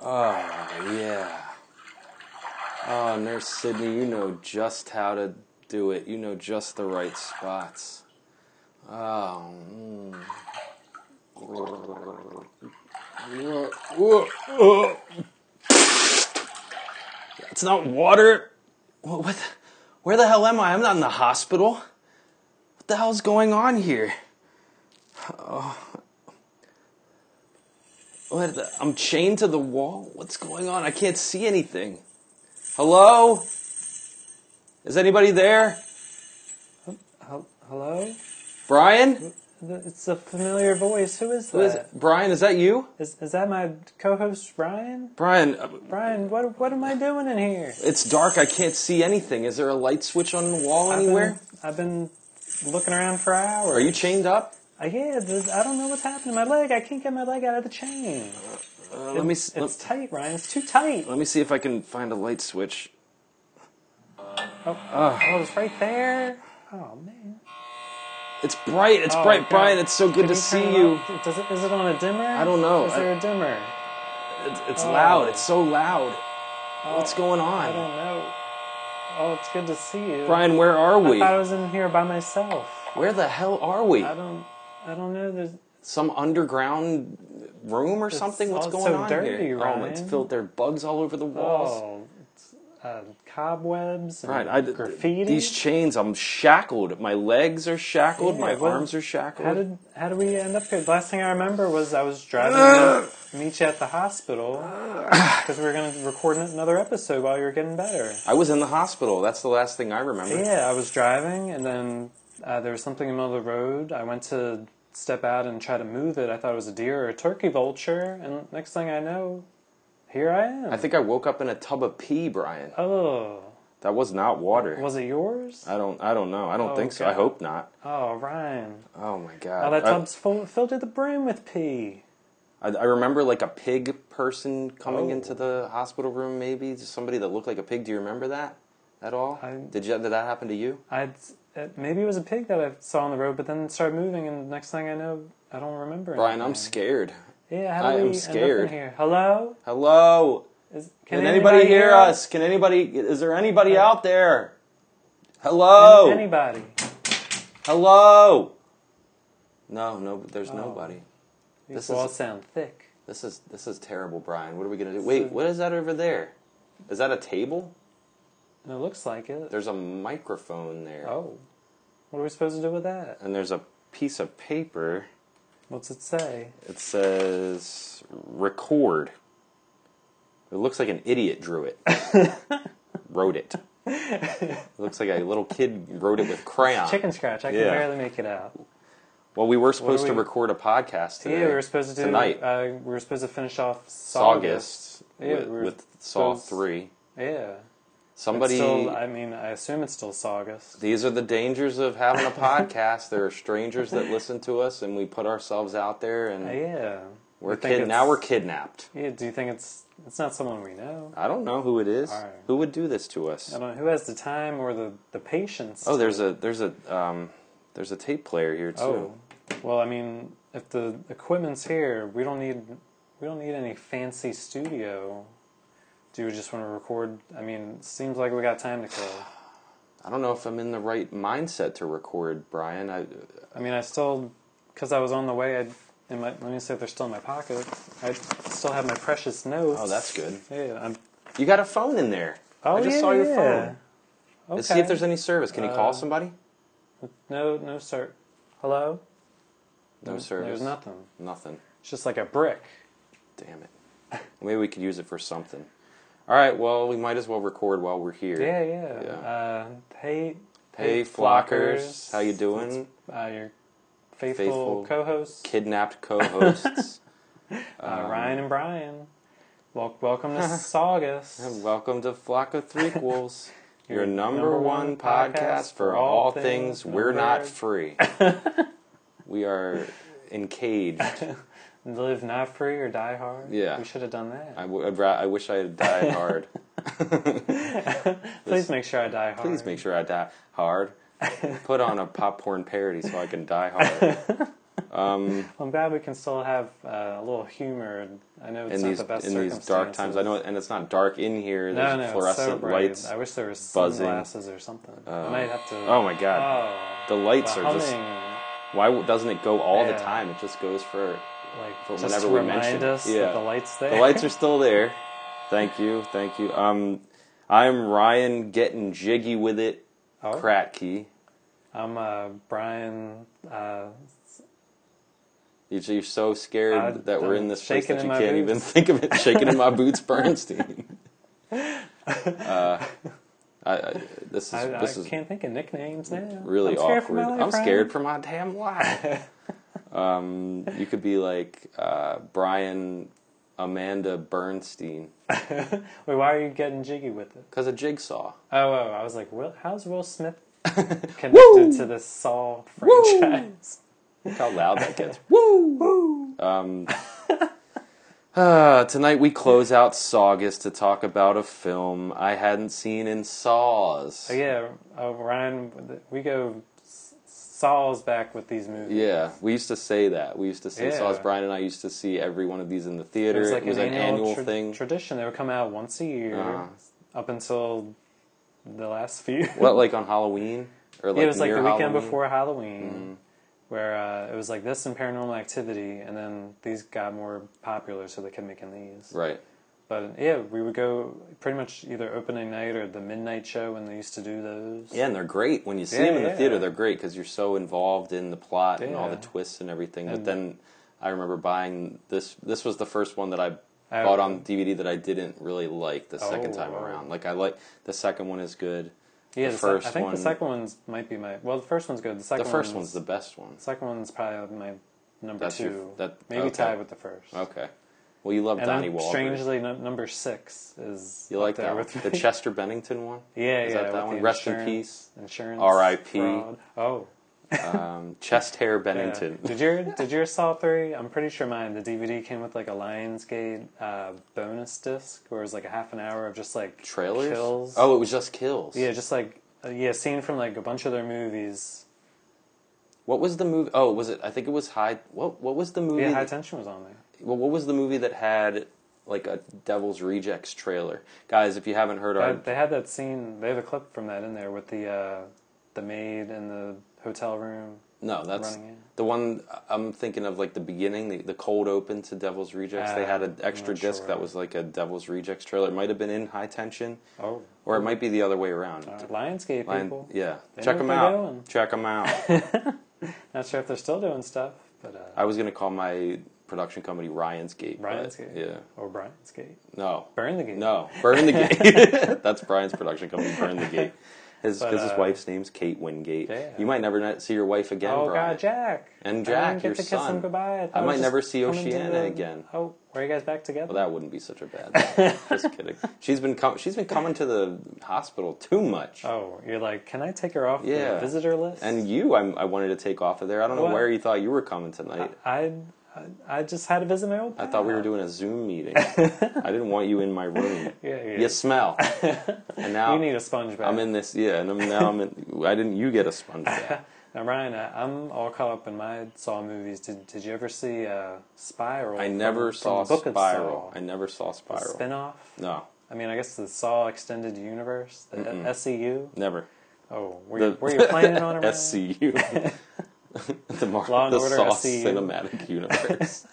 Oh, yeah. Oh, Nurse Sydney, you know just how to do it. You know just the right spots. Oh. mm. It's not water. What, what? the- Where the hell am I? I'm not in the hospital. What the hell's going on here? Oh. What the, I'm chained to the wall. What's going on? I can't see anything. Hello? Is anybody there? Hel- Hello? Brian? Th- It's a familiar voice. Who is Who is- that? Brian, is that you? Is, is that my co-host Brian? Brian, uh, Brian, what what am I doing in here? it's dark. I can't see anything. Is there a light switch on the wall anywhere? I've been, I've been looking around for hours. Are you chained up? Uh, yeah, th- I don't know what's happening. My leg, I can't get my leg out of the chain. Uh, let me s- Um, It's let, tight, Ryan. It's too tight. let me see if I can find a light switch. Oh, oh, it's right there. Oh man. It's bright. It's Oh, bright, God. Brian. It's so good to Can you see turn it you. up? Does it, is it on a dimmer? I don't know. Is I- there a dimmer? It's, it's Oh. loud. It's so loud. What's going I on? don't know. Oh, it's good to see you. Brian, where are I we? thought I was in here by myself. Where the hell are we? I don't. I don't know. There's, Some underground room or something? What's all going so on dirty, here? Oh, it's Ryan. filled. There are bugs all over the walls. oh, it's, uh, cobwebs. And Right, I, th- graffiti. These chains, I'm shackled. My legs are shackled. Yeah, my well, arms are How shackled. did how did we end up here? The last thing I remember was I was driving to meet you at the hospital because we were going to record another episode while you were getting better. I was in the hospital. That's the last thing I remember. Yeah, I was driving and then uh, there was something in the middle of the road. I went to step out and try to move it. I thought it was a deer or a turkey vulture, and next thing I know, here I am. I think I woke up in a tub of pee, Brian. oh, That was not water. was it yours? I don't. I don't know. I don't Oh, think so. God. I hope not. Oh, Ryan. Oh my god. Oh, that I- tub's full, filled to the brim with pee. I, I remember like a pig person coming Oh. into the hospital room. Maybe Just somebody that looked like a pig. Do you remember that at all? I- did you? Did that happen to you? I'd uh, maybe it was a pig that I saw on the road, but then it started moving, and next thing I know, I don't remember. Brian, I'm anything. scared. Yeah, how I do am we end scared. up in here? Hello? Hello. Is, Can, anybody, hear us? Can anybody? Is there anybody out there? Hello. Anybody? Hello. No, no. There's nobody. These This is- walls sound thick. This is this is terrible, Brian. What are we gonna do? Wait, what is that over there? Is that a table? And it looks like it. There's a microphone there, Oh, what are we supposed to do with that? and there's a piece of paper. What's it say? It says record. It looks like an idiot drew it. wrote it. It looks like a little kid wrote it with crayon. Chicken scratch. I can Yeah. barely make it out. Well, we were supposed to we- record a podcast today. Yeah, we were supposed to do. tonight. Uh, we were supposed to finish off Saugus. Saugus Yeah, with, we were with Saw supposed- Three. Yeah. Somebody. It's still, I mean, I assume it's still Saugus. These are the dangers of having a podcast. there are strangers that listen to us, and we put ourselves out there, and Yeah. we're You think kid- now it's- we're kidnapped. Yeah, do you think it's it's not someone we know? I don't know who it is. Alright. Who would do this to us? I don't know who has the time or the the patience. Oh, there's a there's a um, there's a tape player here too. oh. Well, I mean, if the equipment's here, we don't need we don't need any fancy studio. Do you just want to record? I mean, seems like we got time to kill. I don't know if I'm in the right mindset to record, Brian. I I mean, I still because I was on the way. I in my let me see if they're still in my pocket. I still have my precious notes. oh, that's good. Yeah. I'm, You got a phone in there. oh, I just yeah, saw your yeah. phone. Okay. Uh, Let's see if there's any service. Can you call somebody? no no sir. Hello. No service. There's nothing. Nothing. It's just like a brick. Damn it. Maybe we could use it for something. All right. Well, we might as well record while we're here. Yeah, yeah. Yeah. Uh, hey, Hey, flockers, how you doing? Uh, your faithful, Faithful co-hosts, Kidnapped co-hosts. um, uh, Ryan and Brian. Wel- welcome to Saugus. Welcome to Flock of Threequels, your, Your number, number one one podcast for all things we're not numbered. free. we are encaged. Live not free or die hard. Yeah. Uh, we should have done that. I, w- I'd ra- I wish I had died hard. Please make sure I die hard. Please make sure I die hard. Put on a popcorn parody so I can die hard. Um, I'm glad we can still have uh, a little humor. and I know it's in not these the best in these dark times, I know, and it's not dark in here. There's No, no, it's so fluorescent bright. lights. I wish there was buzzing. sunglasses or something. I might have to. Oh my god, Oh, the the lights are humming, just. Why w- doesn't it go all Yeah. the time? It just goes for. like for just whenever to we remind mention it. us Yeah. that the lights there. The lights are still there. Thank you, thank you. Um, I'm Ryan getting jiggy with it. Oh. Kratky. I'm uh, Brian. Uh, You're, you're so scared I- that we're I'm in this place shaking that in you my can't boots. even think of it. Shaking in my boots, Bernstein. Uh, I, I, this is I, I this is can't think of nicknames now. really I'm scared for awkward. my life, I'm Brian. scared for my damn life. um, you could be like uh, Brian Amanda Bernstein Wait, why are you getting jiggy with it? because of Jigsaw. Oh, oh, I was like, Will, how's Will Smith Woo! connected to this Saw Woo! franchise? Look how loud that gets. Woo! Woo! Um, uh, tonight we close out Saugus to talk about a film I hadn't seen in Saws. Oh, yeah, oh, Ryan, we go s- Saws back with these movies. Yeah, we used to say that. We used to say Yeah. Saws. Brian and I used to see every one of these in the theater. It was like an, annual, tra- thing. tradition. They would come out once a year Uh-huh. up until the last few. what, like on Halloween or like yeah, it was like the near weekend Halloween? Mm-hmm. before Halloween, where uh, it was like this and Paranormal Activity, and then these got more popular, so they kept making these. Right. But yeah, we would go pretty much either opening night or the midnight show when they used to do those. Yeah, and they're great when you see Yeah, them in the yeah. theater. They're great because you're so involved in the plot and all the Yeah. twists and everything. but And- then I remember buying this. This was the first one that I Oh. bought on DVD that I didn't really like the second Oh. time around. Like I like the second one is good. yeah. the se- first I think one. the second one's might be my well. The first one's good. The The second first one's, one's the best one. second one's probably my number That's two. your- that- maybe okay. tied with the first. Okay. Well, you love And Donnie then, Wahlberg. strangely, num number six is you up like there that one? with The me. Chester Bennington one? yeah, Is yeah, that that with one? the Rest in insurance- peace. Insurance. R.I.P.. fraud. Oh, Um, chest hair yeah. Bennington. did your did your Saw three? I'm pretty sure mine. The DVD came with like a Lionsgate uh, bonus disc, where it was like a half an hour of just like Trailers? kills. Oh, it was just kills. yeah, just like uh, yeah, scene from like a bunch of their movies. What was the movie? Oh, was it? I think it was High. What? What was the movie? Yeah, High that- Tension was on there. Well, what was the movie that had like a Devil's Rejects trailer? Guys, if you haven't heard They our had, they had that scene. They have a clip from that in there with the uh, the maid in the hotel room. no, that's Running in. the one I'm thinking of. Like the beginning, the, the cold open to Devil's Rejects. they Ah, had an I'm extra not disc sure. that was like a Devil's Rejects trailer. It might have been in High Tension, Oh, or it might be the other way around. uh, Lionsgate Lion- people. yeah, They check know 'em what out. they're doing. Check them out. Not sure if they're still doing stuff, but uh, I was gonna call my production company Ryan's Gate. but- Ryan's Gate. Yeah. or Brian's Gate, No. Burn the Gate. No, burn the gate. That's Brian's production company. Burn the gate. His But, because his uh, wife's name's Kate Wingate. yeah. You might never not see your wife again. oh Brian. God, Jack And I Jack, didn't get your to kiss son. him goodbye. I was might just never see coming to Oceana the- again. Oh, were you guys back together? Well, that wouldn't be such a bad. thing. Just kidding. She's been com- she's been coming to the hospital too much. oh, you're like, can I take her off Yeah. the visitor list? And you, I'm, I wanted to take off of there. I don't know What? where you thought you were coming tonight. I, I, I just had to visit my old. I thought we were doing a Zoom meeting. I didn't want you in my room. Yeah, yeah. You smell. And now You need a sponge bath. uh, I'm in this. Yeah, and I'm, now I'm in. I didn't. You get a sponge bath. Now, Ryan, I, I'm all caught up in my Saw movies. Did Did you ever see uh, Spiral? I from- never from saw the Book of Spiral. Saw? I never saw Spiral. Spinoff. no, I mean, I guess the Saw Extended Universe, the SEU. never. Oh, were The- E you, were you planning on it? Ryan? SCU. the Mar- Law and the Order, Saw SCU. Cinematic Universe.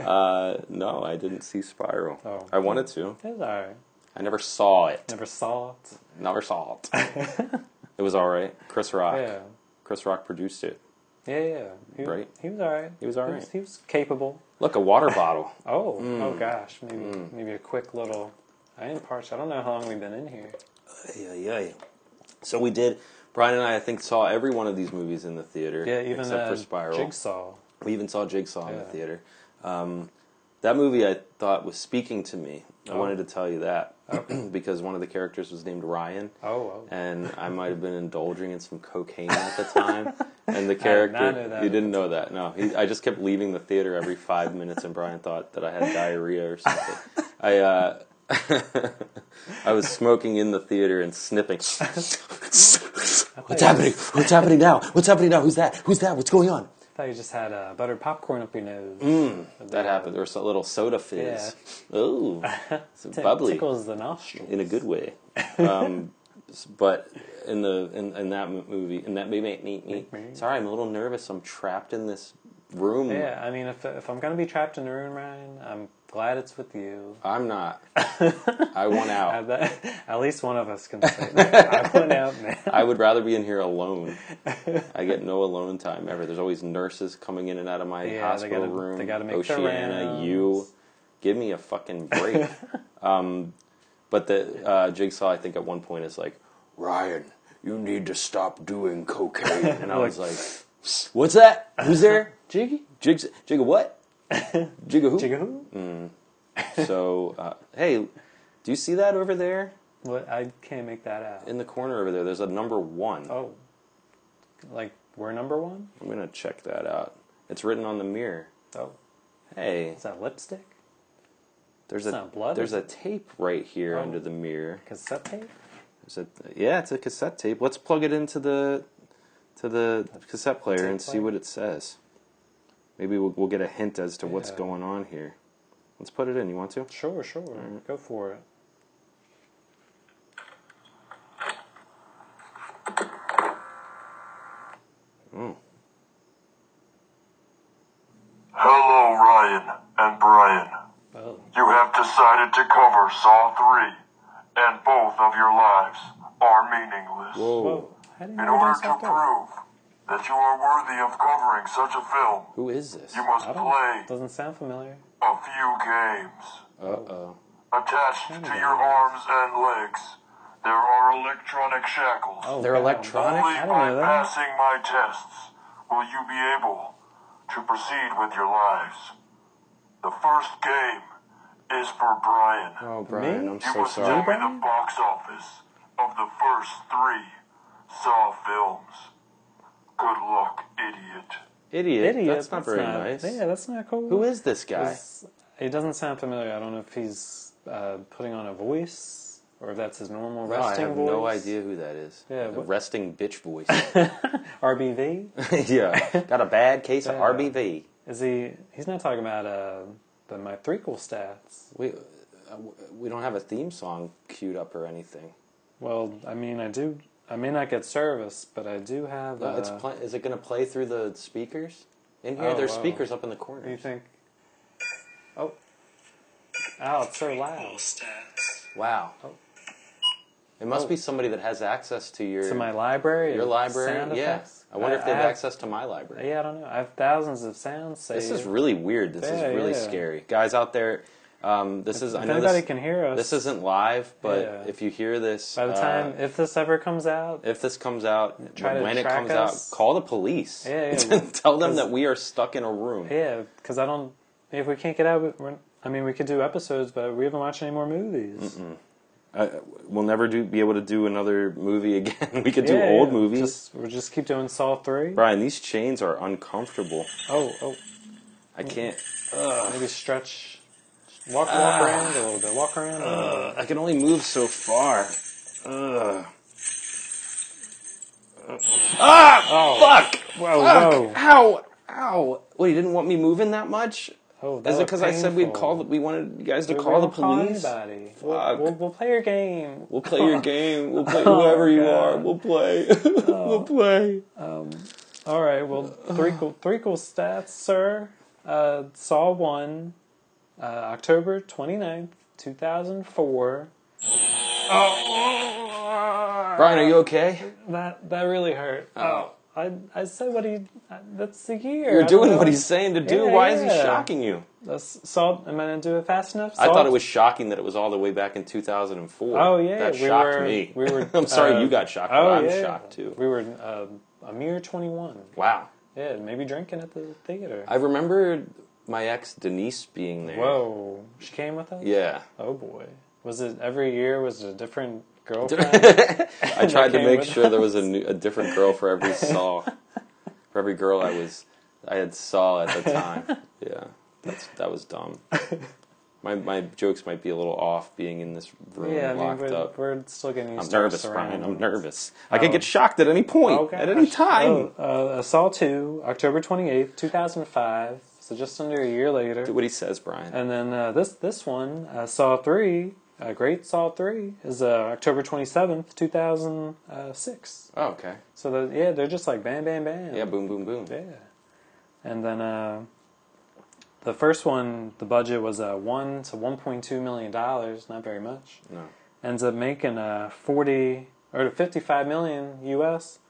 uh, no, I didn't see Spiral. Oh. I wanted to. It was alright. I never saw it. Never saw it. Never saw it. it was all right. Chris Rock. Yeah, Chris Rock produced it. yeah, yeah. He, Right. He was alright. He was all He was, right. Mm. he was capable. Look, a water bottle. Oh, oh gosh, maybe maybe a quick little. I am parched. I don't know how long we've been in here. Yeah, yeah, yeah. So we did. Brian and I, I think, saw every one of these movies in the theater. Yeah, even except uh, for Spiral. Jigsaw. We even saw Jigsaw in the Yeah. theater. Um, that movie I thought was speaking to me. I Oh. wanted to tell you that because one of the characters was named Ryan, Oh, oh. and I might have been indulging in some cocaine at the time. And the did character, not know that you at didn't know that. No, he, I just kept leaving the theater every five minutes, and Brian thought that I had diarrhea or something. I uh, I was smoking in the theater and sniffing. What's happening? What's happening now? What's happening now? Who's that? Who's that? What's going on? I thought you just had uh, buttered popcorn up your nose. Mm, That happened. Or a little soda fizz. Ooh, it's Tick- bubbly Tickles the nostril. in a good way. Um, s- but in the in, in that m- movie, in that movie, me, me, me, Me. sorry, I'm a little nervous. I'm trapped in this room. Yeah, I mean, if, if I'm going to be trapped in a room, Ryan, I'm glad it's with you. I'm not. I want out. Have that- At least one of us can say that. I went out now. I would rather be in here alone. I get no alone time ever. There's always nurses coming in and out of my Yeah, they hospital gotta- room. they gotta make their Oceana, rounds. you, give me a fucking break. um, but the uh, jigsaw, I think at one point is like, Ryan, you need to stop doing cocaine. And I was like, What's that? Who's there? Jiggy? Jigs, jigga what? Jigga who? Jigahoo? So, uh, hey, do you see that over there What? I can't make that out. in the corner over there? There's a number one. Oh. Like, we're number one? I'm gonna check that out. It's written on the mirror. Oh. Hey, Is that lipstick? there's It's a not blood, there's is a tape right here Oh. under the mirror. Cassette tape? There's a, yeah, it's a cassette tape. Let's plug it into the to the cassette player Tape and see player? what it says. Maybe we'll, we'll get a hint as to what's Yeah. going on here. Let's put it in. You want to? Sure, sure. Go for it. Hello, Ryan and Brian. Oh. You have decided to cover Saw 3, and both of your lives are meaningless. Whoa. How do you In know order that's to not there? prove that you are worthy of covering such a film, Who is this? you must I don't. play Doesn't sound familiar. a few games. Uh oh. Attached to your arms and legs, there are electronic shackles. Oh, They're wow. electronic? Only I don't by know that. passing my tests will you be able to proceed with your lives. The first game is for Brian. Oh, Brian, Me? I'm you so must tell sorry. me the box office of the first three Saw films. Good luck, idiot. Idiot. Idiot. That's not very nice. Yeah, that's not cool. Who is this guy? It's- It doesn't sound familiar. I don't know if he's uh, putting on a voice or if that's his normal Oh, I resting have voice. no idea who that is. Yeah, A what- resting bitch voice. RBV? yeah, got a bad case of Yeah. RBV. Is he? He's not talking about uh, the my three cool stats. We uh, w- we don't have a theme song queued up or anything. Well, I mean, I do. I may not get service, but I do have. No, uh, it's pl- is it going to play through the speakers in here? Oh, There's wow. speakers up in the corner. what do you think? Oh, ow! It's so loud. Wow. It must Oh. be somebody that has access to your To my library. your and library. Sound yeah. effects. Uh, I wonder if they have have- access to my library. Yeah, I don't know. I have thousands of sounds saved. This is really weird. This Yeah, is really yeah. scary, guys out there. Um, this is. If I know anybody this, can hear us, this isn't live, but Yeah. if you hear this, By the uh, time, if this ever comes out, if this comes out, Try to when it track comes us. out, call the police. Yeah, yeah. Tell them 'Cause- that we are stuck in a room. yeah, because I don't. If we can't get out, we're, I mean, we could do episodes, but we haven't watched any more movies. We'll never do be able to do another movie again. We could do Yeah, old yeah. movies. Just, we'll just keep doing Saw three. Brian, these chains are uncomfortable. Oh, oh, I can't. maybe stretch, walk, walk Ah. around a little bit, walk around. a little I can only move so far. bit. Oh, Ah! Fuck! whoa, Fuck! whoa. Ow! Ow! Wait, you didn't want me moving that much? Oh, that Is it was because I said we'd call? The, painful. we wanted you guys to We- we call the won't police. anybody. We'll, Fuck. we'll, we'll play your game. we'll play your game. We'll play whoever you God. Oh. are. We'll play. we'll play. All right. Well, three cool, three cool stats, sir. Uh, Saw one, uh, October 29th, two thousand four. Brian, are you okay? That that really hurt. Uh, Oh. I I said what he. That's the year. You're I don't doing know. what he's saying to do. Yeah, Why is he yeah. shocking you? That's uh, Saw. Am I gonna do it fast enough? I Saw- thought it was shocking that it was all the way back in 2004. Oh yeah, that we shocked were- me. We were. I'm sorry uh, you got shocked, Oh, but I'm yeah. shocked too. We were um a mere twenty one. Wow. Yeah, maybe drinking at the theater. I remember my ex Denise being there. Whoa, she came with us. Yeah. Oh boy. Was it every year? Was it a different girlfriend? I tried to came make with sure there was a, new, a different girl for every saw, for every girl I was, I had saw at the time. Yeah, that's that was dumb. My my jokes might be a little off being in this room Yeah, I mean, locked we're, up. we're still getting used I'm to our nervous, Brian. I'm surroundings. nervous. I could get shocked at any point, Oh, at any gosh. time. Oh, uh, Saw 2, October 28th, 2005. So just under a year later. Do what he says, Brian. And then uh, this this one, uh, Saw 3, uh, Great Saw 3, is uh, October 27th, 2006. oh, okay. uh, So, the, yeah, they're just like bam, bam, bam. Yeah, boom, boom, boom. Oh, Yeah. And then uh, the first one, the budget was uh, 1 to $1.2 million, not very much. No. Ends up making uh, 40 or 55 million US,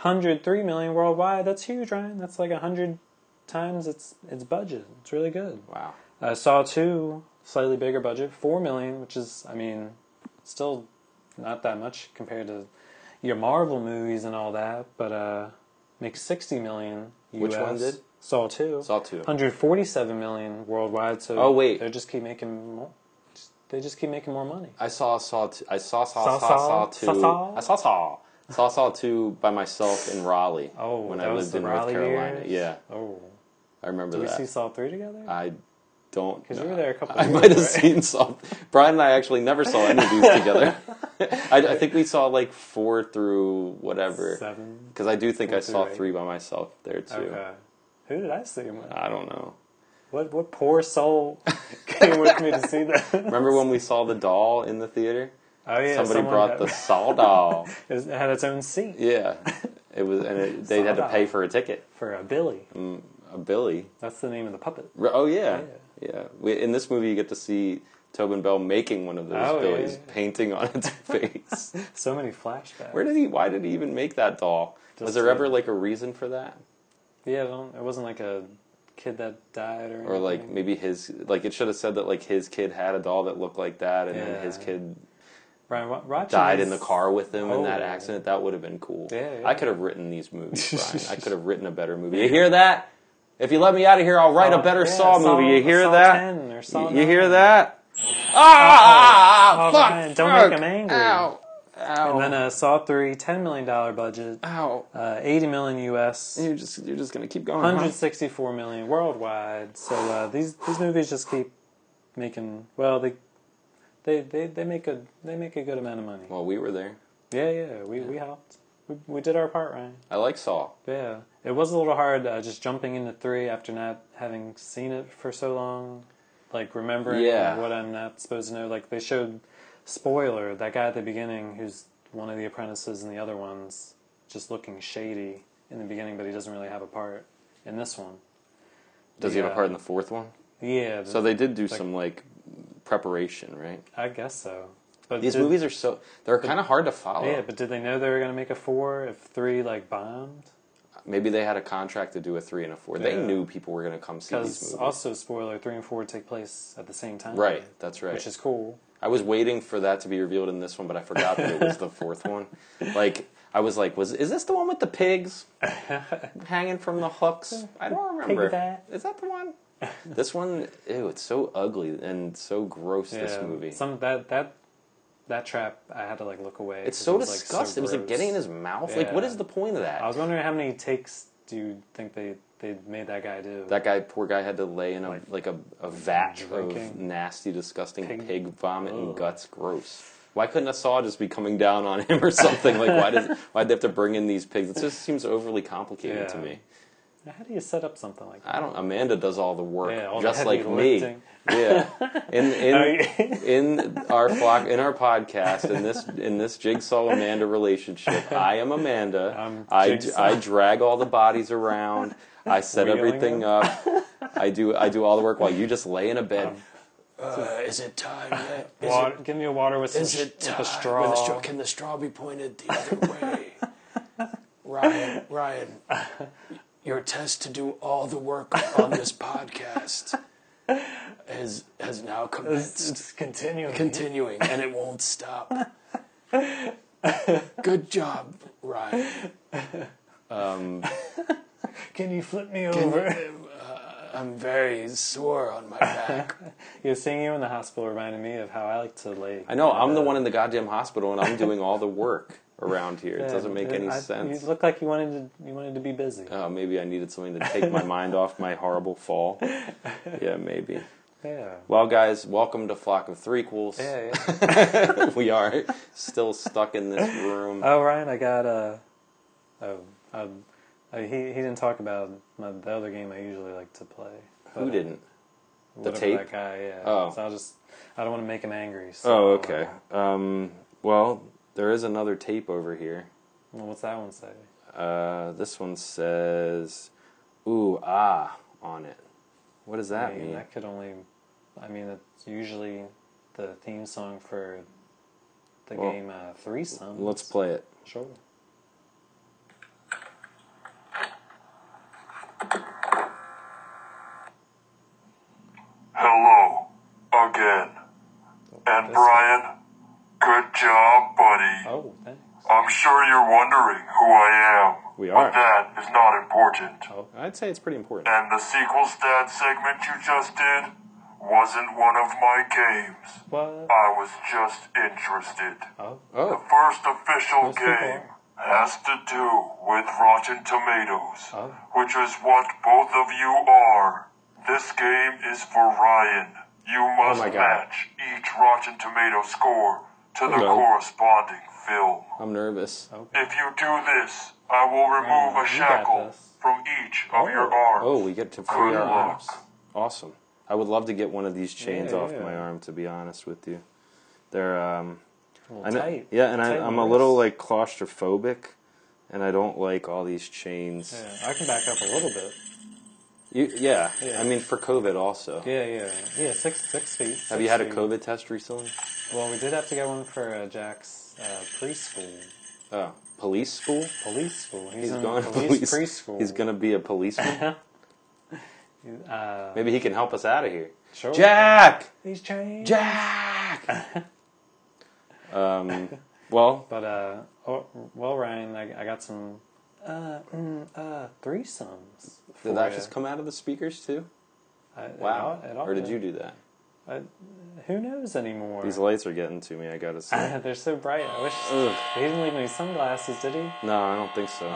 103 million worldwide. That's huge, Ryan. That's like 100 times its its budget. It's really good. Wow. Uh, Saw 2, slightly bigger budget, 4 million, which is, I mean, still not that much compared to your Marvel movies and all that, but uh, makes 60 million US. Which one did? Saw 2. Saw 2. 147 million worldwide, so Oh, wait. they just keep making more. They just keep making more money. I saw saw t- I saw saw saw Saw, saw, saw, two. saw, saw. I saw saw saw saw two by myself in Raleigh. Oh, when that I lived was the in Raleigh North Carolina. years? Yeah, Oh, I remember did we that. see Saw 3 together? I don't Because know. you were there a couple I years, might have right? seen saw. Brian and I actually never saw any of these together. I, I think we saw like four through whatever. 7. Because I do think I through saw eight. three by myself there too. Okay. Who did I see? him with? I don't know. What, what poor soul came with me to see that? Remember when we saw the doll in the theater? Oh yeah, Somebody someone brought had, the saw doll. it had its own seat yeah, it was, and it, they had to Saw pay doll. for a ticket. for a Billy. A Billy. That's the name of the puppet. Re- Oh yeah, yeah. We, in this movie, you get to see Tobin Bell making one of those Oh, yeah, billies, yeah. painting on its face. So many flashbacks. Where did he? Why did he even make that doll? Was Just there to- ever like a reason for that, Yeah, I don't, it wasn't like a kid that died or or like anything. maybe his like it should have said that like his kid had a doll that looked like that, and then Yeah. his kid Brian wa- watching died in the this- car with him in that Oh. accident. That would have been cool. Yeah, yeah. I could have written these movies, Brian. I could have written a better movie. You hear that? If you let me out of here, I'll write a Saw- better yeah, Saw movie. you hear Saw that? 10 or Saw you hear 9. that? Ah! Uh-oh. Oh, fuck, Ryan, don't fuck. make him angry. Ow! Ow! And then uh, Saw three, ten million dollar budget, ow! uh, eighty million U.S. You're just you're just gonna keep going. huh? 164 million worldwide. So uh, these these movies just keep making well they they, they, they make a they make a good amount of money. Well, we were there. Yeah, yeah, we we helped. We, we did our part, Ryan. I like Saw. Yeah, it was a little hard uh, just jumping into three after not having seen it for so long, like remembering Yeah. what I'm not supposed to know. Like they showed spoiler that guy at the beginning who's one of the apprentices and the other ones just looking shady in the beginning, but he doesn't really have a part in this one. Does he have a Yeah. part in the fourth one? Yeah, So they did do Like- some like preparation, right? I guess so. But These did- movies are so they're kind of hard to follow. yeah, but did they know they were gonna make a four if three like bombed? Maybe they had a contract to do a three and a four. They Yeah. knew people were going to come see these Because movies. also spoiler three and four take place at the same time. Right, that's right. Which is cool. I was waiting for that to be revealed in this one, but I forgot that it was the fourth one. Like I was like, was is this the one with the pigs hanging from the hooks? I don't remember. bat. Is that the one? this one, ew, it's so ugly and so gross. This Yeah, movie, Some that that that trap I had to like look away. it's 'cause so it was, like, disgusting. it was like gross. getting in his mouth. Like, what Yeah. is the point of that? I was wondering how many takes do you think they they made that guy do? That guy, poor guy, had to lay in a like, a, a vat of Drinking. nasty, disgusting pig, Pig- vomit and Ugh. guts. Gross. Why couldn't a saw just be coming down on him or something? like why does why'd they have to bring in these pigs? It just seems overly complicated to Yeah. me. how do you set up something like that? I don't. Amanda does all the work, Yeah, all the Uh, just heavy like me. lifting. Yeah. In in Oh, in our flock in our podcast in this in this jigsaw Amanda relationship, I am Amanda. I'm I, Jigsaw. I drag all the bodies around. I set Wheeling everything them. up. I do I do all the work while you just lay in a bed. Uh, is it time yet? Is Water, give me a water with some is sh- it with time? a straw. With straw- Can the straw be pointed the other way? Ryan, Ryan, your test to do all the work on this podcast has has now It's, commenced, it's continuing. continuing, and it won't stop. Good job, Ryan. Can you flip me over? I'm very sore on my back. yeah, seeing you in the hospital reminded me of how I like to lay. I know I'm the one in the goddamn hospital, and I'm doing all the work around here. It doesn't make any I- sense. Uh, You look like you wanted to. You wanted to be busy. Oh, maybe I needed something to take my mind off my horrible fall. Yeah, maybe. Yeah. Well, guys, welcome to Flock of Threequels. Yeah. yeah. we are still stuck in this room. Oh, Ryan, I got uh, oh, um, uh, he he didn't talk about my, the other game I usually like to play. Who didn't? The Whatever tape? That guy, yeah. Oh. So I'll just, I don't want to make him angry. So, Oh, okay. uh, Um, well, there is another tape over here. well, what's that one say? Uh, this one says "ooh ah" on it. What does I that mean, mean? that could only, I mean, it's usually the theme song for the Well, game uh, Threesome. Let's play it. Sure. Hello again. And Brian, good job, buddy. Oh, thanks. I'm sure you're wondering who I am. We are. But that is not important. I'd say it's pretty important. And the sequel stat segment you just did wasn't one of my games. What? I was just interested. Oh, The Oh, first official What's the game goal? has to do with Rotten Tomatoes, Oh. which is what both of you are. This game is for Ryan. You Oh must my God. match each Rotten Tomato score to the Hello. corresponding film. I'm nervous. okay. If you do this, I will Oh, remove you a got shackle this. from each of your arms. Oh, we get to free Good our luck. arms. Awesome. I would love to get one of these chains Yeah, off yeah. my arm. To be honest with you, they're um, A little I know, tight. yeah, and I, Tight I'm a wrist. little like claustrophobic, and I don't like all these chains. Yeah, I can back up a little bit. You, yeah. Yeah. I mean for COVID also. Yeah, yeah, yeah. Six, six feet. Have six you had a feet. COVID test recently? Well, we did have to get one for uh, Jack's uh, preschool, Oh, police school. police school. He's, He's in going to Uh, police, police preschool. He's gonna be a policeman. Uh, Maybe he can help us out of here. sure. Jack, uh, He's changed. Jack. um, well, But uh, oh, well, Ryan, I, I got some uh, mm, uh, threesomes. for did that ya. just come out of the speakers too? I- it Wow. all- it all or did did. you do that? Who knows anymore? These lights are getting to me. I gotta say. They're so bright. I wish he didn't leave me sunglasses, did he? No, I don't think so.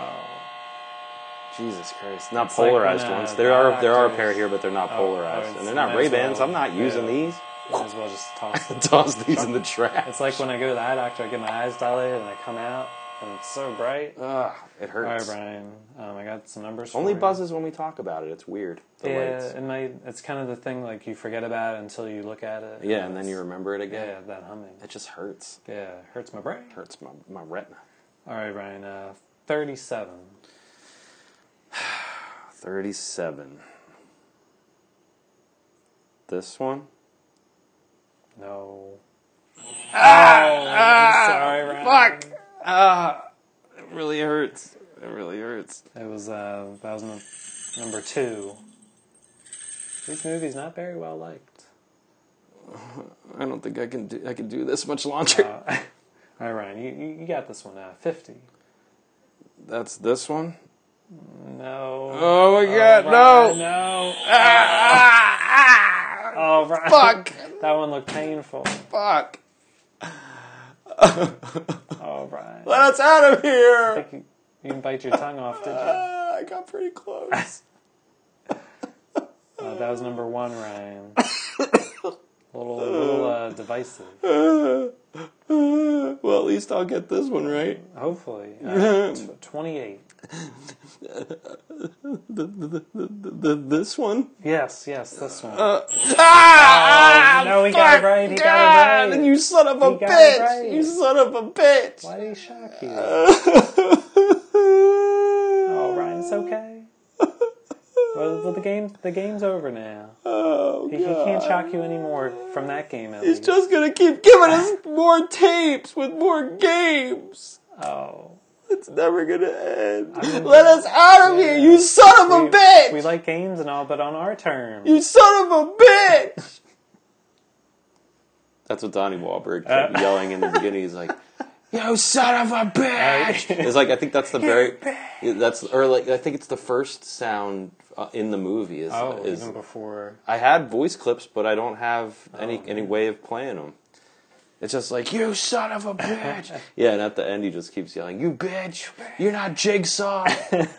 Jesus Christ! Not Oh. like polarized when, uh, ones. There are there are a doctors- pair here, but they're not polarized, it's and they're not nice Ray Bans. little- I'm not using yeah. these. Might as well just toss them. Toss these in the trash. It's like when I go to the eye doctor, I get my eyes dilated, and I come out, and it's so bright. Ugh, it All right, hurts. Brian. Um, I got some numbers. Only for you. buzzes when we talk about it. It's weird. The Yeah, lights. it might. It's kind of the thing like you forget about it until you look at it. Yeah, and then it's- you remember it again. Yeah, that humming. It just hurts. Yeah, hurts my brain. Hurts my, my retina. All right, Ryan. Uh, Thirty-seven. 37. This one? No. Ah! Oh, I'm sorry, Ryan. It really hurts. It really hurts. It was uh, that was num- number two. This movie's not very well liked. I don't think I can do I can do this much longer. Uh, All right, Ryan. You, you, you got this one. Uh, Fifty. That's this one. No. Oh my god, Ryan, no. No. Ah, ah, Oh, Ryan. Fuck. That one looked painful. fuck. Oh, Ryan. Let us out of I here. think you, you didn't bite your tongue off, did you? Ah, I got pretty close. Uh, that was number one, Ryan. a little, a little uh, divisive. well, at least I'll get this one right. Hopefully. Uh, tw- 28. Th- this one? Yes, yes, this one. Ah! no, he got it Uh, fuck, right, he got it God, right. You son of a got it bitch! right. You son of a bitch! Why did he shock you? Uh. oh, oh, Ryan's okay. Well, well, the game, the game's over now. Oh, He, he God. can't shock you anymore from that game. At He's least. just gonna keep giving us more tapes with more games. Oh, It's never gonna end. Let us out of here, you son of a We- bitch! we like games and all, but on our terms. You son of a bitch! That's what Donnie Wahlberg Uh. kept yelling in the beginning. He's like, "Yo, son of a bitch!" It's like I think that's the very that's or like I think it's the first sound uh, in the movie. Is, Oh, is even before. I had voice clips, but I don't have Oh, any any way of playing them. It's just like you son of a bitch. yeah, and at the end he just keeps yelling, "You bitch! You're not Jigsaw!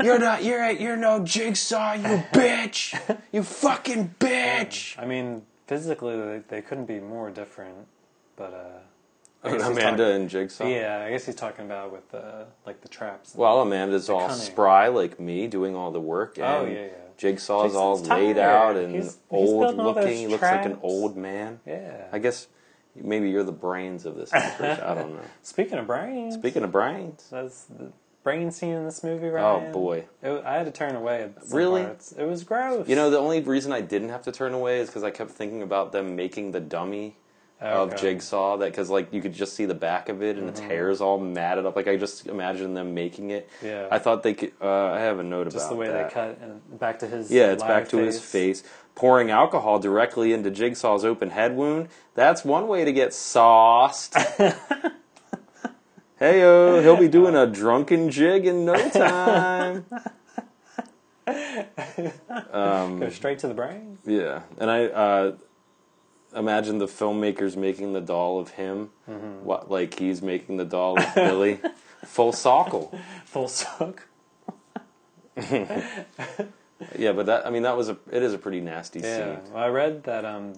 You're not you're you're no Jigsaw! You bitch! You fucking bitch!" I mean, physically they, they couldn't be more different, but uh, I guess he's Amanda and Jigsaw. talking- yeah, I guess he's talking about with uh, like the traps. Well, Amanda's all cunning. spry like me, doing all the work, and Oh, yeah, yeah. Jigsaw's all Jigsaw's laid tired. out and He's- he's old building all those looking. He looks like an tracks. old man. yeah. I guess maybe you're the brains of this. operation. I don't know. Speaking of brains, Speaking of brains, oh, that's the brain scene in this movie, right? boy. It, wa- I had to turn away. At some Really? parts. It was gross. you know the only reason I didn't have to turn away is because I kept thinking about them making the dummy. Of Oh, Okay. Mm-hmm. Jigsaw, that because like you could just see the back of it and its hair's all matted up. Like I just imagine them making it. Yeah. I thought they could. Uh, I have a note just about the way that. they cut and back to his Yeah, it's back live to his face. Pouring alcohol directly into Jigsaw's open head wound. That's one way to get sauced. hey, he'll be doing a drunken jig in no time. Go straight to the brain. yeah, and I uh, imagine the filmmakers making the doll of him, Mm-hmm. what, like he's making the doll of Billy. Full sockle. Full soak. Yeah, but that, I mean, that was a, it is a pretty nasty Yeah, scene. well, I read that. Um,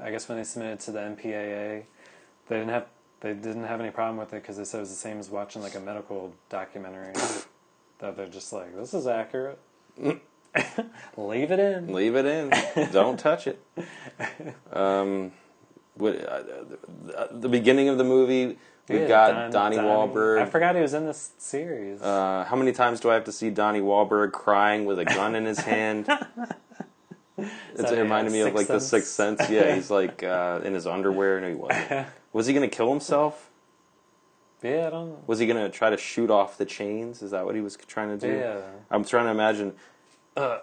I guess when they submitted to the MPAA, they didn't have they didn't have any problem with it because they said it was the same as watching like a medical documentary. that they're just like, this is accurate. Mm. Leave it in. Leave it in. Don't touch it. Um, what, uh, the- the beginning of the movie, we've Yeah, got Don- Donnie Donnie- I Wahlberg. forgot he was in this series. Uh, how many times do I have to see Donnie Wahlberg crying with a gun in his hand? It's, that it a, reminded me of Sixth like the Sense? Sixth Sense. Yeah, he's like uh, in his underwear. No, he wasn't. Was he gonna kill himself? yeah, I don't. Was he gonna try to shoot off the chains? Is that what he was trying to do? Yeah. I'm trying to imagine. Uh,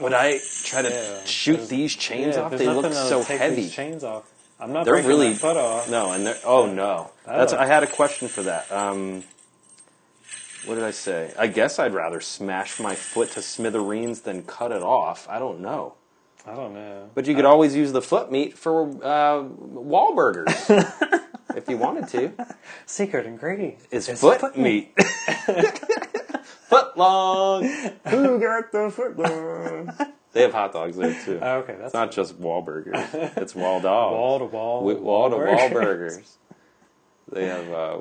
would I try to Yeah, shoot there's- these chains yeah, off? there's They nothing look that'll so take heavy. These chains off. I'm not They're breaking really- my foot off. No, and they're oh no. That's Oh. I had a question for that. Um, what did I say? I guess I'd rather smash my foot to smithereens than cut it off. I don't know. I don't know. But you could always use the foot meat for uh, Wahlburgers if you wanted to. Secret ingredient. It's, is foot, meat. foot long. Who got the foot long? Uh, They have hot dogs there too. Oh, okay, that's It's not just Wahlburgers. It's Wall Dog. wall to wall. Wi- wall to wall burgers. burgers. They have uh,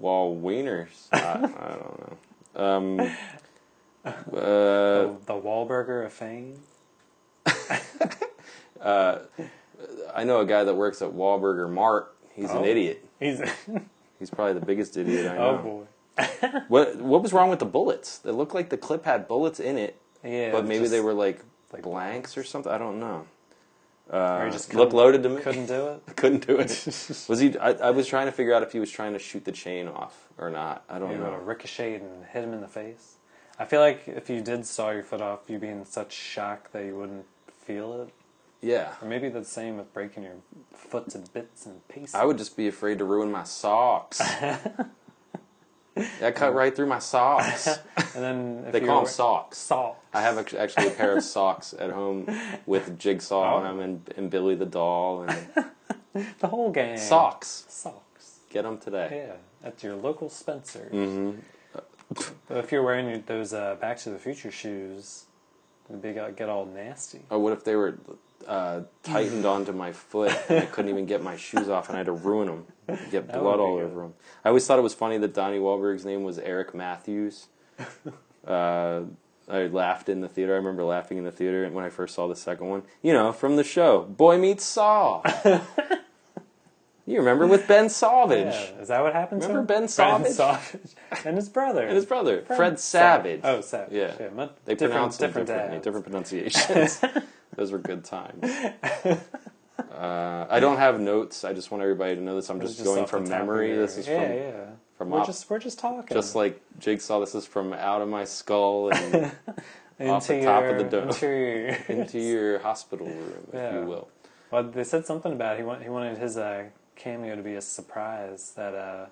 wall wieners. I, I don't know. Um, uh, The Wahlburger of fame. I know a guy that works at Wahlburger Mart. He's Oh. an idiot. He's He's probably the biggest idiot I oh know. boy. what What was wrong with the bullets? It looked like the clip had bullets in it, Yeah, but maybe just- they were like, like blanks or something. I don't know. Uh, or he just Looked couldn't- loaded to me. Couldn't do it. Couldn't do it. was he? I, I was trying to figure out if he was trying to shoot the chain off or not. I don't You would know. have ricocheted and hit him in the face. I feel like if you did saw your foot off, you'd be in such shock that you wouldn't feel it. Yeah. Or maybe that's the same with breaking your foot to bits and pieces. I would just be afraid to ruin my socks. that cut right through my socks. and then if They you call were- them socks. Salt. I have act- actually a pair of socks at home with Oh. Jigsaw on 'em and I'm in, and Billy the doll and The whole gang. socks. Socks. Get them today. Yeah, at your local Spencer's. Mm-hmm. But if you're wearing your, those uh, Back to the Future shoes, they got get all nasty. Oh, what if they were uh, tightened Mm. onto my foot and I couldn't even get my shoes off and I had to ruin them, get would blood be all good. over them. I always thought it was funny that Donnie Wahlberg's name was Eric Matthews. Uh, I laughed in the theater. I remember laughing in the theater when I first saw the second one. You know, from the show Boy Meets Saul. you remember with Ben Salvage Yeah, is that what happened to Remember him? Ben Ben Savage? Savage. and his brother. and his brother Fred, Sav- Savage. Oh, Savage. Yeah. Yeah, mu- They different, pronounce them different differently, dads. different pronunciations. Those were good times. Uh, I don't have notes. I just want everybody to know this. I'm It's just, just going off the from top of memory. your- This is yeah, from yeah. from we're off- just we're just talking. just like Jigsaw. This is from out of my skull and into off the top of your- the dome. into your- into your hospital room, if Yeah. you will. well, they said something about he want, he wanted his uh, cameo to be a surprise that uh,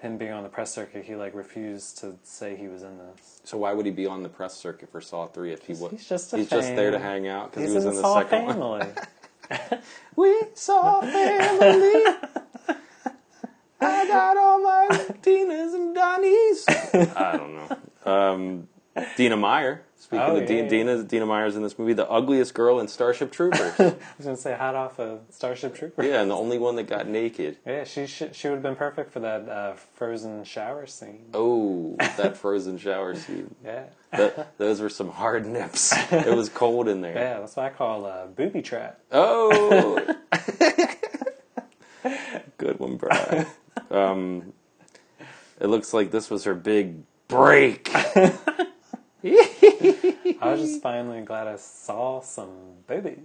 him being on the press circuit, he like refused to say he was in this. So why would he be on the press circuit for Saw Three if he was? he's just a he's just there to fan. hang out because He's he was in in the, the Saw second one. family. We saw family. I got all my Tinas and Donnies. I don't know. Um, Dina Meyer is Speaking Oh, of yeah, Dina, yeah. Dina, Dina Meyer's in this movie, the ugliest girl in Starship Troopers. I was gonna say hot off of Starship Trooper. yeah, and the only one that got naked. Yeah, she should, she would have been perfect for that uh, frozen shower scene. Oh, that frozen shower scene. Yeah, That, those were some hard nips. It was cold in there. yeah, that's what I call a booby trap. Oh, good one, Brian. Um, it looks like this was her big break. I was just finally glad I saw some boobies.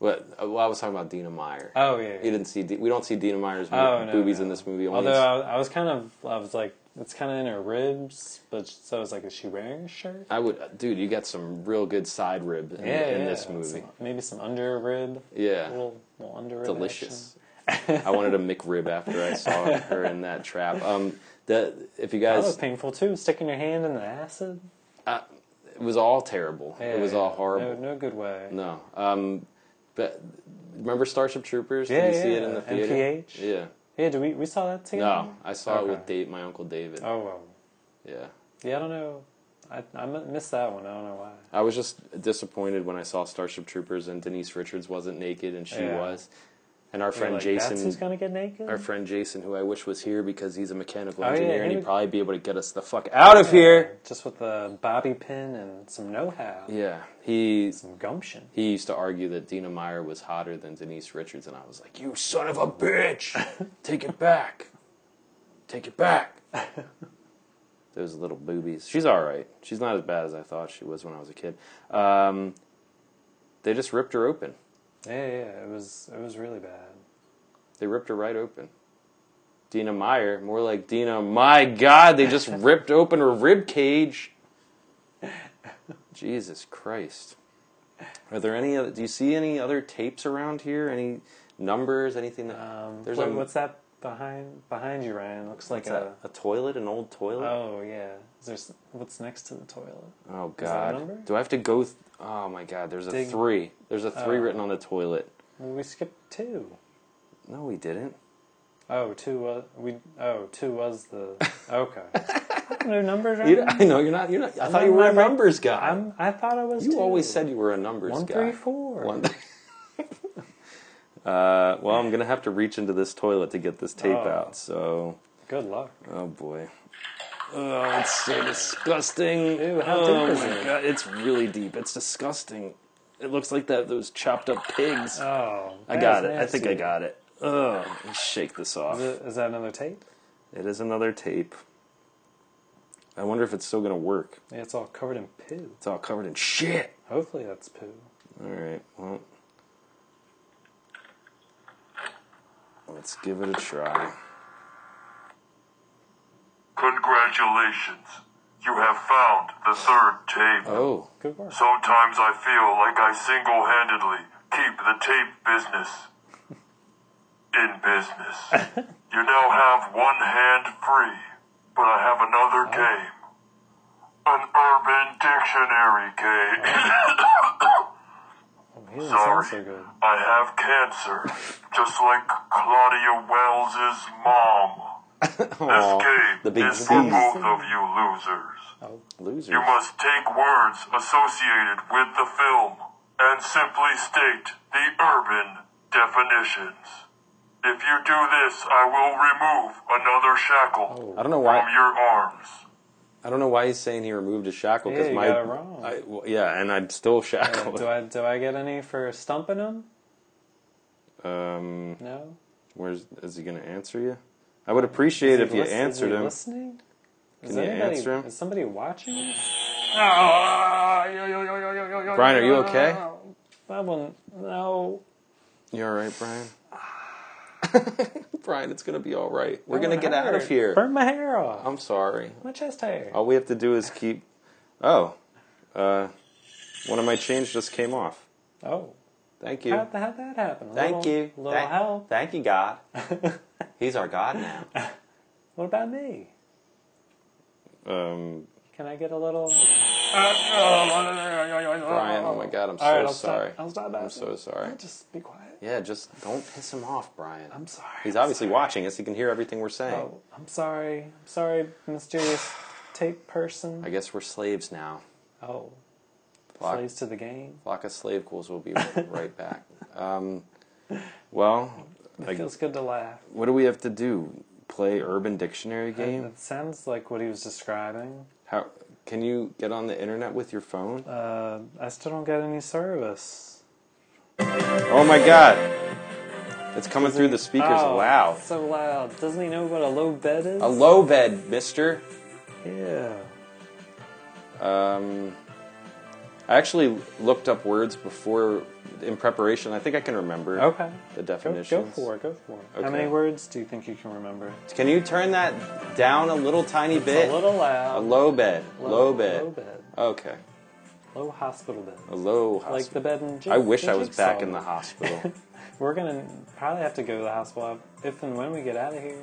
But uh, well, I was talking about Dina Meyer. Oh yeah. You didn't see. D- We don't see Dina Meyer's mo- Oh, no, boobies no. in this movie. Only Although um, I, I was kind of, I was like, it's kind of in her ribs, but so I was like, is she wearing a shirt? I would, dude. You got some real good side rib in, in this Some- movie. maybe some under rib. Yeah. little, little under rib. delicious. I wanted a McRib after I saw her in that trap. Um, that if you Action. That guys, was painful too. Sticking your hand in the acid. it was all terrible. Yeah, it was yeah. all horrible. No, no good way. No, um, but remember Starship Troopers? Yeah, Did you see yeah, it in the yeah. theater? MPH? Yeah. Yeah, do we we saw that together? No, I saw Okay. it with Dave, my uncle David. Oh well. Yeah. Yeah, I don't know. I I mi- missed that one. I don't know why. I was just disappointed when I saw Starship Troopers and Denise Richards wasn't naked and she Yeah. was, and our friend Like, Jason. That's who's gonna get naked. our friend Jason, who I wish was here because he's a mechanical Oh, yeah, engineer and he he'd would- probably be able to get us the fuck out of here. Just with the bobby pin and some know-how, Yeah, he some gumption. he used to argue that Dina Meyer was hotter than Denise Richards, and I was like, "You son of a bitch, take it back, take it back." Those little boobies. She's all right. She's not as bad as I thought she was when I was a kid. Um, they just ripped her open. Yeah, yeah. It was it was really bad. They ripped her right open. Dina Meyer, more like Dina. My God, they just ripped open her rib cage. Jesus Christ. Are there any other? Do you see any other tapes around here? Any numbers? Anything that? Um, there's what- a, what's that behind behind you, Ryan? Looks like what's that? a. A toilet? An old toilet? Oh yeah. Is there s- what's next to the toilet? oh there a God. number? do I have to go? Th- oh my God. There's a Dig- Oh. three. There's a three written on the toilet. Well, we skipped two. No, we didn't. Oh, two was we. Oh, two was the. Okay. I don't know numbers. You- Ryan. I know you're not. You're not. I I'm thought not you were a number- numbers guy. I'm. I thought I was. you two. always said you were a numbers one, guy. three, four. One. uh, well, I'm gonna have to reach into this toilet to get this tape Oh. out. So, Good luck. oh boy. Oh, it's so disgusting. Ew, how oh deep is my it? god, it's really deep. It's disgusting. It looks like that those chopped up pigs. Oh, I that got is it. I think I nasty. got it. Oh, shake this off. Is, it, is that another tape? it is another tape. I wonder if it's still gonna work. Yeah, it's all covered in poo. It's all covered in shit. Hopefully that's poo. All right. Well, let's give it a try. Congratulations. You have found the third tape. Oh, Good work. Sometimes I feel like I single handedly keep the tape business in business. you now have one hand free, but I have another Oh. game an urban dictionary game. Oh, he didn't Sorry. sound so good. I have cancer, just like Claudia Wells' mom. This game the big is for disease. both of you losers. loser. You must take words associated with the film and simply state the urban definitions. If you do this, I will remove another shackle I don't know from why. your arms. I don't know why he's saying he removed his shackle because Yeah, you my got it wrong. I- well, yeah, and I'm still Uh, shackled. do I do I get any for stumping him? um, No. where's is he gonna answer you? I would appreciate Is if he you lis- answered is he him. Listening? Is you anybody, answer him? Is somebody watching? this? Brian, are you okay? I will No. You all right, Brian? Brian, it's gonna be all right. We're That gonna one get out of hurt. here. Burn my hair off. I'm sorry. my chest hair. All we have to do is keep. Oh, uh, one of my chains just came off. Oh. Thank you. How'd, th- how'd that happen? A Thank little, you. Little thank, help. Thank you, God. He's our God now. What about me? Um, Can I get a little? Brian, oh my God, I'm so All right, I'll sorry. stop. I'll stop I'm asking. so sorry. Just be quiet. Yeah, just don't piss him off, Brian. I'm sorry. He's I'm obviously sorry. watching us. He can hear everything we're saying. Oh, I'm sorry. I'm sorry, mysterious tape person. I guess we're slaves now. Oh, Flock, Plays to the game. flock of slave ghouls will be right back. Um, well, It like, feels good to laugh. what do we have to do? Play Urban Dictionary game? It sounds like what he was describing. How can you get on the internet with your phone? Uh, I still don't get any service. Oh my god! It's coming through the speakers Oh, loud. So loud. Doesn't he know what a low bed is? A low bed, mister. yeah. Um, I actually looked up words before in preparation. I think I can remember Okay. the Go, definitions. go for it. Go for it. How Okay. many words do you think you can remember? Can you turn that down a little tiny bit? A little loud. A low bed. Low, bed. Low bed. Okay. Low hospital bed. A low Like the hospital. bed in. Jig- I wish the I was jigsaw back in the movie. hospital. We're gonna probably have to go to the hospital if and when we get out of here.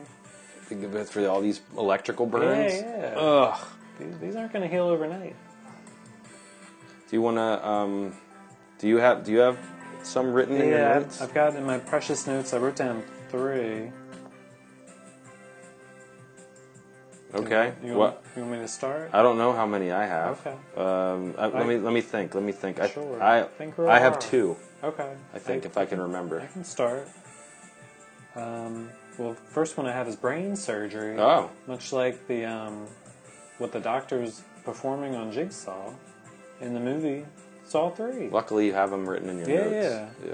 for all these electrical burns. Oh. yeah. Ugh. These, these aren't gonna heal overnight. Do you want to? Um, do you have? Do you have some written in your Yeah, notes? I've got in my precious notes. I wrote down three. okay. You what? want, you want me to start? I don't know how many I have. Okay. Um, I, I- let me let me think. Let me think. I Sure. I Think real I have hard. two. okay. I think if I can remember. I can start. Um, well, first one I have is brain surgery. Oh. Much like the um, what the doctor's performing on Jigsaw in the movie Saw Three. Luckily, you have them written in your Yeah, notes. Yeah.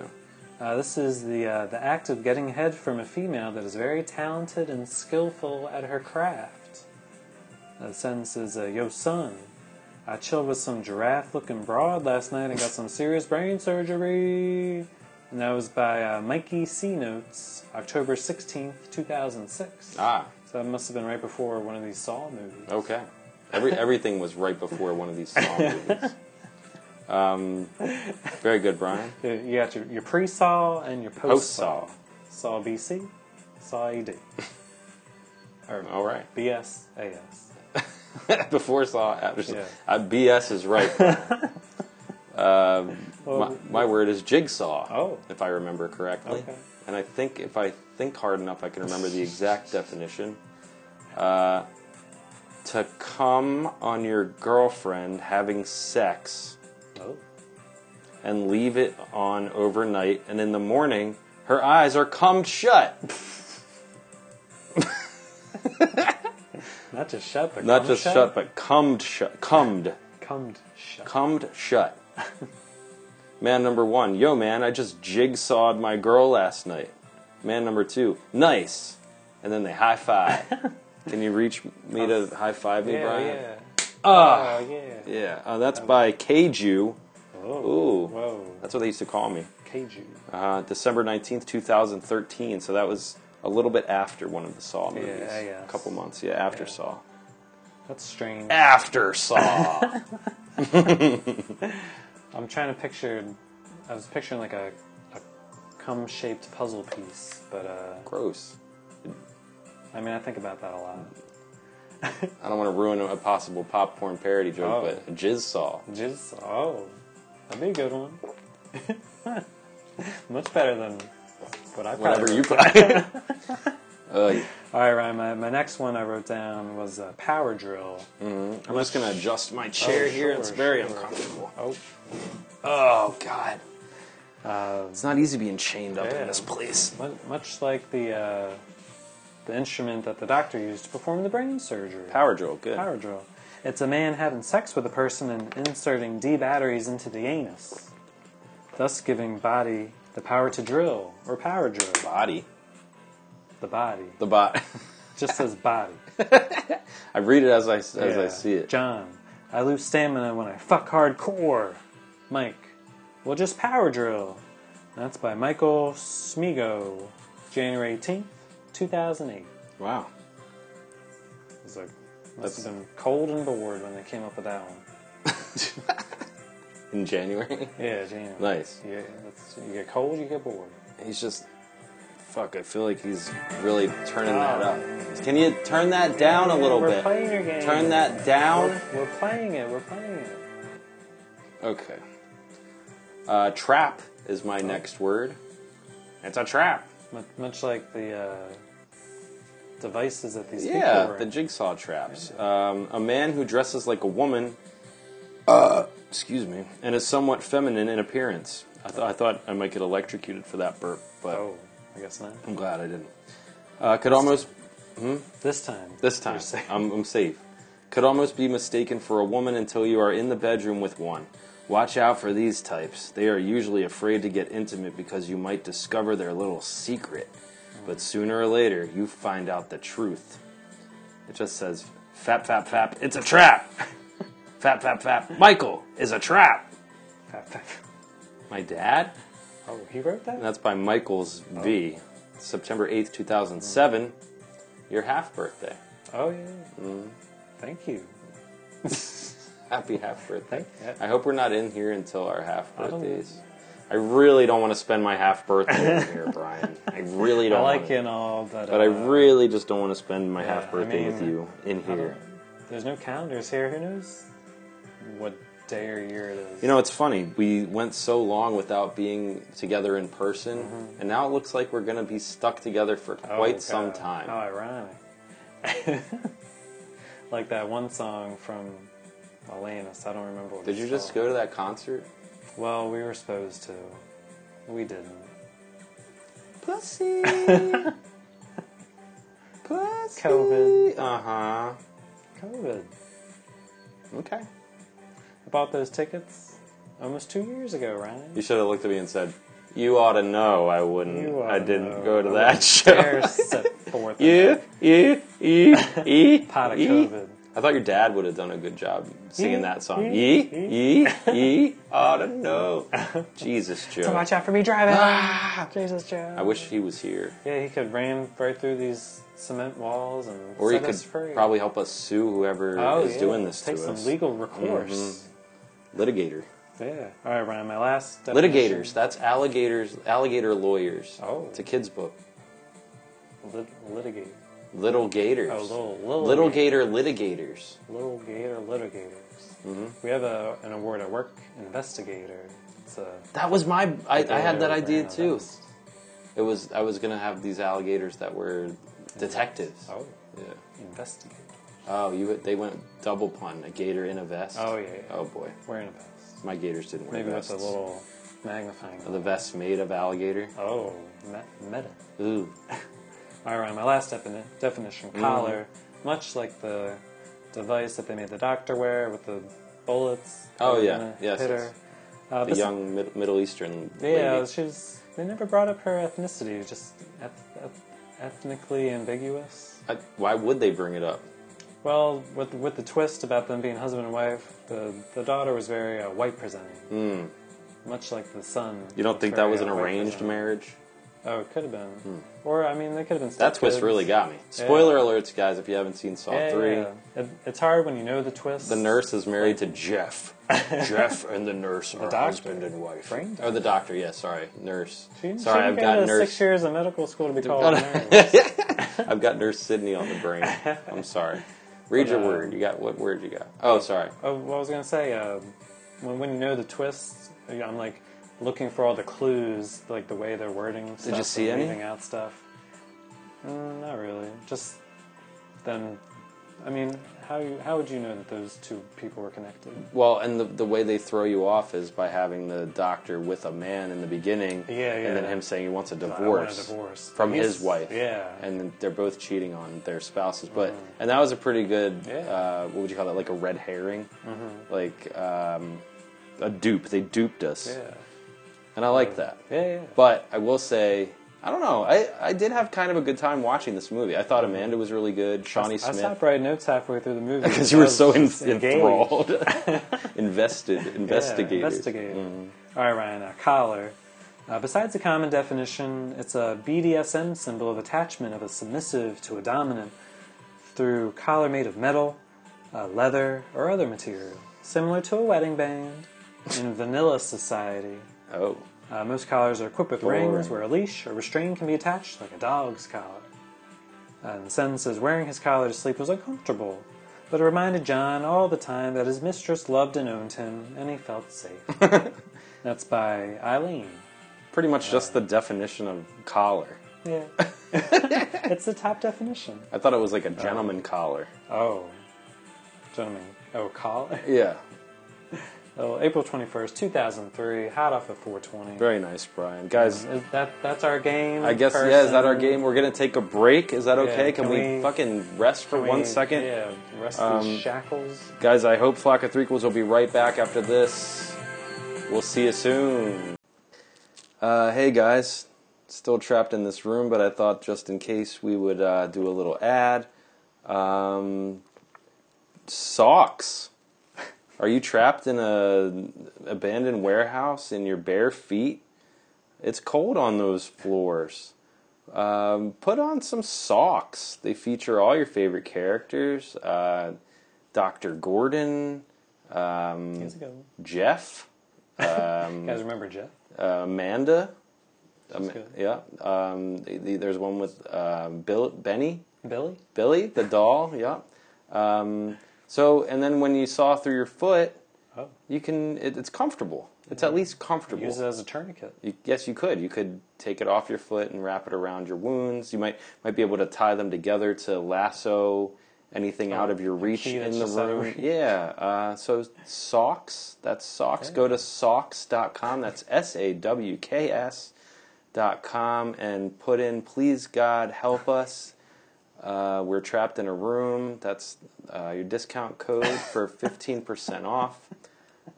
Uh, this is the uh, the act of getting head from a female that is very talented and skillful at her craft. Uh, the sentence is, uh, "Yo, son, I chilled with some giraffe-looking broad last night and got some serious brain surgery." And that was by uh, Mikey C Notes, October sixteenth, two thousand six. Ah. So that must have been right before one of these Saw movies. Okay. Every everything was right before one of these Saw movies. Um, very good, Brian. You- You got your, your pre-Saw and your Post-Saw. post-Saw. Saw BC, Saw E AD, All right. BS, AS. Before Saw, after Saw. Yeah. Uh, BS is right. Brian. um, my, Well, my word is jigsaw. Oh. If I remember correctly. Okay. And I think if I think hard enough, I can remember the exact definition. Uh, to come on your girlfriend having sex Oh. and leave it on overnight, and in the morning, her eyes are cummed shut. Not just shut, but Not cum just shut. shut, but cummed shut. Cummed. cummed shut. Cummed shut. man number one, yo man, I just jigsawed my girl last night. Man number two, nice. And then they high five. Can you reach me to high five me, yeah, Brian? yeah. Ah. oh yeah. Yeah, uh, that's by Keiju. Oh, Ooh, whoa, that's what they used to call me. Keiju. Uh, December 19th, 2013. So that was a little bit after one of the Saw movies. I guess. A couple months, yeah, after Yeah. Saw. That's strange. After Saw! I'm trying to picture. I was picturing like a, a cum-shaped puzzle piece, but uh, Gross. I mean, I think about that a lot. I don't want to ruin a possible popcorn parody joke, Oh. but Jizz Saw. Jizz. Oh, that'd be a good one. Much better than what I. probably Whatever wrote. you play. Ugh. All right, Ryan. My, my next one I wrote down was uh, power drill. I'm just going to adjust my chair Oh, here. sure, it's very sure. uncomfortable. Oh, Oh, God. uh, It's not easy being chained up Yeah. in this place. Mu- Much like the uh, the instrument that the doctor used to perform the brain surgery. Power drill, good. Power drill. It's a man having sex with a person and inserting D batteries into the anus, thus giving body the power to drill or power drill. Body. The body The bot. just says body. I read it as I, as I Yeah. see it. John, I lose stamina when I fuck hardcore. Mike, well, just power drill. That's by Michael Smigo, January 18th, 2008. Wow. It was like, must have been cold and bored when they came up with that one. In January? Yeah, January. nice. Yeah, that's, you get cold, you get bored. He's just. Fuck, I feel like he's really turning that up. Can you turn that down a Yeah, little we're bit? playing your game. Turn that down. We're, we're playing it. We're playing it. Okay. Uh, trap is my next word. It's a trap. Much, much like the uh, devices that these people Yeah, were. the jigsaw traps. Um, a man who dresses like a woman Excuse me. And is somewhat feminine in appearance. I, th- I thought I might get electrocuted for that burp, but Oh, I guess not. I'm glad I didn't. Uh, could almost This time. this You're time safe. I'm, I'm safe. Could almost be mistaken for a woman until you are in the bedroom with one. Watch out for these types. They are usually afraid to get intimate because you might discover their little secret. But sooner or later, you find out the truth. It just says, "Fap, fap, fap. It's a trap." fap, fap, fap. Michael is a trap. My dad. Oh, he wrote that? And that's by Michael's Oh. V. September 8th, 2007. Your half birthday. Oh, yeah. Mm-hmm. Thank you. Happy half birthday. Thank- I hope we're not in here until our half don't- birthdays. I, really don't want to spend my half birthday in here, Brian. I really don't. I like wanna, you and all, but. But I uh, really just don't want to spend my I half birthday with mean, you in here. There's no calendars here. Who knows what day or year it is? You know, it's funny. We went so long without being together in person, and now it looks like we're going to be stuck together for Mm-hmm. Oh, quite God. some time. How ironic. like that one song from Alanis. I don't remember what Did it's you just called. go to that concert? Well, we were supposed to. We didn't. Pussy. Pussy. COVID. Uh huh. COVID. Okay. I bought those tickets almost two years ago, You Ryan. should have looked at me and said, "You ought to know I wouldn't. You ought I to didn't know. go to I that wouldn't show." Dare set forth You, in you, you, you, pot of you. COVID. I thought your dad would have done a good job singing Yee, that song. yee, Yee, yee, yee, ought to know. Jesus, Joe. Ah. Watch out for me driving. Jesus, Joe. I wish he was here. Yeah, he could ram right through these cement walls and Or set he could us free. probably help us sue whoever Oh, is yeah. doing this Take to some us. legal recourse. Litigator. Yeah. All right, Ryan. My last definition- Litigators. That's alligators. Alligator lawyers. Oh. it's a kid's book. Lit- litigate. Little gators. Oh, little little, Little gator, gator litigators. little gator litigators. Mm-hmm. We have a, an award at work, investigator. It's a That was my. I, I had that Yeah, idea yeah, too. that's- It was. I was gonna have these alligators that were detectives. oh, Yeah. investigator. Oh, you. They went double pun. A gator in a vest. Oh, yeah, yeah. Oh boy, Wearing a vest. my gators didn't wear Maybe vests. with a little magnifying. Are the vests made of alligator. Oh, me- meta. Ooh. All right, my last defini- definition Mm-hmm. collar, much like the device that they made the doctor wear with the bullets. Oh, that were yeah. gonna Yes, hit yes. her. Uh, The this- young mid- Middle Eastern. Yeah, lady. she was. They never brought up her ethnicity. Just eth- eth- ethnically ambiguous. I, why would they bring it up? Well, with with the twist about them being husband and wife, the the daughter was very uh, white presenting. Much like the son. Mm. You don't was think that very, was an uh, white arranged presenting. marriage? Oh, it could have been. Or I mean, they could have been. Hmm. That twist stepkids. really got me. Spoiler alerts, guys, if you haven't seen Saw Yeah, three. yeah. It, it's hard when you know the twist. The nurse is married to Jeff. Jeff and the nurse are doctor. husband and wife. Brain Or the doctor, yeah, sorry. Nurse. She, she Oh, sorry, didn't I've go got to nurse six years of medical school to be called got a nurse. I've got nurse Sydney on the brain. I'm sorry. Read your uh, word. You got what word you got? Oh sorry. Oh, what I was gonna say, uh, when when you know the twists, you know, I'm like looking for all the clues, like the way they're wording. Stuff you see and any? leaving out stuff? Mm, not really. Just them. I mean, how you how would you know that those two people were connected? Well, and the, the way they throw you off is by having the doctor with a man in the beginning. Yeah, yeah. And then him saying he wants a I want a divorce. divorce. From He's- his wife. Yeah. Mm-hmm. And then they're both cheating on their spouses. But and that was a pretty good Yeah. Mm-hmm. uh, what would you call that? Like a red herring? Like um, a dupe. They duped us. yeah, And I like that. yeah, yeah. But I will say, I don't know. I, I did have kind of a good time watching this movie. I thought Amanda was really good. Shawnee I Smith. stopped writing notes halfway through the movie Because you were so I en- was engaged. enthralled, invested, Investigator. investigated. Mm-hmm. All right, Ryan, a collar. Uh, besides the common definition, it's a BDSM symbol of attachment of a submissive to a dominant through collar made of metal, uh, leather, or other material, similar to a wedding band in vanilla society. Oh, Uh, most collars are equipped with Boring. rings where a leash or restraint can be attached, like a dog's collar. And the sentence says, wearing his collar to sleep was uncomfortable, but it reminded John all the time that his mistress loved and owned him, and he felt safe. That's by Eileen. pretty much just the definition of collar. Yeah. it's the top definition. I thought it was like a gentleman collar. Oh. Gentlemen. Oh, collar? Yeah. So Oh, April 21st, 2003, hot off of 420. Very nice, Brian. Guys, Is that that's our game? I guess yeah. Is that our game? We're gonna take a break. Is that okay? can, can we, we- fucking rest for one second, Um, Yeah, rest these shackles. guys? I hope Flock of Threequels will be right back after this. We'll see you soon. Uh, hey guys, still trapped in this room, but I thought just in case we would uh, do a little ad. Um, socks. Are you trapped in a abandoned warehouse in your bare feet? It's cold on those floors. Um, put on some socks. They feature all your favorite characters: uh, Doctor Gordon, um, Here's a good one. Jeff, Mm. You guys remember Jeff? uh, Amanda. Am- good. yeah, um, the, the, there's one with um, Bill, Benny, Billy? Billy the doll. Yeah. Um, so, and then when you saw through your foot, Oh, you can. It, it's comfortable. It's at least comfortable. use it as a tourniquet. You, yes, you could. You could take it off your foot and wrap it around your wounds. You might might be able to tie them together to lasso anything out of your reach key Oh, in that's the just out of room. Yeah. Uh, so socks. That's socks. Go to socks.com. That's s a w k s dot com and put in please God help us. Uh, we're trapped in a room. That's uh, your discount code for fifteen percent off.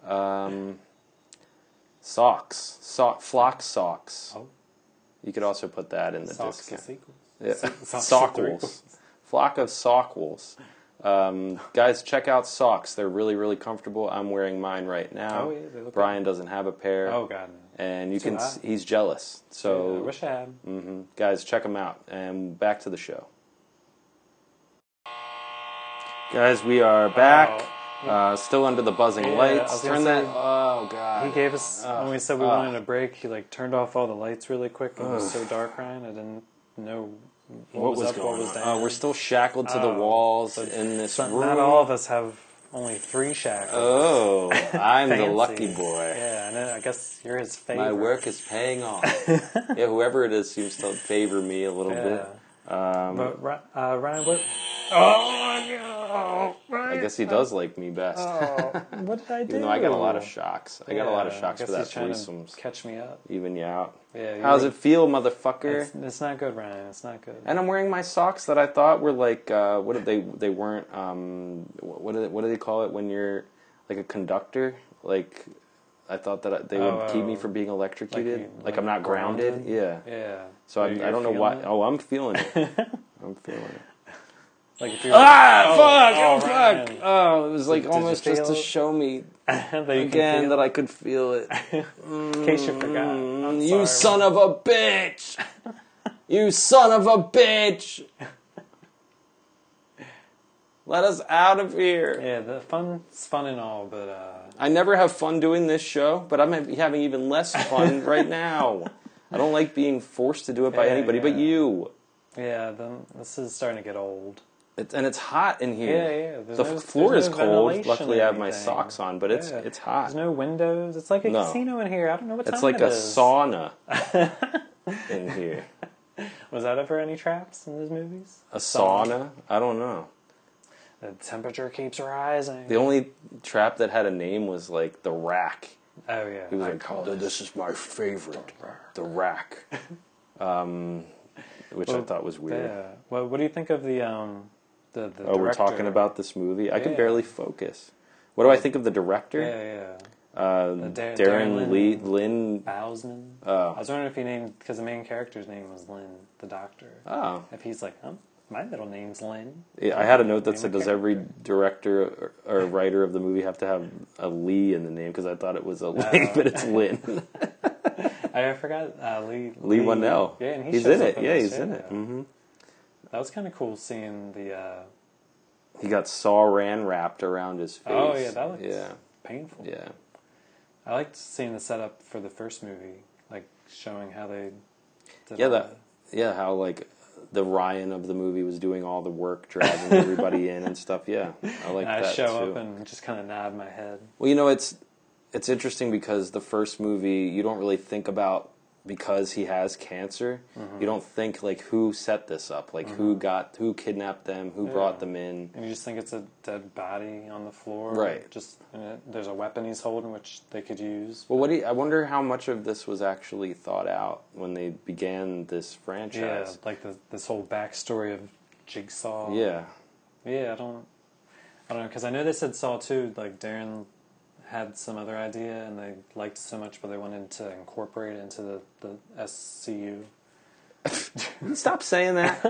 Um, Socks, sock, flock socks. Oh. You could also put that in the Socks and discount. sequels. Yeah. socks Sock and wolves. Flock of sock wolves. Um, guys, check out socks. They're really, really comfortable. I'm wearing mine right now. Oh, yeah, they look Brian doesn't have a pair. Oh, God. no. And you can, hot. s- he's jealous. I So, mm. wish I had. guys, check them out. And back to the show. Guys, we are back. Uh, still under the buzzing Yeah, I lights. was gonna Turn that. say- Oh, God. He gave us when we said we uh. wanted a break. He like turned off all the lights really quick. It was so dark, Ryan. I didn't know what, was, up, what was down. Uh, we're still shackled to the Oh. walls in this But room. not all of us have only three shackles. Oh, I'm the Fancy. lucky boy. Yeah, and I guess you're his favorite. My work is paying off. yeah, whoever it is seems to favor me a little Yeah. bit. Um, But Ri- uh, Ryan, what? I guess he does like me best. What did I do? Even though I got a lot of shocks. I got a lot of Oh. Yeah, I shocks guess for that he's trying to threesomes. Catch me up. Even you out. Yeah, you're How's right. it feel, motherfucker? It's, it's not good, Ryan. It's not good. and I'm wearing my socks that I thought were like uh, what did they they weren't um, wh- what do they, what do they call it when you're like a conductor like I thought that I, they would Oh, keep me oh. from being electrocuted like, you- I'm not grounded, yeah yeah. so I'm, You're- I don't know you're why feeling it? oh I'm feeling it I'm feeling it Like if you're ah, ah oh, fuck oh, Ryan. fuck oh it was like you almost just to feel it? show me that you can again feel, that I could feel it Mm, in case you forgot. I'm you sorry, son of a bitch you son of a bitch let us out of here Ryan. Yeah, the fun, it's fun and all, but uh, I never have fun doing this show, but I'm having even less fun right now. I don't like being forced to do it by Yeah, anybody but yeah. you. yeah, the, this is starting to get old. It's, and it's hot in here. Yeah, yeah. There's The no- f- floor there's is no cold. ventilation Luckily, or I have my anything. socks on, but it's Yeah. it's hot. There's no windows. It's like a No. casino in here. I don't know what it's time like it a is. sauna in here. Was that ever any traps in those movies? A sauna? I don't know. The temperature keeps rising. The only trap that had a name was like the rack. oh yeah. He was like, "Th- "This is my favorite, the rack," um, which I thought was weird. yeah. Well, what do you think of the um the the Oh, we're talking director? about this movie. I can Yeah. barely focus. What do I think of the director? yeah yeah Uh, Dar- Darren, Darren Ah. Lee Lynn. Bowsman. Oh. I was wondering if he named because the main character's name was Lynn, the doctor. Oh, If he's like, huh, my middle name's Lynn. Yeah, I had a note that Name said, a "Does every director or, or writer of the movie have to have a Lee in the name?" Because I thought it was a Lee, Ah. but it's Lynn. I forgot uh, Lee Lee Whannell. Yeah, and he he's in shows up it. Yeah, this, he's in it. hmm That was kind of cool seeing the uh, He got Saran wrapped around his face. Oh, yeah, that looks- yeah, painful. yeah. I liked seeing the setup for the first movie, like showing how they. Did Yeah, all that, yeah, how like the Ryan of the movie was doing all the work, dragging everybody in and stuff. Yeah, I like And I that show too. up and just kind of nod my head. well, you know, it's it's interesting because the first movie you don't really think about because he has cancer. You don't think like who set this up, like who got who kidnapped them, who brought them in. And you just think it's a dead body on the floor. Right. Just and it, there's a weapon he's holding which they could use. Well, what do you, I wonder how much of this was actually thought out when they began this yeah, franchise. like the, this whole backstory of Jigsaw. Yeah, Yeah, I don't, I don't know, because I know they said Saw too. Like Darren had some other idea, and they liked it so much, but they wanted to incorporate it into the the SCU. stop saying that.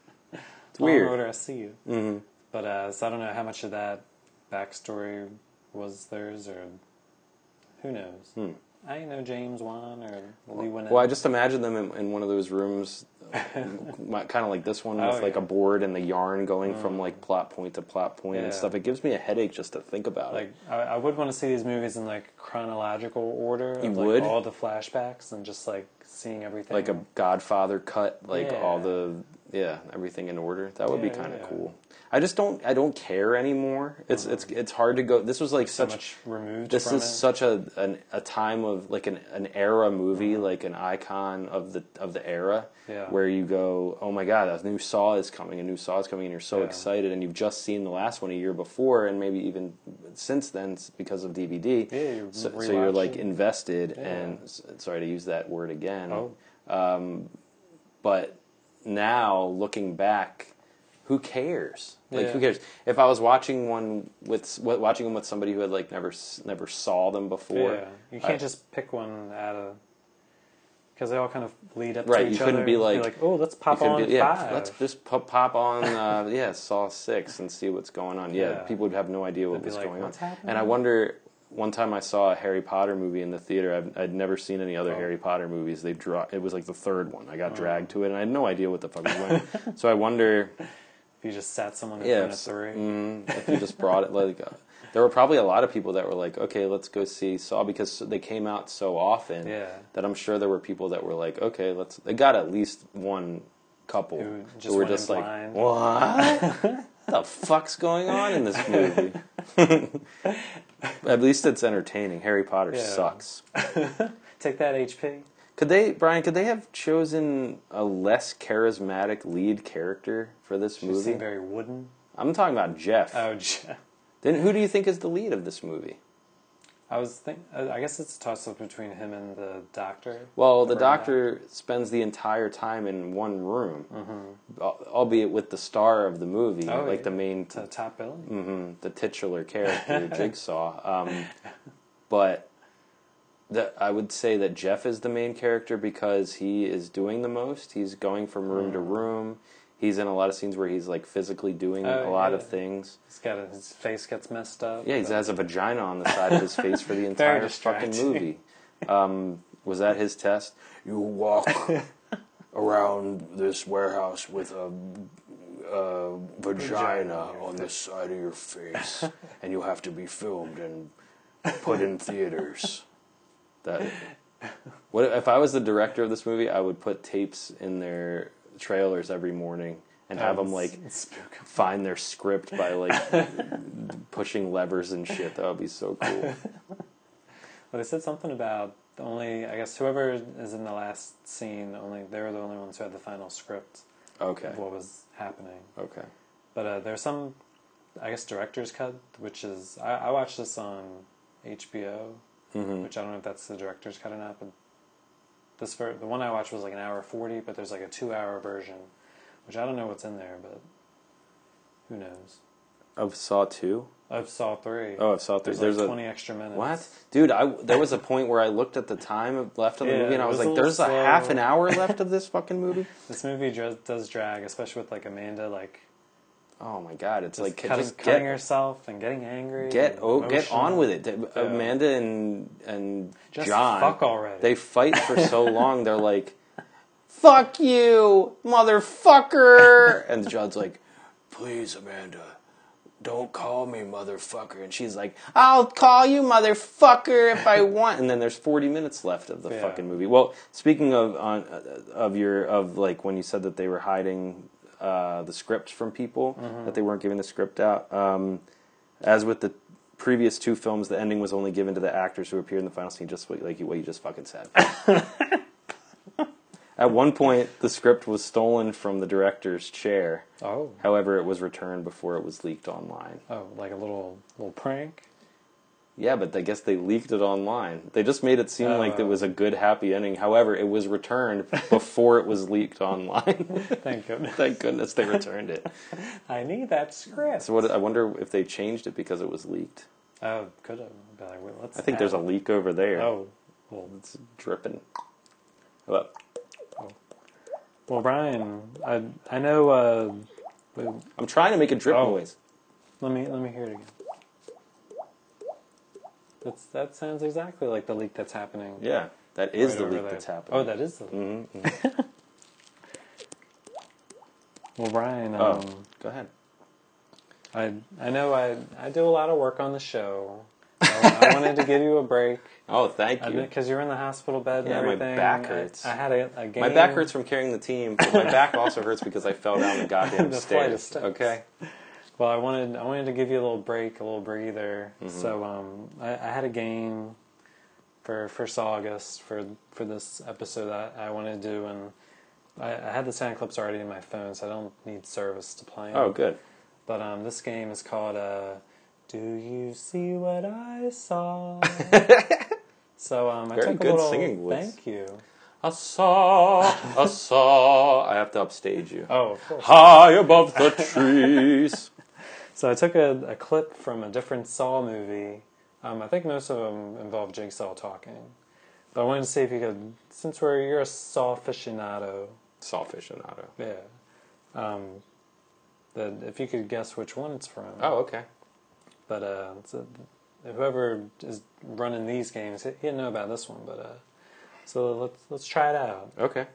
it's Law and weird. Order SCU. Mm-hmm. But uh, so I don't know how much of that backstory was theirs, or who knows. I ain't no James Wan or Lee Winnell. Hmm. Well, I just imagine them in, in one of those rooms, kind of like this one, Oh, with like yeah. Mm. a board and the yarn going from like plot point to plot point Yeah. and stuff. It gives me a headache just to think about like it. I, I would want to see these movies in like chronological order of You like would? all the flashbacks and just like seeing everything Like a Godfather cut, like Yeah. all the yeah everything in order. That would be Yeah, kind of yeah. Mm-hmm. cool. I just don't. I don't care anymore. It's it's it's hard to go. This was like so such. much removed this from is it. such a an, a time of like an, an era movie, like an icon of the of the era, Mm-hmm. Yeah. where you go, oh my god, a new Saw is coming, a new Saw is coming, and you're so Yeah. excited, and you've just seen the last one a year before, and maybe even since then s- because of DVD. Yeah, you so, so you're rewatch like it. invested, and s- sorry to use that word again, Um, Oh. but now looking back, who cares? Like Yeah. who cares? If I was watching one with watching them with somebody who had like never s- never saw them before, yeah, you can't I- just pick one out of because they all kind of lead up Right, to each you couldn't other. be You'd like- oh, let's you pop could on be- yeah, five. let's just pop, pop on uh, yeah Saw six and see what's going on. Yeah, Yeah. people would have no idea what be was like, going on. "What's happening?" And I wonder. One time I saw a Harry Potter movie in the theater. I've, I'd never seen any Oh. other Harry Potter movies. They dra- It was like the third one. I got dragged to it, and I had no idea what the fuck was going on. So I wonder. if you just sat someone in Yeah, mm. front of s- three. if you just brought it like uh, there were probably a lot of people that were like okay let's go see saw because they came out so often Yeah. that i'm sure there were people that were like okay let's they got at least one couple Who just were went in just like blind. what the fuck's going on in this movie at least it's entertaining harry potter sucks Take that HP. could they brian could they have chosen a less charismatic lead character for this You movie seem very wooden. i'm talking about jeff Oh, Jeff. then who do you think is the lead of this movie I was think. I I guess it's a toss up between him and the doctor. Well, the Right. doctor spends the entire time in one room, al- albeit with the star of the movie, Mm-hmm. Oh, like yeah. the main, The top billing. Mm. the titular character, Jigsaw. Um, but the, I would say that Jeff is the main character because he is doing the most. He's going from room Hmm. to room. He's in a lot of scenes where he's like physically doing Oh, a lot yeah. of things. He's got a, his face gets messed up. Yeah, he but- has a vagina on the side of his face for the entire fucking distracting. movie. Um, was that his test? You walk around this warehouse with a, a vagina on the side of your face, and you have to be filmed and put in theaters. That what if I was the director of this movie? I would put tapes in their trailers every morning and have them like spook him. find their script by like pushing levers and shit. That would be so cool. Well, they said something about the only. I guess whoever is in the last scene, only they were the only ones who had the final script Okay, of what was happening. okay. But uh, there's some, I guess, director's cut, which is I, I watched this on HBO, Mm-hmm. which I don't know if that's the director's cut or not. But this ver- the one I watched was like an hour forty, but there's like a two hour version, which I don't know what's in there, but who knows? Of Saw two. I've saw three. Oh, of Saw three. there's, There's, like a twenty extra minutes. what, dude? I there was a point where I looked at the time left of the Yeah, movie and I it was, was a like, little "There's a slow. half an hour left of this fucking movie." This movie does, does drag, especially with like Amanda like Oh my god! It's like like cutting, just cutting get herself and getting angry. get and oh, get emotional. on with it. They- Amanda and and Just John, fuck already. They fight for so long. They're like, "Fuck you, motherfucker!" And John's like, Please, Amanda, don't call me motherfucker. And and she she's like, "I'll call you motherfucker if I want." And then there's 40 minutes left of the Yeah. fucking movie. Well, speaking of on of your of like when you said that they were hiding uh, the scripts from people that they weren't giving the script out. Um, as with the previous two films, the ending was only given to the actors who appeared in the final scene, just like you- what you just fucking said. At one point, the script was stolen from the director's chair. Oh. However, it was returned before it was leaked online. Oh, like a little little prank. Yeah, but I guess they leaked it online. They just made it seem like Oh. it was a good happy ending. However, it was returned before it was leaked online. Thank goodness. Thank goodness they returned it. I need that script. So what I wonder if they changed it because it was leaked. Oh, could have. Been like, well, let's I think there's a add- leak over there. Oh, well, It's dripping. Hello. well, Brian, I I know. Uh, wait, I'm trying to make a drip Oh. noise. let me let me hear it again. That's that sounds exactly like the leak that's happening. Yeah, that is right the over leak there. that's happening. Mm-hmm. Oh, that is the. leak. well, Brian. Um, Oh, go ahead. I I know I I do a lot of work on the show. So I wanted to give you a break Oh, thank you. because you're in the hospital bed and Yeah, my everything. back I- hurts. I, had a, a game. My back hurts from carrying the team, but my back also hurts because I fell down the goddamn The flight of stairs. steps. Okay. Well, I wanted I wanted to give you a little break, a little breather. Mm-hmm. So um, I, I had a game for first August for for this episode that I wanted to do, and I, I had the sound clips already in my phone, so I don't need service to play. 'em. Oh, good. But um, this game is called uh, "Do You See What I Saw?" so um, I Very took good a little, singing voice. Thank you. I saw, I saw. I have to upstage you. Oh, of course. High above the trees. So I took a, a clip from a different Saw movie. Um, I think most of them involve Jigsaw talking. But I wanted to see if you could, since we're you're a Saw aficionado, Saw aficionado. yeah. Um, that if you could guess which one it's from. Oh, okay. But uh, so whoever is running these games, he didn't know about this one. But uh, so let's let's try it out. Okay.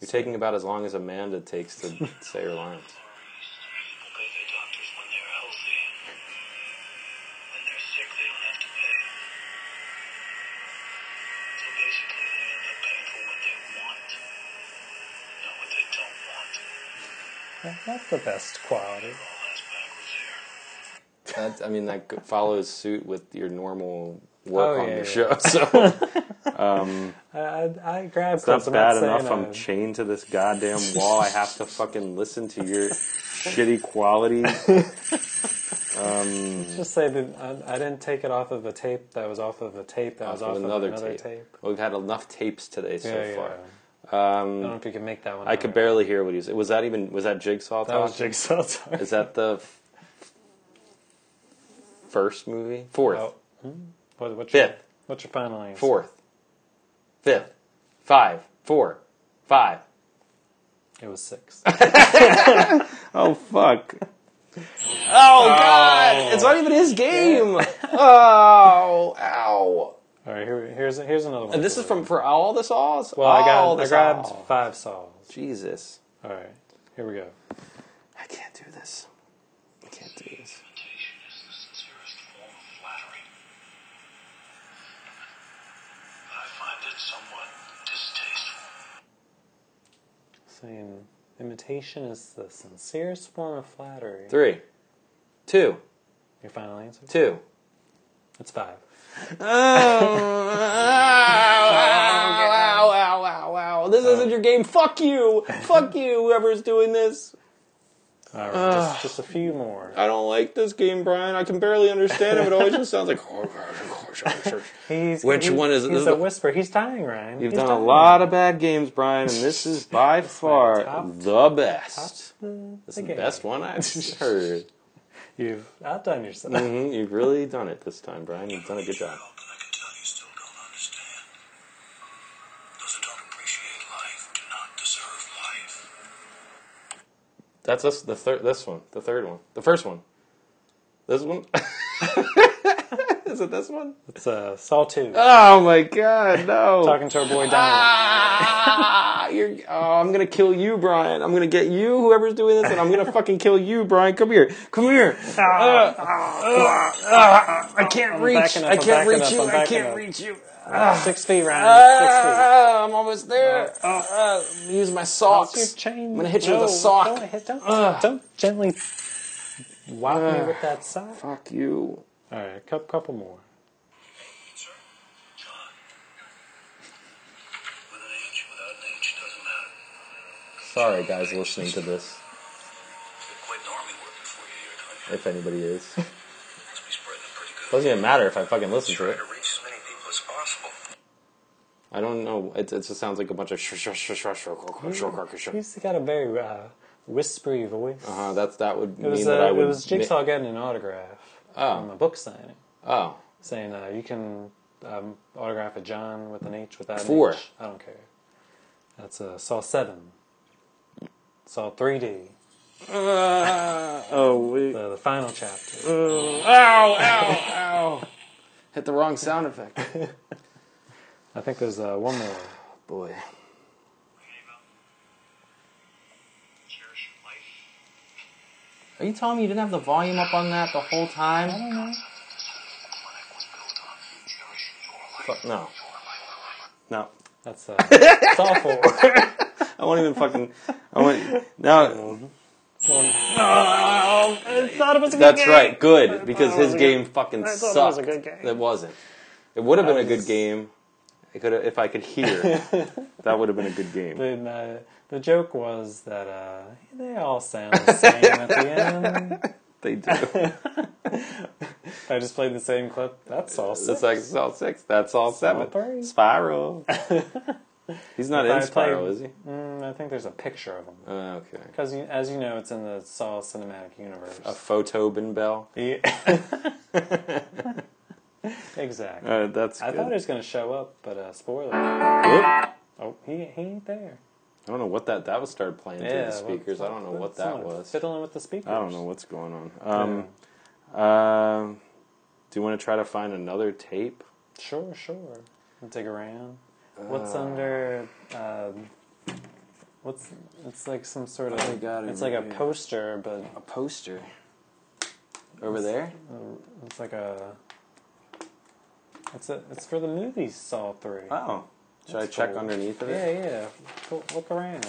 You're taking about as long as Amanda takes to say her lines. Go to the doctors when they're healthy. When they're sick, they don't have to pay. So basically, they end up paying for what they want, not what they don't want. Not the best quality. All that's backwards here. That, I mean, that g- follows suit with your normal work Oh, on yeah, your yeah. show. So I I, I grabbed. it's not clips, I'm bad saying enough. I'm uh, I- chained to this goddamn wall. I have to fucking listen to your shitty quality. All Just say that I, I didn't take it off of a tape that was off of a tape that was off of another, tape. We've had enough tapes today so Yeah, yeah. far. Um, I don't know if you can make that one. I could barely hear what he was. Was that even? Was that Jigsaw? That was talking? Jigsaw. Sorry. Is that the f- first movie? Fourth. Oh, what, what's your, Fifth. What's your final answer? Fourth. Fifth. Five. Four. Five. It was six. Oh fuck. Oh god! It's not even his game. oh, ow. All right, here, here's here's another one. And this is from for all the saws. Well, I All the got I grabbed Saws. five saws. Jesus, All right, here we go. I can't do this. I can't do this. Imitation is the sincerest form of flattery. But I find it somewhat distasteful. Saying imitation is the sincerest form of flattery. Three, two, Your final answer? two. It's five. Oh, ow, ow, ow, ow. This isn't your game. Fuck you. Fuck you, whoever's doing this. All right, just, just a few more. I don't like this game, Brian. I can barely understand him. It always just sounds like. oh, He's, Which he's- one is- He's a whisper. He's dying, Ryan. You've He's done a dying. lot of bad games, Brian, and this is by far top- the best. This is the game. best one I've heard. You've outdone yourself. Mhm, You've really done it this time, Brian. You've done a good But job. I can tell you still don't understand. Those who don't appreciate life do not deserve life. That's us. The third. This one. The third one. The first one. This one. is it this one? It's uh, Saw 2. Oh my god, no. Talking to our boy Dominic. Ah, you're, oh, I'm gonna kill you, Brian. I'm gonna get you, whoever's doing this, and I'm gonna fucking kill you, Brian. Come here, come here. Ah, ah, ah, I can't reach. backing up, I I'm can't backing reach up, you. I'm I backing can't up. reach you. Six feet, Ryan. Ah, I'm almost there. Ah, use my Six feet. Your socks. chain. I'm gonna hit you with a sock. Don't, hit, don't, don't gently whack me with that sock. Fuck you. Ah. All right, a couple, couple more. Sir? John. With an H, without an Sorry, guys, listening to this, Quit normally working for you here, don't you? if anybody is. Must be spreading it pretty good. Doesn't even matter if I fucking listen to Try it. to reach as many people as possible. I don't know. It, it just sounds like a bunch of sh sh sh sh sh sh He's got a very uh, whispery voice. Uh, that's that would It was, mean that I uh, would. it was mi- Jigsaw getting an autograph from a book signing, oh, saying uh, you can um, autograph a John with an H without Four. an H. I don't care. That's uh, Saw Seven, Saw Three D, oh, we the, the final chapter. hit the wrong sound effect. I think there's uh, one more. Boy, Cherish life. are you telling me you didn't have the volume up on that the whole time? I don't know. Fuck no, no. That's uh, Saw Four. I won't even fucking. I won't. Now I thought it was a good that's game. right. Good because his game fucking I sucked. thought it was a good game. It wasn't. It would have been a good game. I could if I could hear. that would have been a good game. Then, uh, the joke was that uh, they all sound the same at the end. They do. I just played the same clip. That's all. That's like it's all six. That's all seven. three. Spiral. He's not If I in Spiral, played- is he? Mm, I think there's a picture of them. Uh, okay. Because you, as you know, it's in the Saw cinematic universe. A photobin bell. Yeah. exactly. Uh, that's I good. thought it was going to show up, but uh, spoiler. Whoop. I Oh, he, he ain't there. don't know what that that was started playing through the well, speakers. I don't know what that someone was. Fiddling with the speakers. I don't know what's going on. Um, um, do you want to try to find another tape? Sure, sure. Dig around. What's Uh. under? Um, what's? It's like some sort of. I got it it's like a right here. poster, but A poster. Over there? it's like a. It's a. It's for the movie Saw Three. Oh. Should I That's check cool. underneath of it? Yeah, yeah. Go, look around.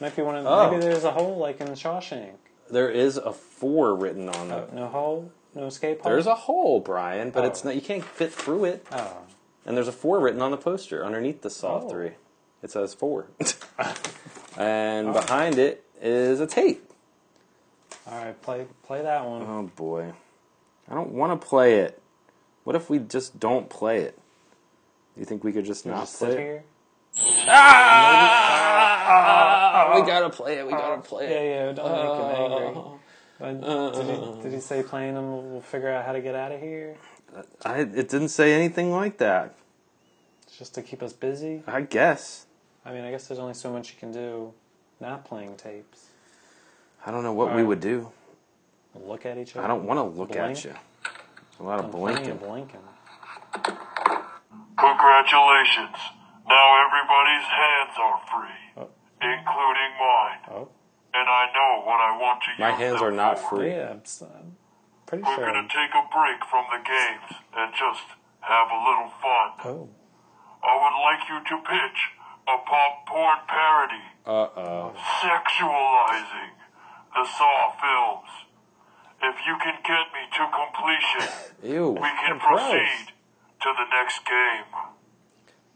Might be one of. Oh. Maybe there's a hole like in Shawshank. There is a four written on it. No hole. No escape hole. There's a hole, Brian, but Oh. it's not. You can't fit through it. Oh. And there's a four written on the poster underneath the saw Oh. three. It says four. and Oh. behind it is a tape. All right. Play. Play that one. Oh boy. I don't want to play it. What if we just don't play it? You think we could just not Just play sit it? here. Oh, we gotta play it. We gotta play Uh, Yeah, it. yeah, don't make him angry. Uh-huh. But did, he, did he say playing him will will figure out how to get out of here? I, it didn't say anything like that. Just to keep us busy? I guess. I mean, I guess there's only so much you can do not playing tapes. I don't know what we Alright. would do. Look at each other. I don't want to look Blink? at you. A lot of blinking. Plenty of blinking. Congratulations. Now everybody's hands are free, including mine. Oh. And I know what I want to My use hands them are not for. free. Yeah, I'm, s- I'm pretty We're sure. gonna take a break from the games and just have a little fun. Oh. I would like you to pitch a pop porn parody Uh oh. sexualizing the Saw films. If you can get me to completion, Ew. we can Gross. proceed to the next game.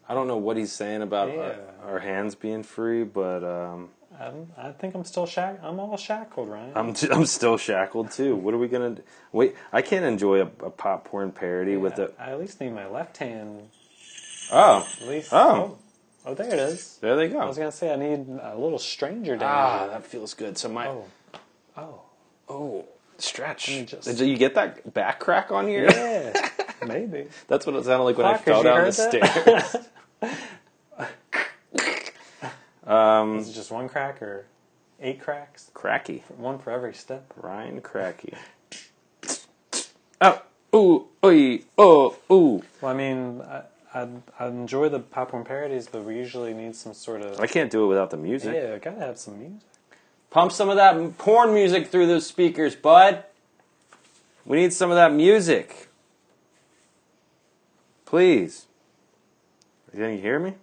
I don't know what he's saying about Yeah. our, our hands being free, but um, I'm, I think I'm still shack. I'm all shackled, right? I'm I'm still shackled too. What are we gonna do? wait? I can't enjoy a, a pop porn parody with a I at least need my left hand. oh At least. Oh. Oh, oh, there it is. there they I was go going to say, I need a little stranger down ah that feels good. So my Oh. oh, Oh. stretch. Let me just- Did you get that back crack on here? Yeah. Maybe. That's what it sounded like when I Fuck, fell did you down the heard stairs. Is it just one crack or eight cracks? Cracky One for every step. Ryan Cracky. Oh ooh ooh oh ooh. Well, I mean, I, I, I enjoy the popcorn parodies, but we usually need some sort of. I can't do it without the music. yeah, gotta have some music. Pump some of that porn music through those speakers, bud. We need some of that music. Please. Can you hear me?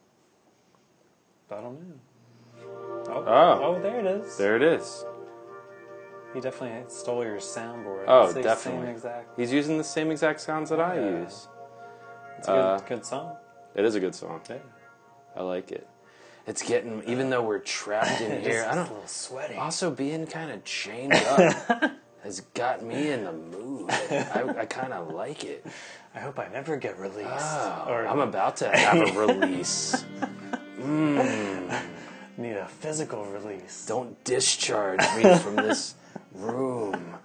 I don't know. Oh, Oh. oh, there it is. There it is. He definitely stole your soundboard. Oh, It's the definitely. Same exact. He's using the same exact sounds that I Yeah. use. It's a good, Uh, good song. It is a good song. Yeah. I like it. It's getting, even though we're trapped in here, I It's don't. a little sweaty. oh. Also, being kind of chained up has got me in the mood. I, I kind of like it. I hope I never get released. Oh, or I'm about to have a release. need a physical release. Don't discharge me from this room.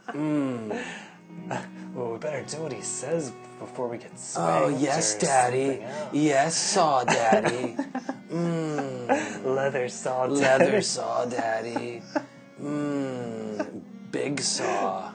Well, we better do what he says before we get swayed. Oh, yes, Daddy. Yes, saw Daddy. Leather saw. Leather saw Daddy. Mmm. Big saw.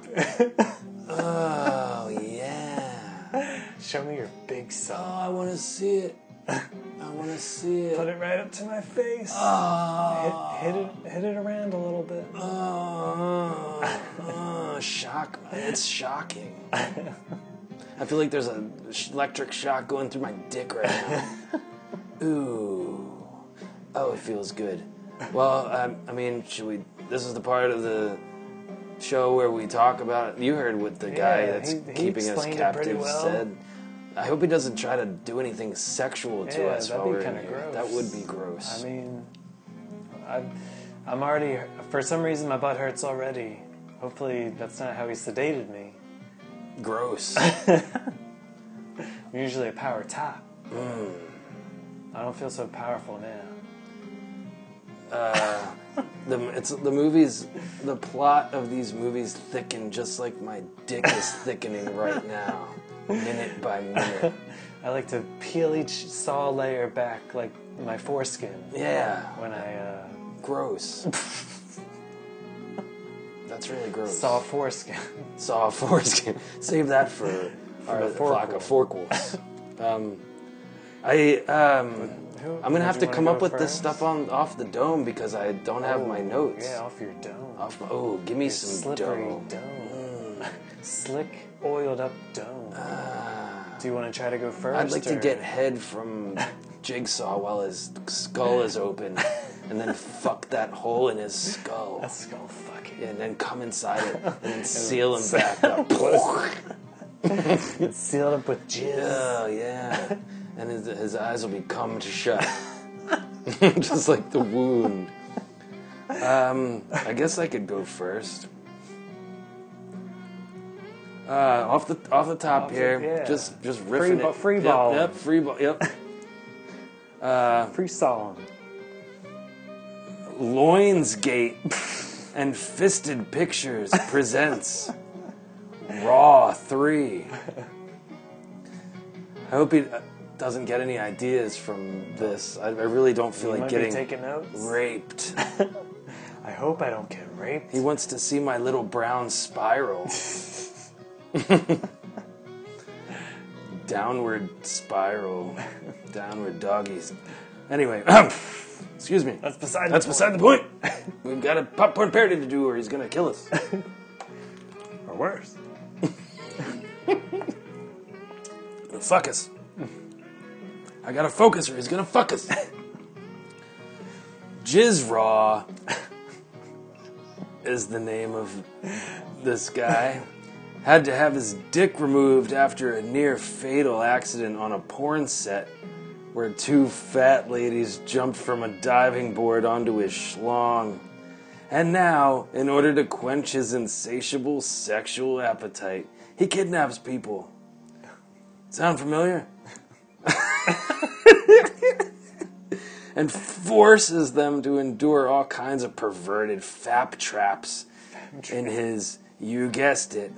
Oh, yeah. Show me your big Oh, saw. I want to see it. I want to see it. Put it right up to my face. Ah. Hit, hit it, hit it around a little bit. Oh, oh, shock! It's shocking. I feel like there's a sh- electric shock going through my dick right now. Ooh. Oh, it feels good. Well, I, I mean, should we? This is the part of the show where we talk about. You heard what the guy Yeah, that's he- he keeping us explained it pretty captive well. said. I hope he doesn't try to do anything sexual to Yeah, us that'd while be we're in kinda here. gross. That would be gross. I mean, I, I'm already. For some reason, my butt hurts already. Hopefully, that's not how he sedated me. gross. I'm usually a power top. Hmm. I don't feel so powerful now. The, it's the movies. The plot of these movies thicken just like my dick is thickening right now, minute by minute. I like to peel each saw layer back, like my foreskin, Yeah, when I uh, gross. That's really gross. saw foreskin. saw foreskin. Save that for our the flock of forkwolves. um, I um, Who- I'm gonna would have you to wanna come go up with this first? stuff on off the dome because I don't have my Oh, notes. Yeah, off your dome. Off my, oh, give me some Slippery dough. Mm. dome. Slick, oiled up dome. Do you want to try to go first? Ah. I'd like to or- get head from Jigsaw while his skull is open, and then fuck that hole in his skull, Let's go fuck it. and then come inside it and then seal him back up. It's sealed up with jizz. oh yeah, and his, his eyes will be come to shut, just like the wound. Um, I guess I could go first. Uh, off the off the top the- here, yeah. just just riffing Free ba- it. free Yep, ball. Yep, free ball. Yep. Free song. Loinsgate and Fisted Pictures presents Raw 3. I hope he uh, doesn't get any ideas from this. I, I really don't feel like You might be getting taking notes. raped. I hope I don't get raped. He wants to see my little brown spiral. Downward spiral. Downward doggies. Anyway, excuse me. That's beside the That's point. beside the point. We've got a popcorn parody to do, or he's gonna kill us. Or worse. fuck us. I gotta focus, or he's gonna fuck us. Jizz Raw is the name of this guy. Had to have his dick removed after a near fatal accident on a porn set where two fat ladies jumped from a diving board onto his schlong. And now, in order to quench his insatiable sexual appetite, he kidnaps people. Sound familiar? and forces them to endure all kinds of perverted fap traps in his, you guessed it,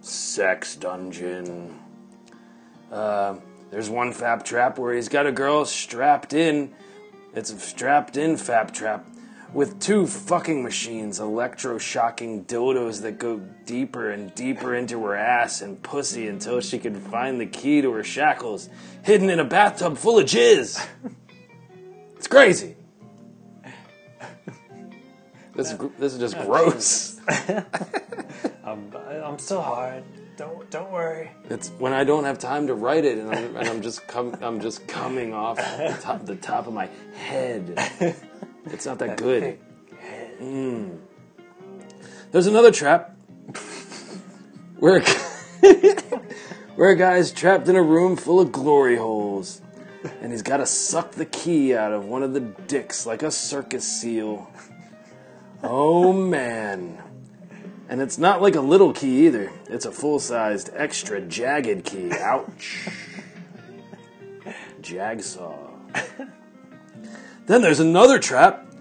sex dungeon. Uh, there's one fap trap where he's got a girl strapped in. It's a strapped in fap trap with two fucking machines, electroshocking dildos that go deeper and deeper into her ass and pussy until she can find the key to her shackles, hidden in a bathtub full of jizz. It's crazy. This is, gr- this is just gross. I, I'm still hard. Don't don't worry. It's when I don't have time to write it, and I'm, and I'm just com- I'm just coming off the top, the top of my head. It's not that good. Mm. There's another trap where a, gu- where a guy is trapped in a room full of glory holes. and he's got to suck the key out of one of the dicks like a circus seal. Oh man. And it's not like a little key either. It's a full sized, extra jagged key. Ouch. Jagsaw. then there's another trap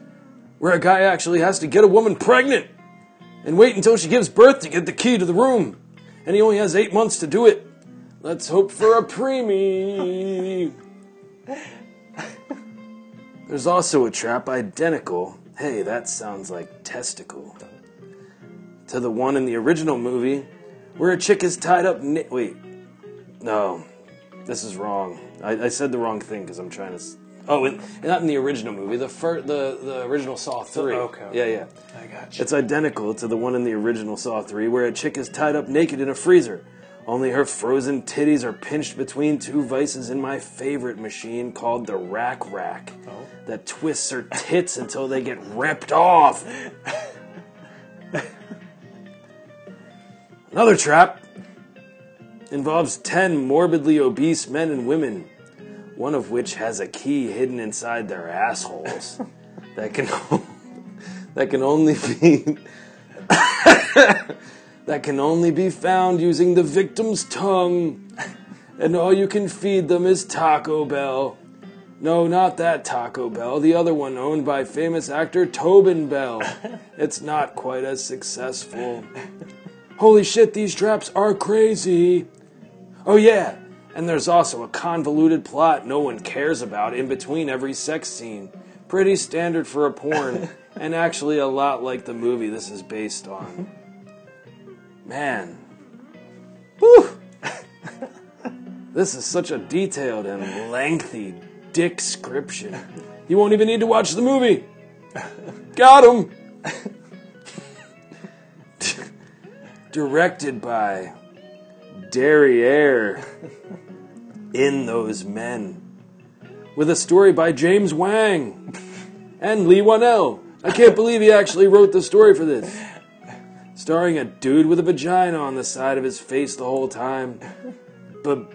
where a guy actually has to get a woman pregnant and wait until she gives birth to get the key to the room. And he only has eight months to do it. Let's hope for a preemie. There's also a trap identical. Hey, that sounds like testicle. To the one in the original movie where a chick is tied up. Ni- Wait. No. This is wrong. I, I said the wrong thing because I'm trying to. S- oh, and, and not in the original movie. The, fir- the the original Saw 3. okay. Yeah, yeah. I got you. It's identical to the one in the original Saw 3 where a chick is tied up naked in a freezer. Only her frozen titties are pinched between two vices in my favorite machine called the Rack Rack that twists her tits until they get ripped off. Another trap involves 10 morbidly obese men and women, one of which has a key hidden inside their assholes that can that can only be that can only be found using the victim's tongue and all you can feed them is Taco Bell. No, not that Taco Bell, the other one owned by famous actor Tobin Bell. It's not quite as successful. Holy shit, these traps are crazy. Oh yeah, and there's also a convoluted plot no one cares about in between every sex scene. Pretty standard for a porn, and actually a lot like the movie this is based on. Man. Woo! this is such a detailed and lengthy description. You won't even need to watch the movie. Got him! Directed by derriere in those men. With a story by James Wang and Lee Wanell. I can't believe he actually wrote the story for this. Starring a dude with a vagina on the side of his face the whole time. B-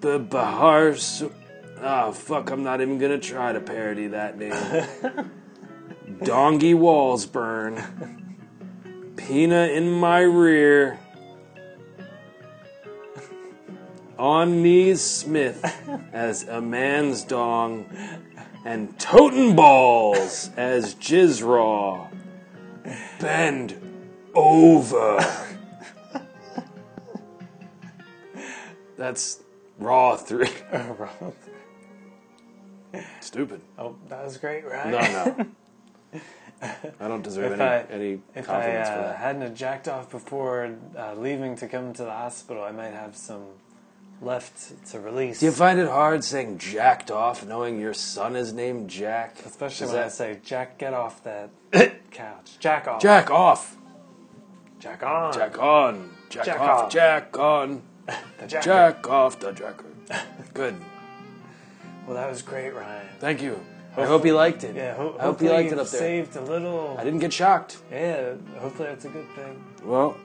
B- Bahar. Su- oh, fuck, I'm not even gonna try to parody that name. Dongy Walls Burn. Pina in my rear. On Knees Smith as a man's dong, and Totem Balls as Jizraw. Bend over. That's Raw 3. Stupid. Oh, that was great, right? No, no. I don't deserve If any, I- any If I compliments for uh, that. hadn't have jacked off before uh, leaving to come to the hospital, I might have some left to release. Do you find it hard saying jacked off knowing your son is named Jack? Especially Is when I that- say, Jack, get off that couch. Jack off. Jack off. Jack on. Jack on. Jack, Jack off. off. Jack on. The jacker. Jack off the jacker. Good. Well, that was great, Ryan. Thank you. I hope you liked it. Yeah, ho- I hope you liked it you've up there. saved a little. I didn't get shocked. Yeah, hopefully that's a good thing. Well,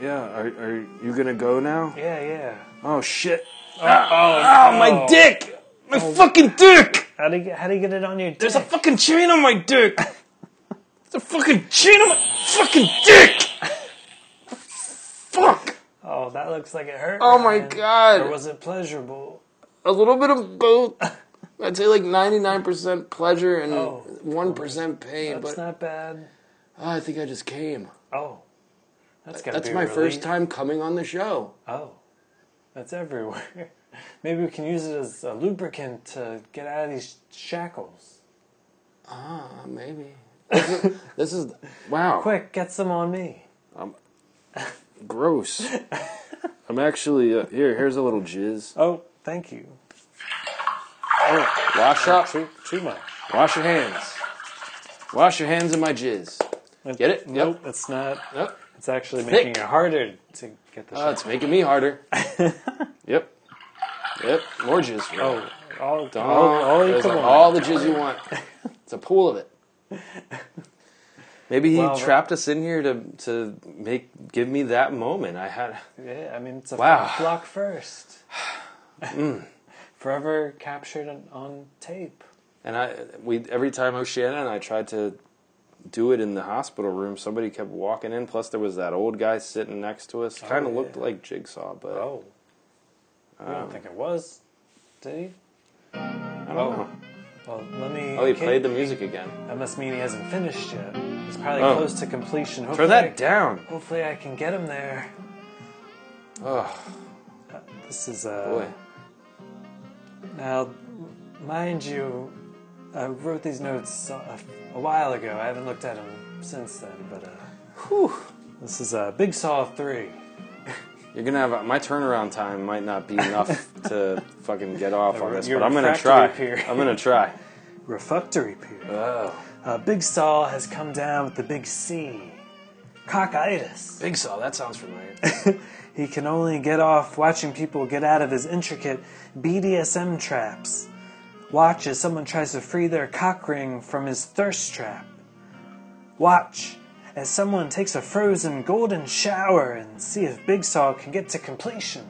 yeah. Are, are you gonna go now? Yeah, yeah. Oh shit! Oh, my dick! My fucking dick! How do you, how do you get it on your? There's a fucking chain on my dick. There's a fucking chain on my fucking dick. Fuck! Oh, that looks like it hurt. Oh my Ryan. Or god! was it pleasurable? A little bit of both. I'd say like 99% pleasure and Oh. 1% pain, That's but not bad. Ah, I think I just came. Oh, that's gotta That's be my relief. first time coming on the show. Oh, that's everywhere. Maybe we can use it as a lubricant to get out of these shackles. Ah, maybe. this is wow. Quick, get some on me. Gross. I'm actually uh, here. Here's a little jizz. Oh, thank you. Wash up. Too too much. Wash your hands. Wash your hands in my jizz. Get it? Nope, it's not. Yep. It's actually Thick. making it harder to get the. Uh, Oh, shackles. it's making me harder. yep. Yep. More jizz. Oh, all, all, Don't- all you there's can like want. all the jizz you want. It's a pool of it. Maybe he Well, that- trapped us in here to to make give me that moment. I had Yeah, I mean, it's a Wow. block first. forever captured on, on tape. And I, we every time Oceana and I tried to do it in the hospital room, somebody kept walking in. Plus, there was that old guy sitting next to us. Kind of looked like Jigsaw, but Oh, I don't think it was. Did he? I don't oh. know. Well, let me. Oh, he okay. played the music again. That must mean he hasn't finished yet. He's probably Oh. close to completion. Hopefully, Turn I, that down. Hopefully, I can get him there. Oh This is uh, boy. Now, mind you, I wrote these notes a, a while ago. I haven't looked at them since then, but uh, this is uh, Big Saw 3. You're gonna have my turnaround time might not be enough to fucking get off on this, Your but I'm gonna try. refractory period. I'm gonna try. Refractory period. Oh, Uh, Big Saw has come down with the big C. Cockitis. Big Saw, that sounds familiar. He can only get off watching people get out of his intricate BDSM traps. Watch as someone tries to free their cock ring from his thirst trap. Watch as someone takes a frozen golden shower and see if Big Saw can get to completion.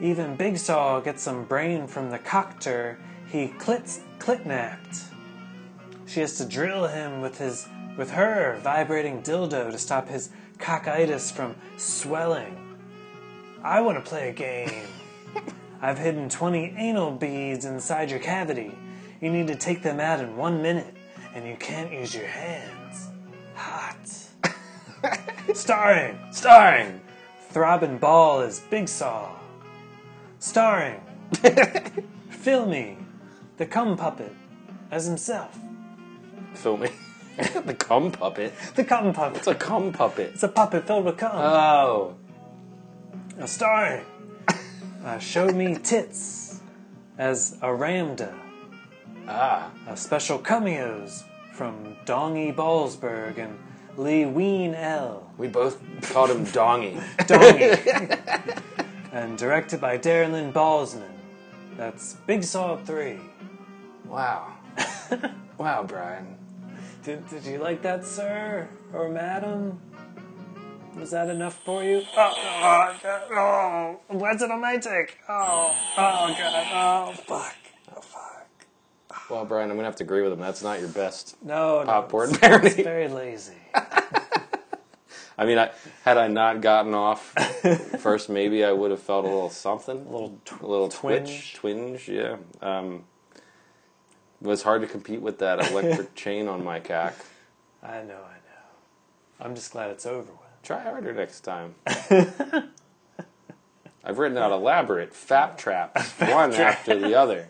Even Big Saw gets some brain from the coctor he clit clitnapped. She has to drill him with his with her vibrating dildo to stop his cockitis from swelling. I want to play a game. I've hidden 20 anal beads inside your cavity. You need to take them out in 1 minute and you can't use your hands. Hot. Starring Starring Throbbing Ball is Big Saw. Starring Filmy, the cum puppet, as himself. filming the cum puppet. The cum puppet. It's a cum puppet. It's a puppet filled with cum. Oh, Uh, starring uh, Show Me Tits as Aramda. ah, Uh, special cameos from Dongy Ballsberg and Lee Ween L. we both called him Dongy. Dongy. and directed by Darren Lynn Ballsman. That's Big Saw 3. Wow, wow, Brian. Did, did you like that, sir? Or madam? Was that enough for you? Oh, oh, God. oh. what's it on my take? Oh, oh, God. Oh, fuck. Oh, fuck. Well, Brian, I'm gonna have to agree with him. That's not your best. No, no. Popcorn it's- parody. It's very lazy. I mean, I, had I not gotten off first, maybe I would have felt a little something, a little tw- a little twitch, twinge. Yeah, um, it was hard to compete with that electric chain on my cock. I know, I know. I'm just glad it's over with. Try harder next time. I've written out elaborate fap traps, one after the other.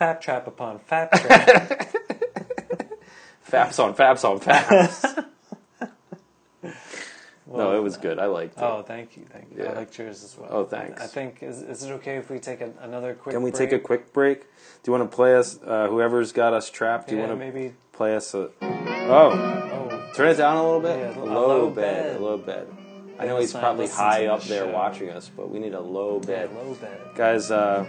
Fap trap upon fap trap. Faps on faps on faps. no, it was good. I liked it. oh, thank you, thank you. I Yeah. liked yours as well. Oh, thanks. I think is is it okay if we take a, another quick? Can we break? take a quick break? Do you want to play us? Uh, whoever's got us trapped, do you Yeah, want to maybe. play us a? Oh, Oh, turn it down a little bit. Yeah, a a low, low bed, bed. a low bed. I Then know he's it's not probably listening to high the up there show. watching us, but we need a low bed. low bed. Guys, uh,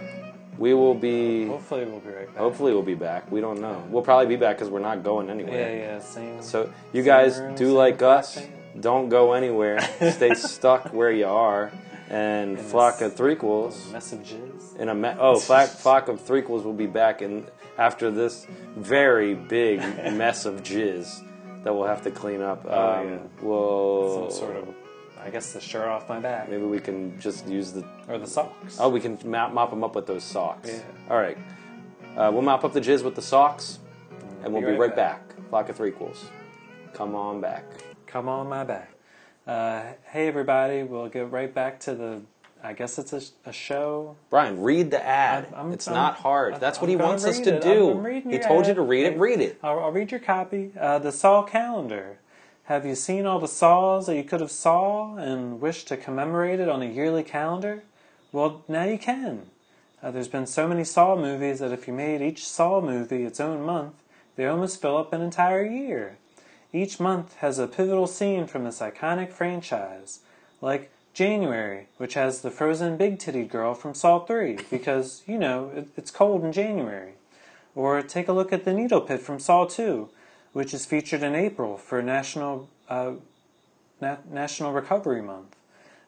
we will be. Hopefully, we'll be right back. Hopefully, we'll be back. We don't know. We'll probably be back because we're not going Yeah, anywhere. yeah. Same. So you Same guys room, do same like us. thing. Don't go anywhere. Stay stuck where you are. And, flock this- of threequels messages. in a me- oh flock, flock of threequels will be back in after this very big mess of jizz that we'll have to clean up. Um, Oh, yeah. We'll Some sort of. I guess the shirt off my back maybe we can just use the or the socks. oh we can mop, mop them up with those socks. Yeah. All right, uh, we'll mop up the jizz with the socks, and we'll be, right, back. Flock of threequels, come on back. Come on my back. Uh, hey everybody, we'll get right back to the. I guess it's a, a show. Brian, read the ad. I'm- I'm- it's I'm- not hard. I'm- That's what I'm he gonna wants us read to it. do. I'm- I'm reading he your told you ad. to read it. Read it. I'll, I'll read your copy. Uh, the Saw calendar. Have you seen all the saws that you could have saw and wish to commemorate it on a yearly calendar? Well, now you can. Uh, there's been so many Saw movies that if you made each Saw movie its own month, they almost fill up an entire year. Each month has a pivotal scene from this iconic franchise, like January, which has the frozen big titty girl from Saw 3, because, you know, it, it's cold in January. Or take a look at the Needle Pit from Saw 2, which is featured in April for National, uh, Na- National Recovery Month.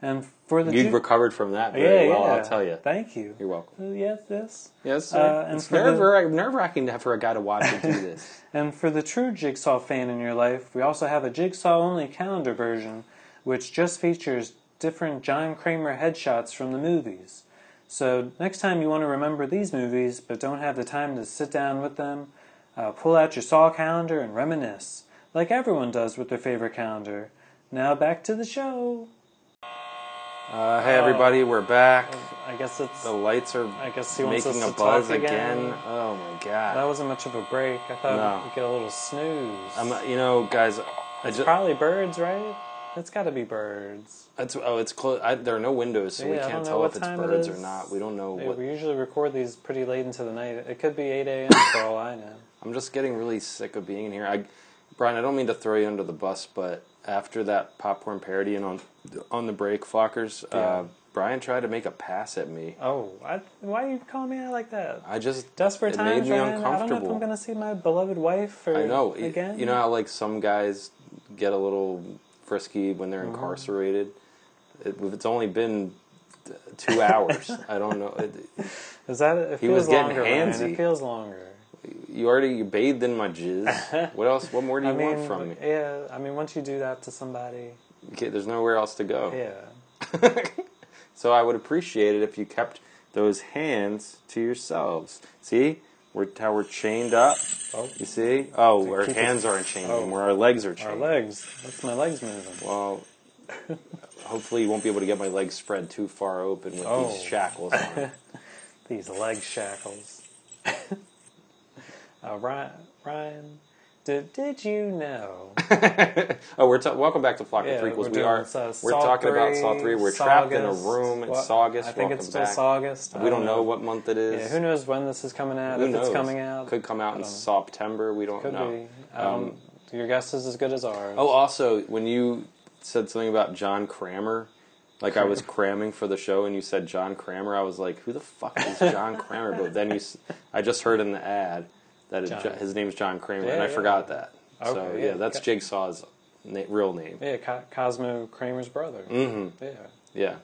And for the You Jew- recovered from that very well, I'll tell you. Thank you. You're welcome. Uh, yes, yes. Yes, Uh, and it's for the- nerve nerve wracking for a guy to watch you do this. And for the true Jigsaw fan in your life, we also have a Jigsaw only calendar version, which just features different John Kramer headshots from the movies. So next time you want to remember these movies but don't have the time to sit down with them, uh, pull out your Saw calendar and reminisce, like everyone does with their favorite calendar. Now back to the show. Uh, hey everybody, we're back. I guess it's The lights are I guess he wants making us a to buzz talk again. again. Oh my god! that wasn't much of a break. I thought No. we'd get a little snooze. I'm, not- Um, you know, guys, I just, Probably birds, right? It's got to be birds. that's oh, it's close. I, there are no windows, so we Yeah, I don't can't know tell what if it's time it birds or is. not. We don't know Hey, what. we usually record these pretty late into the night. It could be 8 a.m. for all I know. I'm just getting really sick of being here. I, Brian, I don't mean to throw you under the bus, but after that popcorn parody and on on the break, Flockers, Yeah. uh, Brian tried to make a pass at me. Oh, I, why are you calling me out like that? I just Desperate it times, made me Ryan. I don't know if uncomfortable. I'm going to see my beloved wife or I know. y- again. You know how like some guys get a little frisky when Uh-huh. they're incarcerated. It, it's only been t- two hours. I don't know. It, Is that it? He feels was getting longer, Ryan. handsy. It feels longer. you already you bathed in my jizz. What else? What more do you I mean, want from me? yeah. I mean, once you do that to somebody, Okay, there's nowhere else to go. yeah. So I would appreciate it if you kept those hands to yourselves. See, we're how we're chained up. Oh. You see? Oh, our keep hands us- aren't chained Oh. anymore. Our legs are chained. Our legs. That's my legs moving. Well, hopefully you won't be able to get my legs spread too far open with Oh. these shackles on. These leg shackles. uh, Ryan, Ryan did, did you know oh, we're ta- welcome back to Flock of Yeah, Threequels. we're We doing, are uh, we're Saw talking about three, Saw Three. We're trapped in a Saugus. room. It's What- Saugus. I think welcome it's still back. Saugus. I We don't know know. what month it is. Yeah, who knows when this is coming out? Who if knows? it's coming out, Could come out in don't know. September. We don't Could know. be. Um, your guess is as good as ours. Oh, also, when you said something about John Kramer, like I was cramming for the show, and you said John Kramer, I was like, "Who the fuck is John Kramer?" But then you, s- I just heard in the ad that it, John. Jo- his name's John Kramer, Yeah, and I yeah. forgot that. so Okay, yeah, yeah, that's okay. Jigsaw's na- real name. yeah, Co- Cosmo Kramer's brother. Mm-hmm. Yeah, Yeah,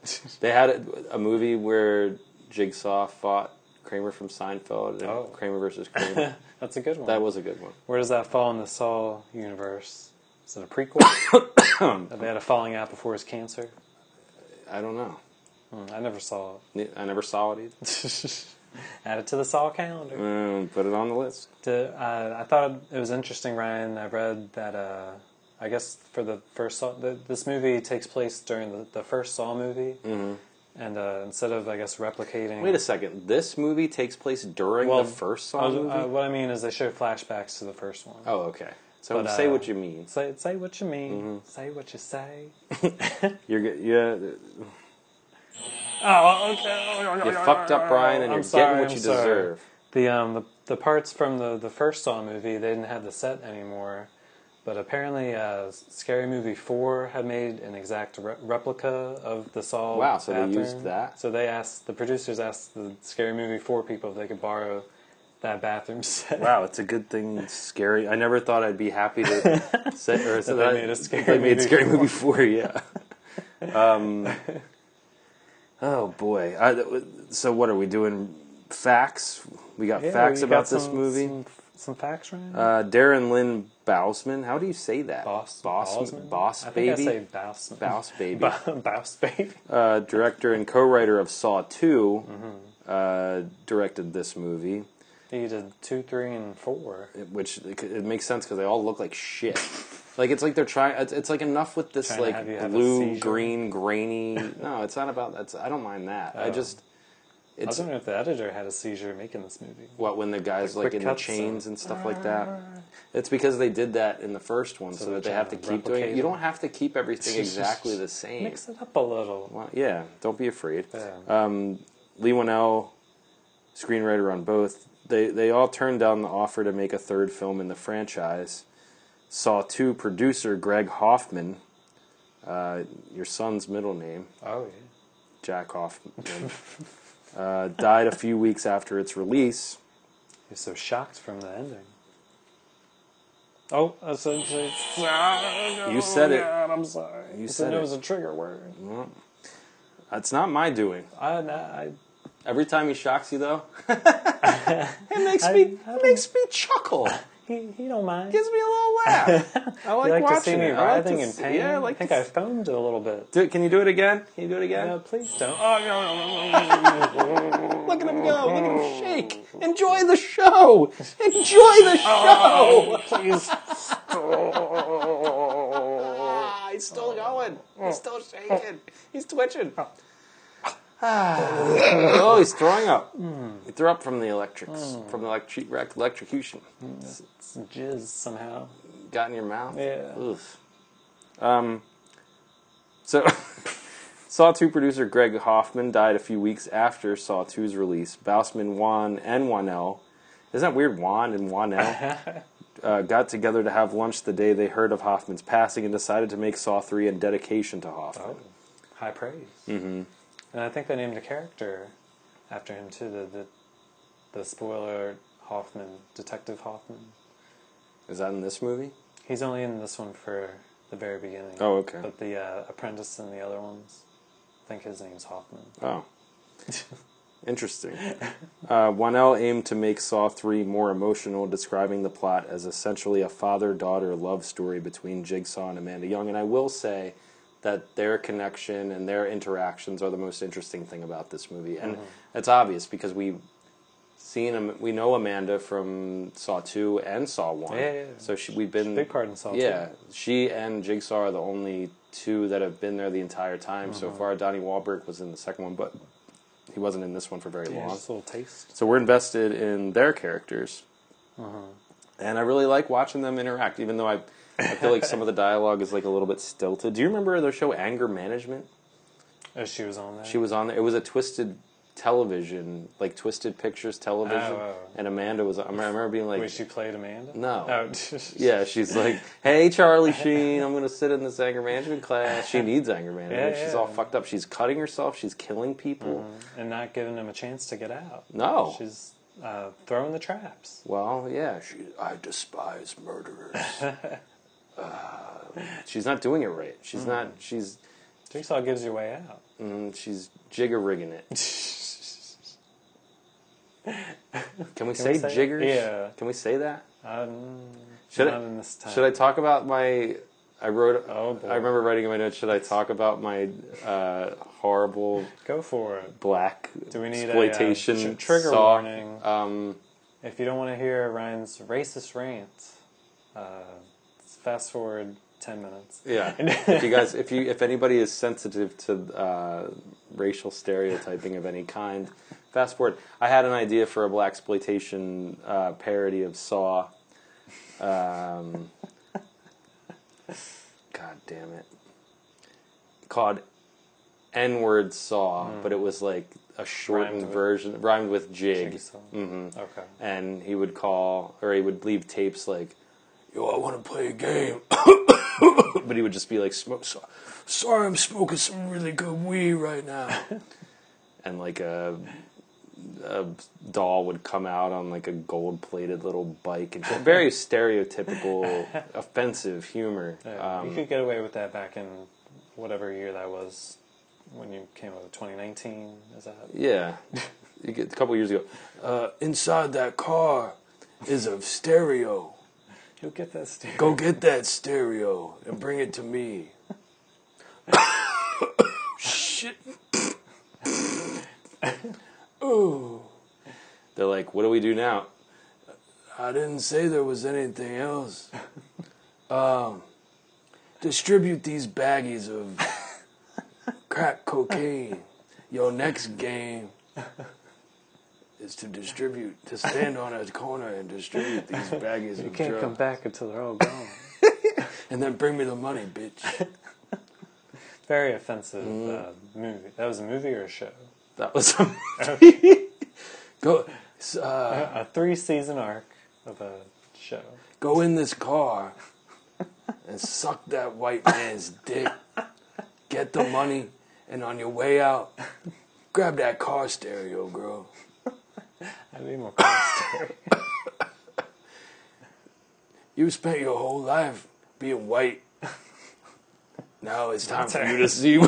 they had a, a movie where Jigsaw fought Kramer from Seinfeld, and Oh. Kramer versus Kramer. that's a good one. that was a good one. Where does that fall in the Saw universe? Is it a prequel? they had a falling out before his cancer. I don't know. Hmm, I never saw it. Ne- I never saw it either. Add it to the Saw calendar. Mm, put it on the list. To, uh, I thought it was interesting, Ryan. I read that. Uh, I guess for the first Saw, th this movie takes place during the, the first Saw movie, and uh, instead of I guess replicating. Mm-hmm. Wait a second. This movie takes place during Well, the first I Saw was- movie. uh, what I mean is they show flashbacks to the first one. oh, okay. So But, say uh, what you mean. Say say what you mean. Mm-hmm. Say what you say. You're g- yeah. Oh, okay. You fucked up, Brian, and I'm you're sorry, getting what I'm you sorry. deserve. The um the, the parts from the the first Saw movie they didn't have the set anymore, but apparently uh, Scary Movie Four had made an exact re- replica of the Saw. Wow, so they bathroom. used that? So they asked the producers asked the Scary Movie Four people if they could borrow that bathroom set. Wow, it's a good thing. It's scary. I never thought I'd be happy to say or that they I- made a scary they made movie scary movie four. Yeah. um. Oh boy. I, so what are we doing? Facts. We got Yeah, facts you about got this some- movie. Some, some facts, Ryan. Uh, Darren Lynn Bousman. How do you say that? Boss, Boss, Bosman? boss I think baby. I say Boss, Bouse Baby. Bo- Bouse baby. uh, director and co-writer of Saw 2 Mm-hmm. uh, directed this movie, He did two, three, and four. which it, it makes sense because they all look like shit. like it's like they're trying. It's, it's like enough with this Trying to have you like have a blue, seizure. green, grainy. no, it's not about that's. I don't mind that. Oh. I just I was it's wondering if the editor had a seizure making this movie. what when the guys like quick in the cuts and- Mm. chains and stuff like that. It's because they did that in the first one, so, they're that they trying have to to keep doing it. replicate You it. don't have to keep everything exactly the same. Mix it up a little. Well, yeah, don't be afraid. Yeah. Um, Lee Winnell, screenwriter on both, they, they all turned down the offer to make a third film in the franchise. Saw 2 producer Greg Hoffman, uh, your son's middle name, Oh yeah. Jack Hoffman, uh, died a few weeks after its release. You're so shocked from the ending. Oh, essentially. You said it. Oh, God, I'm sorry. You You said said it. it was a trigger word. That's not my doing. I, I, Every time he shocks you, though, it makes me I it makes me chuckle. he, he don't mind. Gives me a little laugh. I like, You like watching to see me it. I like writhing to in see- pain. Yeah, I I, like. think to I foamed a little bit. do it. Can you do it again? Can you do it again? Uh, please don't. Oh Look at him go. Look at him shake. Enjoy the show. Enjoy the show. please! Ah, he's still going. He's still shaking. He's twitching. Ah. oh, he's throwing up. He threw up from the electrics, from the electric rec- electrocution. It's jizz somehow. Got in your mouth. Yeah. Oof. Um. So, Saw 2 producer Greg Hoffman died a few weeks after Saw 2's release. Bausman, Juan, and Wanell. Isn't that weird? Juan and Wanell uh, got together to have lunch the day they heard of Hoffman's passing and decided to make Saw 3 in dedication to Hoffman. Oh. High praise. Mm-hmm. And I think they named a character after him too. The the, the spoiler Hoffman, Detective Hoffman. Is that in this movie? He's only in this one for the very beginning. Oh, okay. But the uh, apprentice and the other ones, I think his name's Hoffman. Oh. Interesting. Uh, Wanell aimed to make Saw 3 more emotional, describing the plot as essentially a father daughter love story between Jigsaw and Amanda Young. And I will say that their connection and their interactions are the most interesting thing about this movie. And Mm-hmm. it's obvious because we've seen, Am- we know Amanda from Saw 2 and Saw 1. Yeah, yeah, yeah. So she, we've been. Big part in Saw Yeah, 2. she and Jigsaw are the only two that have been there the entire time so Uh-huh. far. Donnie Wahlberg was in the second one, but he wasn't in this one for very Yeah, long. just a little taste. So we're invested in their characters, Uh-huh. and I really like watching them interact. Even though I, I feel like some of the dialogue is like a little bit stilted. Do you remember their show Anger Management? Oh, she was on there. She was on there. It was a twisted television, like Twisted Pictures television, Oh, oh, oh. and Amanda was. I remember being like, Wait, she played Amanda. No. Oh, yeah, she's like, hey, Charlie Sheen, I'm going to sit in this anger management class. She needs anger management. Yeah, she's yeah. all fucked up. She's cutting herself. She's killing people. and not giving him a chance to get out. No. She's uh, throwing the traps. Well, yeah, she, I despise murderers. uh, she's not doing it right. She's not, Mm-hmm. she's, Jigsaw gives your way out. mm, she's jigger rigging it. Can we say we say- jiggers? yeah. Can we say that? Um, Should not I, in this time. Should I talk about my? I wrote. Oh, boy. I remember writing in my notes. Should I talk about my uh, horrible go for it? black Do we need a, uh, exploitation tr- trigger saw? warning? Um, If you don't want to hear Ryan's racist rant, uh, fast forward ten minutes. yeah. if you guys, if you, if anybody is sensitive to uh, racial stereotyping of any kind, fast forward. I had an idea for a black exploitation uh, parody of Saw. Um, God damn it. Called N word Saw, but it was like a shortened Hmm. Rhymed with- version, rhymed with jig. Jigsaw. Mm-hmm. Okay. And he would call, or he would leave tapes like, Yo, I want to play a game. but he would just be like, Smoke, so, Sorry, I'm smoking some really good weed right now. and like a, a doll would come out on like a gold plated little bike. And shit. very stereotypical, offensive humor. Yeah, Um, you could get away with that back in whatever year that was when you came up with 2019. Is that? Yeah, you get, a couple years ago. Uh, inside that car is a stereo. You'll get that stereo. Go get that stereo and bring it to me. Shit. They're like, "What do we do now?" I didn't say there was anything else. Um, distribute these baggies of crack cocaine. Your next game is to distribute, to stand on a corner and distribute these baggies You of can't drugs. come back until they're all gone. And then bring me the money, bitch. Very offensive uh, Mm-hmm. movie. That was a movie or a show? That was a Go, s- uh, A three season arc of a show. go in this car and suck that white man's dick. Get the money, and on your way out, grab that car stereo, girl. I'd be more constant. You spent your whole life being white. Now it's time for you to see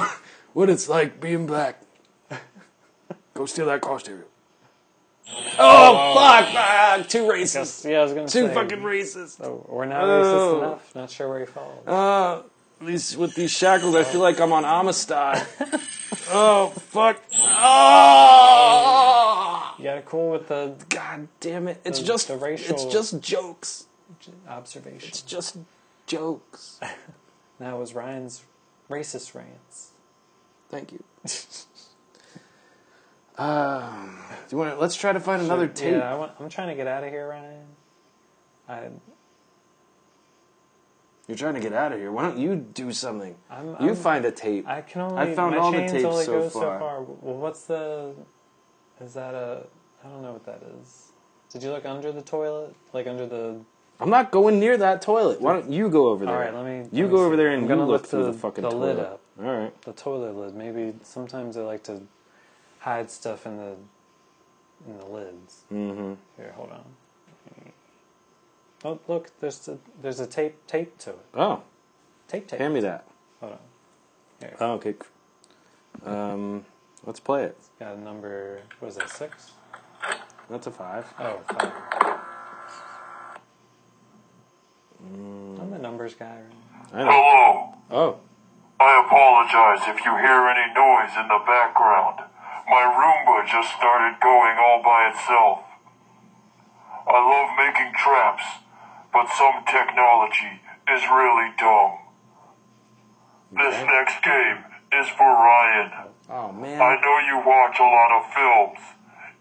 what it's like being black. Go steal that car stereo. Oh, Fuck! Ah, too racist. Yeah, I was gonna Too say. fucking racist. oh, we're not racist enough. Not sure where he falls. Uh, these with these shackles, I feel like I'm on Amistad. Oh fuck! Oh! you got it cool with the God damn it! It's The- just the racial- it's just jokes. observation. It's just jokes. That was Ryan's racist rants. Thank you. Um, do you want? to Let's try to find another tape. Yeah, I want, I'm trying to get out of here, Ryan. I, You're trying to get out of here. Why don't you do something? I'm- you I'm- find a tape. Um, I can only. I found my all the chains tapes only so goes far. so far. Well, what's the? Is that a? I don't know what that is. Did you look under the toilet? Like under the? I'm not going near that toilet. Why don't you go over there? All right, let me. You let me go see. over there and I'm you gonna look, through the, fucking the toilet. lid up. All right. The toilet lid. Maybe sometimes they like to hide stuff in the in the lids. Mm-hmm. Here, hold on. Oh, look, there's a, there's a tape tape to it. Oh, Tape tape. hand me that. Hold on. Here. Oh, okay. Um, let's play it. Got a number. What is that? Six. That's a five. Oh, five. Mm. I'm the numbers guy. Right? I know. Oh, Hello. I apologize if you hear any noise in the background. My Roomba just started going all by itself. I love making traps, but some technology is really dumb. This next game is for Ryan. oh man. I know you watch a lot of films,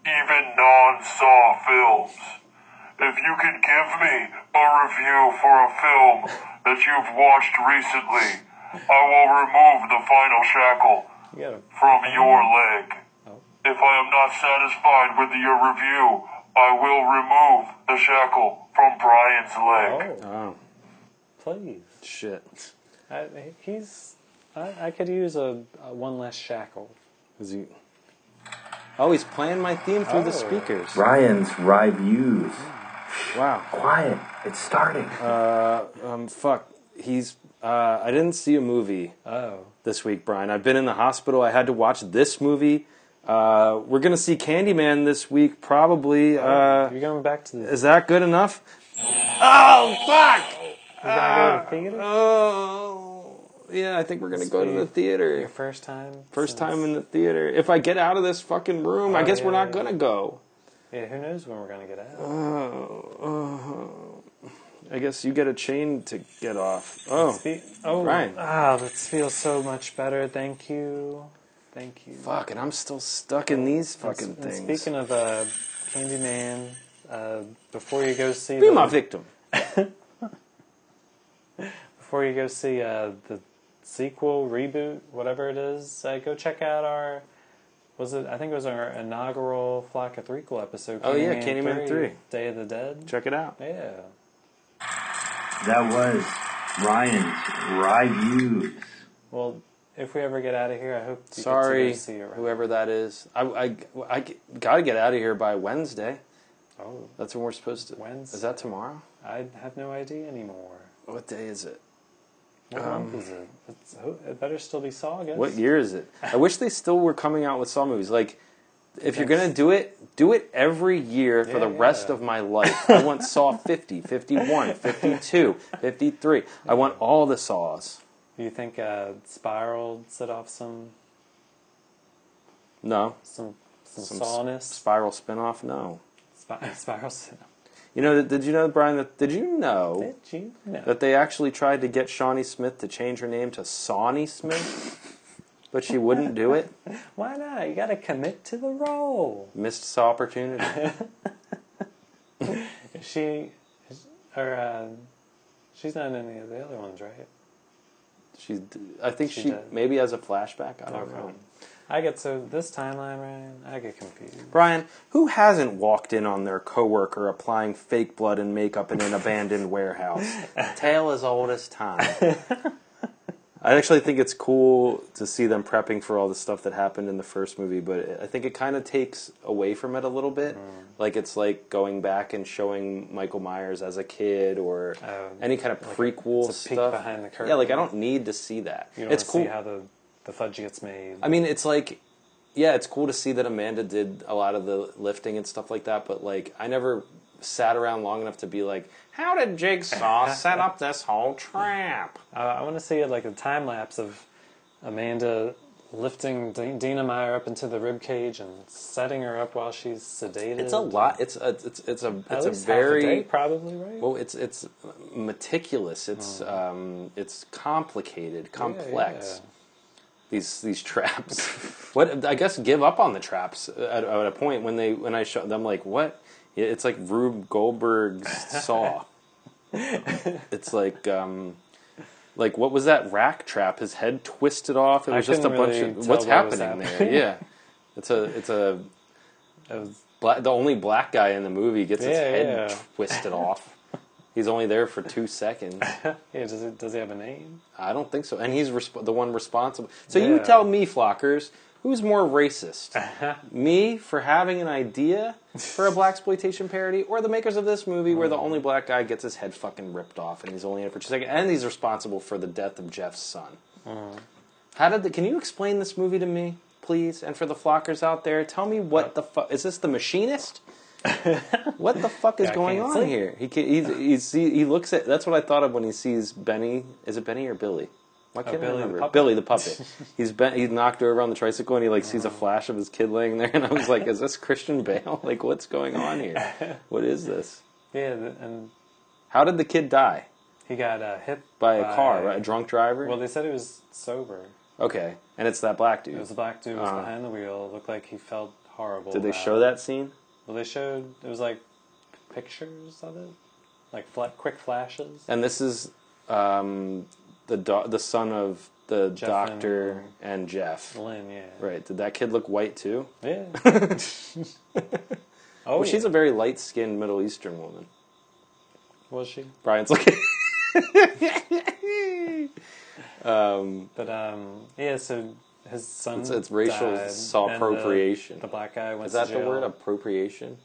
even non Saw films. If you could give me a review for a film that you've watched recently, I will remove the final shackle You got a from your leg. If I am not satisfied with your review, I will remove the shackle from Brian's leg. Oh oh, please. shit. I, he's. I, I could use a, a one less shackle. Is he? Oh, he's playing my theme through the Oh. speakers. Ryan's reviews. Wow. Quiet, it's starting. Um, fuck. He's. Uh, I didn't see a movie uh, Oh, this week, Brian. I've been in the hospital. I had to watch this movie. Uh, we're gonna see Candyman this week, probably. Uh, you're going back to the, is that good enough? Oh fuck! you're gonna go to the theater. uh, Oh, yeah. I think we're gonna go to the Your theater. first time. First since- time in the theater. If I get out of this fucking room, I Oh, guess yeah, we're not yeah. gonna go. Yeah, who knows when we're gonna get out? Uh, Oh, uh, I guess you get a chain to get off. Oh, Fe- oh, Ryan. Ah, that feels so much better. Thank you. Thank you. fuck! And I'm still stuck in these fucking And things. Speaking of uh, Candyman, uh, before you go see Be the- my victim. before you go see uh, the sequel reboot, whatever it is, uh, go check out our was it? I think it was our inaugural Flock of Threequel episode. Oh, yeah, Candyman 3. Day of the Dead. Check it out. Yeah, That was Ryan's reviews. well, if we ever get out of here, I hope you get to go Sorry, see it. right. whoever that is. I, I, I g- gotta get out of here by Wednesday. Oh, That's when we're supposed to. Wednesday. Is that tomorrow? I have no idea anymore. What day is it? What month is it? It's, oh, it better still be August. What year is it? I wish they still were coming out with Saw movies. Like, if you're Next- gonna do it, do it every year for the Yeah, rest yeah. of my life. I want Saw 50, 51, 52, 53. I want all the Saws. Do you think uh, Spiral set off some No, some some, Some sawness? Spiral spinoff. No. Spi- spiral set off. You know? Did you know, Brian? That did you know? Did you? No. that they actually tried to get Shawnee Smith to change her name to Sawney Smith, but she wouldn't do it. Why not? You gotta commit to the role. Missed opportunity. Is she, is- or uh, she's not in any of the other ones, right? She's, I think she, She did. maybe has a flashback. I don't know. I get so this timeline, Ryan. I get confused. Brian, who hasn't walked in on their coworker applying fake blood and makeup in an abandoned warehouse? Tale as old as time. I actually think it's cool to see them prepping for all the stuff that happened in the first movie, but I think it kind of takes away from it a little Mm. bit. Like it's like going back and showing Michael Myers as a kid or any kind of prequel Oh, it's a peek stuff. behind the curtain. Yeah, like I don't need to see that. You don't it's cool. wanna see how the the fudge gets made. I mean, it's like, yeah, it's cool to see that Amanda did a lot of the lifting and stuff like that, but like, I never sat around long enough to be like, how did Jigsaw set up this whole trap? I, I want to see like a time lapse of Amanda lifting D- Dina Meyer up into the rib cage and setting her up while she's sedated. It's a lot. It's a it's it's a At it's a least half a day, very probably right. well. It's it's meticulous. It's um it's complicated, complex. Hmm. yeah. These these traps. what I guess give up on the traps at, at a point when they when I show them like what it's like Rube Goldberg's saw. it's like um like what was that rack trap? His head twisted off. It I was just a couldn't bunch really of tell what's what was happening, there. Yeah, it's a it's a. It was- Black, the only black guy in the movie gets his Yeah, head yeah. twisted off. He's only there for two seconds. yeah, does it does he have a name? I don't think so. And he's resp- the one responsible. So you Yeah. Uh-huh. tell me, Flockers, who's more racist? me for having an idea for a black exploitation parody, or the makers of this movie where the Mm. only black guy gets his head fucking ripped off and he's only in it for two seconds, and he's responsible for the death of Jeff's son. How did the, can you explain this movie to me, please? And for the flockers out there, tell me Uh, what the fuck is this? The machinist? what the fuck is Guy going can't on sleep. here? He can, he's, he's, he he looks at that's what I thought of when he sees Benny. Is it Benny or Billy? Why can't Uh, I Billy the remember? puppet. Billy the puppet. he's bent. He's knocked over on the tricycle, and he like Uh-huh. sees a flash of his kid laying there. And I was like, "Is this Christian Bale? Like, what's going on here? What is this? Yeah, th- and How did the kid die? he got uh, hit By a car, right? a drunk driver. Well, they said he was sober. okay, and it's that black dude. It was a black dude who was Uh-huh. behind the wheel. It looked like he felt horrible. Did they about show it. that scene? Well, they showed it was like pictures of it, like fla- quick flashes. And this is um, the do- the son of the Jeff doctor and, Jeff. Lynn, yeah, Right. Did that kid look white too? yeah. oh, Well, she's she's a very light skinned Middle Eastern woman. was she? Brian's like, But um, yeah. So his son. It's- it's racial died, saw and the- appropriation. The, black guy went is that to the jail. word appropriation?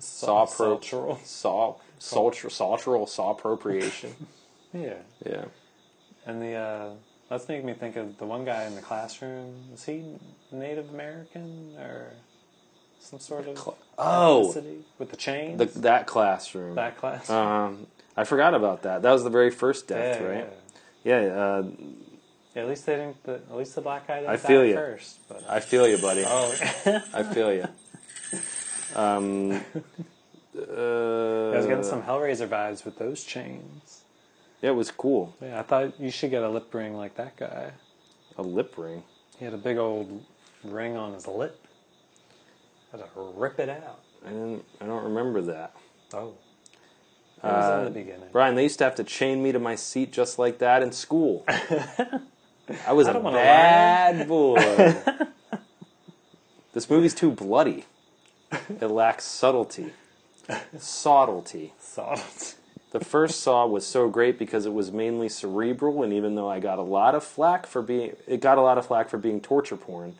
saw pro- cultural. Saw, sultr, sultural, saw appropriation. Yeah, yeah. and the uh, that's making me think of the one guy in the classroom. Was he Native American or some sort of Oh, ethnicity with the chains? the, that classroom. that class. Um, I forgot about that. That was the very first death, right? Yeah. uh, Yeah, At least they didn't. The, at least the black guy didn't I die feel ya. first. But I feel you, buddy. oh, I feel you. Um, uh, I was getting some Hellraiser vibes with those chains. yeah, it was cool. Yeah, I thought you should get a lip ring like that guy. A lip ring. He had a big old ring on his lip. Had to rip it out. I didn't. I don't remember that. Oh, it was Uh, in the beginning. Brian, they used to have to chain me to my seat just like that in school. I was a don't wanna bad boy. this movie's too bloody. It lacks subtlety. Subtlety. Soft. The first Saw was so great because it was mainly cerebral, and even though I got a lot of flack for being, it got a lot of flack for being torture porn.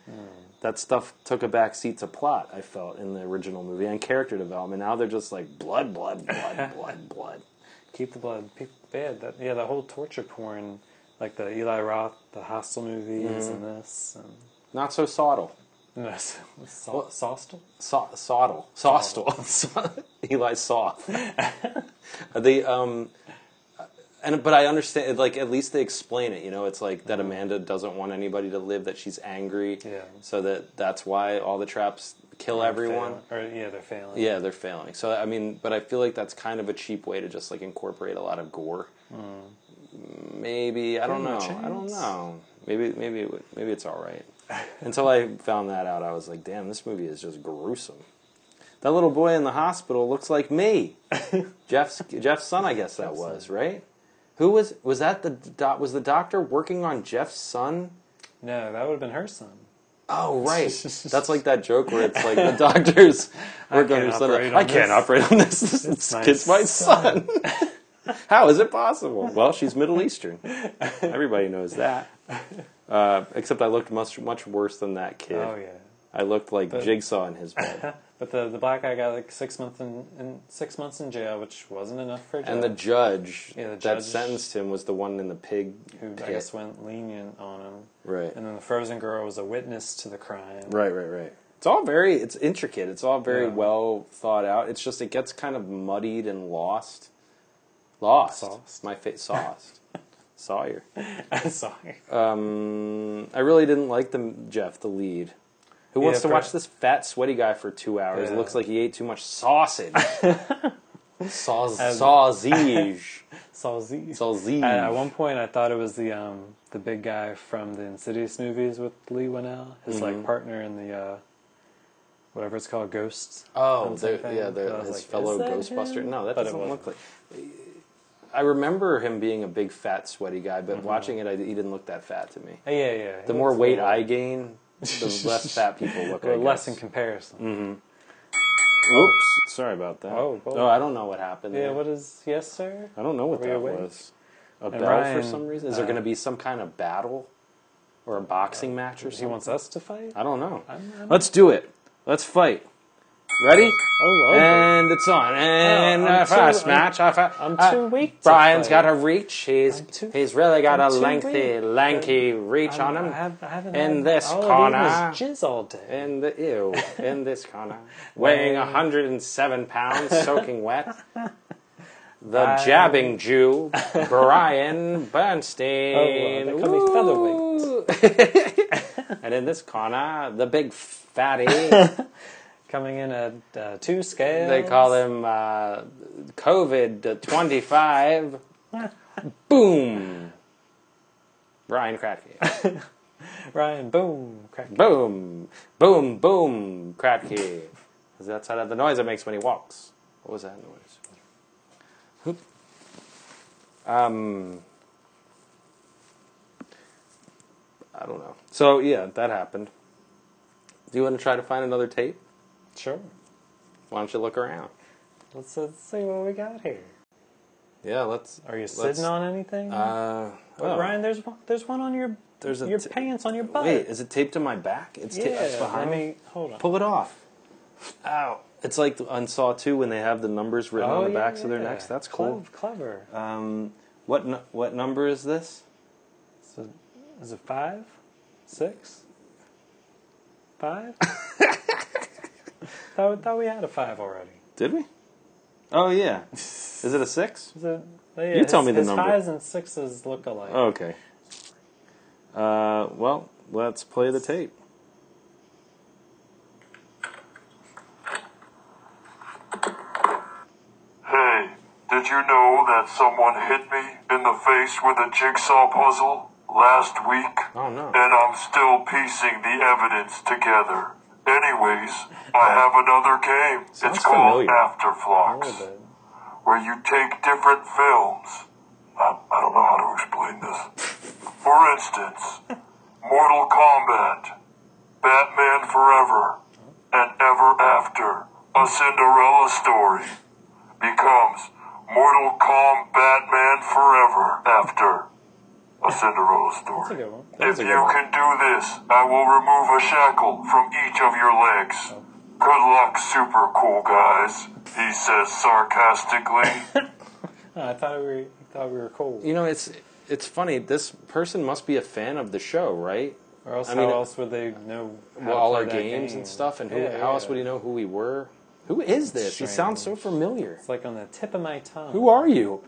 That stuff took a back seat to plot. I felt in the original movie and character development. Now they're just like blood, blood, blood, blood, blood. Keep the blood. Keep the bad. That, yeah, the whole torture porn, like the Eli Roth, the Hostel movies, and Mm-hmm. this. And, Not so subtle. no, so, so, Sostel? So- Sodal. Sostal. Eli Soth. the um and but I understand like at least they explain it, you know, it's like that Amanda doesn't want anybody to live that she's angry. Yeah. So that that's why all the traps kill everyone. Failing. Or yeah, they're failing. Yeah, they're failing. So I mean, but I feel like that's kind of a cheap way to just like incorporate a lot of gore. Maybe I don't them a know. I don't chance. know. Maybe maybe it would, maybe it's all right. Until I found that out, I was like, damn, this movie is just gruesome. That little boy in the hospital looks like me, Jeff's Jeff's son. I guess that was right. Who was was that the doc, was the doctor working on Jeff's son? No, that would have been her son. Oh right, that's like that joke where it's like the doctors work on can't your son. like, operate on I can't this. operate on this. This my kid's my son. How is it possible? Well, she's Middle Eastern. Everybody knows that. Uh, except I looked much much worse than that kid. Oh yeah. I looked like Jigsaw in his bed. But the, the black guy got like six months in, in six months in jail, which wasn't enough for a And judge the judge, Yeah, the that judge- sentenced him was the one in the pig. who I pit. guess went lenient on him. Right. And then the frozen girl was a witness to the crime. Right, right, right. It's all very it's intricate. It's all very Yeah. well thought out. It's just it gets kind of muddied and lost. Lost. Sauced. My face sauced. Sawyer. I'm sorry. Mm, I really didn't like the Jeff, the lead. Who wants Yeah, to for- watch this fat, sweaty guy for two hours? Yeah. Looks like he ate too much sausage. Saus- As- sausage. Salzy. sausage. At, at one point, I thought it was the um, the big guy from the Insidious movies with Lee Winnell, his Mm-hmm. like partner in the uh, whatever it's called, Ghosts. Oh, Something they're- thing. yeah, they're And I was his like, fellow "Is that Ghostbuster. him?" No, that But it doesn't look wasn't. like. I remember him being a big, fat, sweaty guy, but Mm-hmm. watching it, I, he didn't look that fat to me. Yeah, yeah. yeah. The more weight I gain, the less fat people look. I or less in guess. Mm-hmm. comparison. Oops, sorry about that. Oh, well. no, I don't know what happened. Yeah. there. What is yes, sir? I don't know what Were you that awake? was. A And bell for Ryan, some reason. Is there uh, going to be some kind of battle or a boxing match or He something? wants us to fight. I don't know. I'm- I'm- Let's do it. Let's fight. Ready? oh, oh. And it's on. And Oh, I'm a fast too- I'm- match. I'm, I'm too weak to Brian's fight. got a reach. He's I'm too- he's really got I'm a too lengthy, weak. lanky reach I'm- on him. I, have, I haven't in had this all corner. Of eating this jizz all day. in the ew, in this corner, weighing 107 pounds, soaking wet. The jabbing Jew, Brian Bernstein. Oh, wow, they call me Woo! and in this corner, the big fatty. Coming in at uh, two scales. they call him uh, COVID 25. Boom. Brian Kratky. Ryan. Boom. Crack. Boom. Boom, boom, Kratky. Because that's how that- the noise it makes when he walks. What was that noise? Um, I don't know. So, yeah, that happened. Do you want to try to find another tape? Sure. Why don't you look around? Let's, let's see what we got here. Yeah, let's. Are you let's- sitting on anything? Uh, oh. Ryan, there's one, there's one on your There's a your t- pants on your butt. Wait, is it taped to my back? It's, ta- yeah, it's behind let me. me. Hold on. Pull it off. Ow. It's like on Saw 2 when they have the numbers written on the yeah, backs of their Oh, yeah. necks. That's Cle- cool. Clever. Um, what nu- what number is this? So, is it five? Six? Five? thought, thought we had a five already. Did we? Oh yeah. is it a six? Is it, yeah, You tell his- me the his number. fives and sixes look alike. Oh, Okay. Uh, well, let's play the tape. Hey, did you know that someone hit me in the face with a jigsaw puzzle last week? Oh, no. And I'm still piecing the evidence together. Anyways, I have another game. Sounds it's called familiar. Oh, A Afterflocks, little bit. where you take different films. I, I don't know how to explain this. For instance, Mortal Kombat, Batman Forever, and Ever After, a Cinderella story becomes Mortal Kombat Man Forever after a Cinderella That's a story. good one. If a good you one. can do this, I will remove a shackle from each of your legs. Good luck, super cool guys, he says sarcastically. No, I thought we were, thought we were cool. You know, it's it's funny. This person must be a fan of the show, right? Or else, I mean, how else would they know how Well, all to our play that games game? and stuff, and who, Yeah, how else yeah. would he know who we were? Who is this? He sounds so familiar. It's like on the tip of my tongue. Who are you?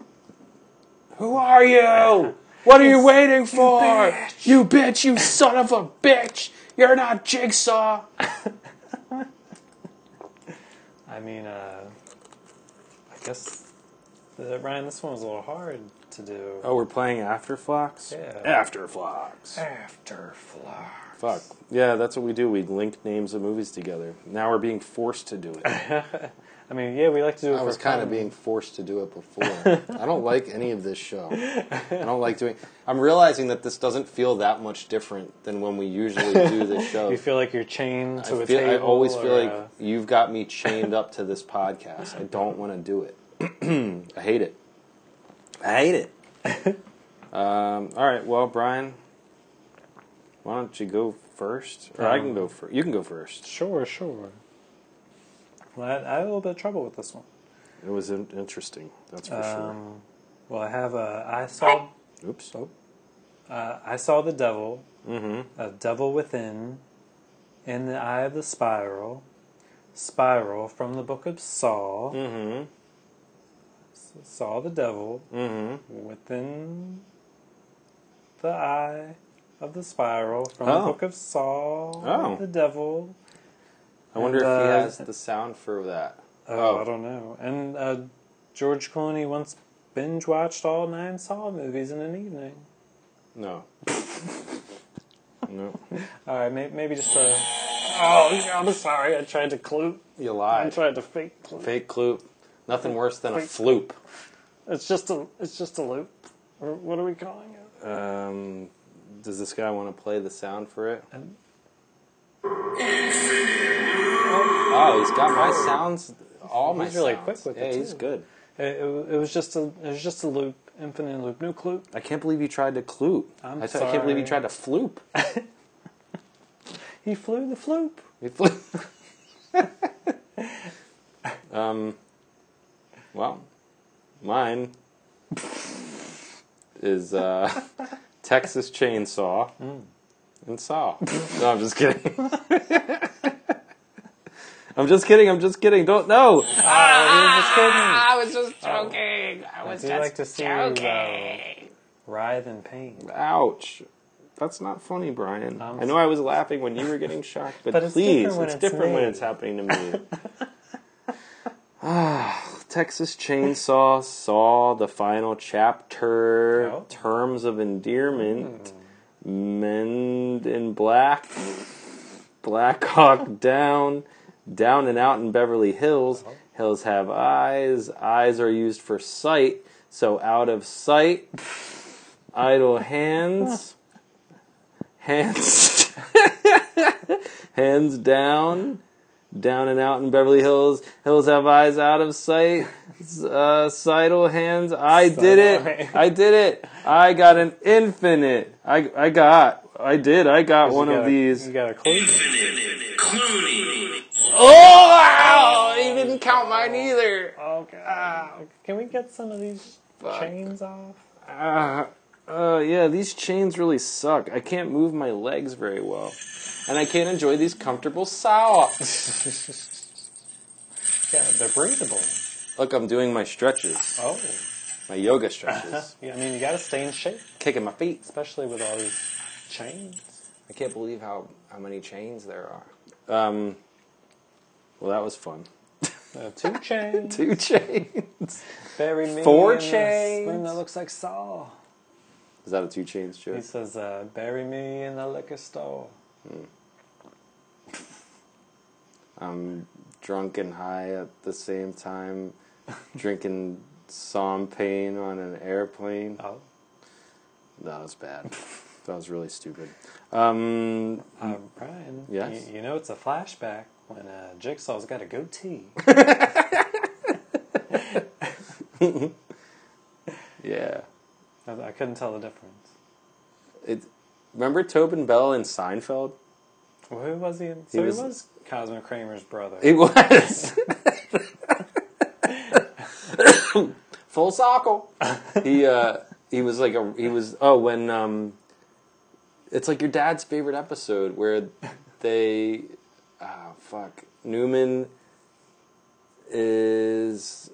Who are you? Oh, What are you waiting for? You bitch, you, son of a bitch! You're not Jigsaw! I mean, uh, I guess the, Ryan, this one was a little hard to do. Oh, we're playing Afterflocks? Yeah. Afterflocks. After Flock. Fuck. Yeah, that's what we do. We link names of movies together. Now we're being forced to do it. I mean, yeah, we like to do it I for was kind fun. of being forced to do it before. I don't like any of this show. I don't like doing. I'm realizing that this doesn't feel that much different than when we usually do this show. You feel like you're chained to a I, feel, I table. always feel or, like uh, you've got me chained up to this podcast. I don't want to do it. I hate it. I hate it. um, all right, well, Brian, Um, why don't you go first, or I can go first. You can go first. sure, sure. I had, I had a little bit of trouble with this one. It was in- interesting. That's for um, Well, I have a. I saw. uh, sure. Oops. I saw the devil. Mm-hmm. A devil within. In the eye of the spiral. Spiral from the book of Saul. Mm-hmm. Saw the devil. Mm-hmm. Within. The eye of the spiral from Oh. the book of Saul. Oh. The devil. I wonder And, if he uh, has the sound for that. Oh, Oh. I don't know. And uh, George Clooney once binge watched all nine Saw movies in an evening. No. no. All right, may- maybe just a. Oh, yeah, I'm sorry. I tried to clue. You I lied. tried to fake. Clue. Fake cloop. Nothing worse than a floop. It's just a. It's just a loop. Or what are we calling it? Um, does this guy want to play the sound for it? Oh, he's got my sounds. All my He's really sounds. quick with yeah, it, he's too. good. It, it, wa- it was just a. It was just a loop. Infinite loop. No clue. I can't believe you tried to cloop. I'm I t- I can't believe you sorry. tried to floop. He flew the floop. You flew. um, Um, well, mine is uh, Texas Chainsaw and Saw. No, I'm just kidding. I'm just kidding. I'm just kidding. Don't know. I was just joking. I was do like to see you uh, writhe in pain. Ouch. That's not funny, Brian. I'm i know I was laughing when you were getting shocked, but, But it's please, different when it's it's different when me. it's happening to me. Ah, Texas Chainsaw saw the final chapter, Oh. Terms of Endearment, Hmm. Men in Black, Black Hawk Down, Down and Out in Beverly Hills. Hills have eyes. Eyes are used for sight. So out of sight, idle hands, hands, hands down, down and out in Beverly Hills. Hills have eyes out of sight. S- Uh, sidle hands. I did it. hands. I did it. I got an infinite. I I got. I did. I got one You of got a- these. You got a clue. Oh! He didn't count mine either. Okay. Oh, Can we get some of these chains off? Uh, uh, yeah, these chains really suck. I can't move my legs very well, and I can't enjoy these comfortable socks. Yeah, they're breathable. Look, I'm doing my stretches, Oh. my yoga stretches, Yeah, I mean, you gotta stay in shape, kicking my feet. especially with all these chains. I can't believe how how many chains there are. Um, well, that was fun. Uh, two chains. Two chains. Bury me Four in this chains. Thing that looks like Saul. Is that a two chains joke? He says, uh, bury me in the liquor store. I'm drunk and high at the same time, drinking Sompain on an airplane. Oh. That was bad. That was really stupid. Um, Uh, Brian, Yes? you, you know it's a flashback when uh, Jigsaw's got a goatee. yeah. I, I couldn't tell the difference. It, remember Tobin Bell in Seinfeld? Well, who was he? In? So he was- was, Cosmo Kramer's brother. It was. Full circle. He uh, he was like a he was oh when um, it's like your dad's favorite episode where they ah fuck Newman is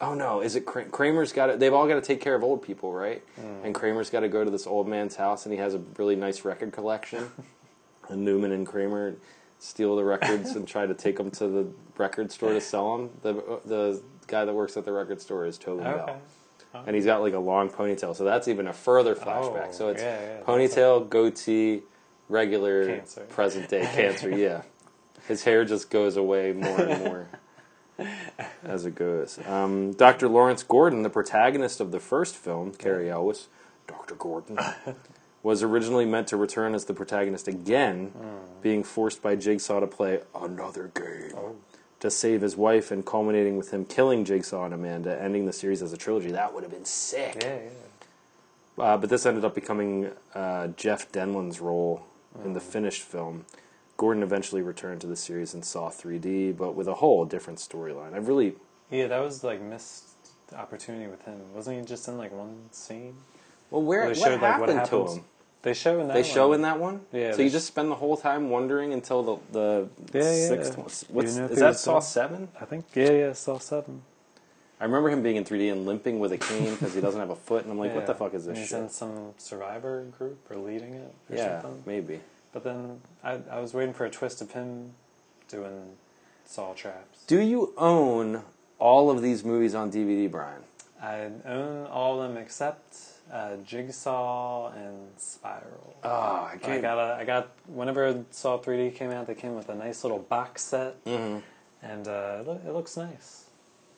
oh no is it Kra- Kramer's got to they've all got to take care of old people right and Kramer's got to go to this old man's house and he has a really nice record collection and Newman and Kramer steal the records and try to take them to the record store to sell them. The uh, the guy that works at the record store is Tobin okay. Bell, and he's got like a long ponytail. So that's even a further flashback. Oh, so it's yeah, yeah, that's ponytail, goatee, regular Cancer. present day cancer. yeah, his hair just goes away more and more. As it goes, um, Dr. Lawrence Gordon, the protagonist of the first film, Carrie Elwes, Dr. Gordon, was originally meant to return as the protagonist again, Hmm. being forced by Jigsaw to play another game to save his wife and culminating with him killing Jigsaw and Amanda, ending the series as a trilogy. That would have been sick. Yeah, yeah. Oh. Uh, but this ended up becoming uh, Jeff Denlin's role in the finished film, Gordon eventually returned to the series in Saw 3D, but with a whole different storyline. I really, Yeah, that was like missed opportunity with him. Wasn't he just in like one scene? Well, where They what showed happened like what happened to him? They show in that. They one. show in that one. Yeah, So they you sh- just spend the whole time wondering until the the Yeah, yeah. sixth one. You What's, know if is he that was Saw dead. Seven? I think yeah, yeah, Saw Seven. I remember him being in 3D and limping with a cane because he doesn't have a foot, and I'm like, what the Yeah. fuck is And this He's shit? in some survivor group or leading it or Yeah, something. maybe. But then I, I was waiting for a twist of him doing Saw traps. Do you own all of these movies on DVD, Brian? I own all of them except uh, Jigsaw and Spiral. Oh, I I got a, I got whenever Saw 3D came out, they came with a nice little box set, Mm-hmm. and uh, it, loo- it looks nice.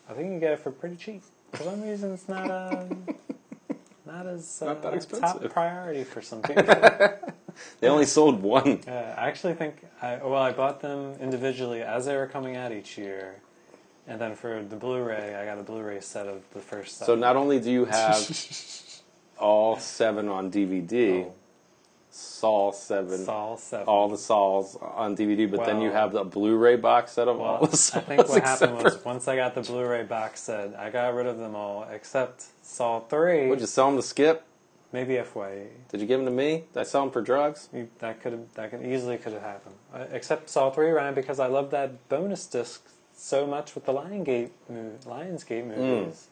I think you can get it for pretty cheap. For some reason, it's not um, not as uh, that top expensive. priority for some people. They only sold one. Yeah, I actually think I well, I bought them individually as they were coming out each year, and then for the Blu-ray, I got a Blu-ray set of the first. So seven. not only do you have all seven on DVD, Saw seven, Saw seven. all the Saws on DVD, but then you Well- have the Blu-ray box set of Well, all the I Saws. think what except happened for- was once I got the Blu-ray box set, I got rid of them all except Saw three. Would you sell them to Skip? Maybe FYE. Did you give them to me? Did I sell them for drugs? You- That could have that could easily could have happened. Uh, except Saw three ran because I love that bonus disc so much with the Lion Gate mo- Lionsgate movies.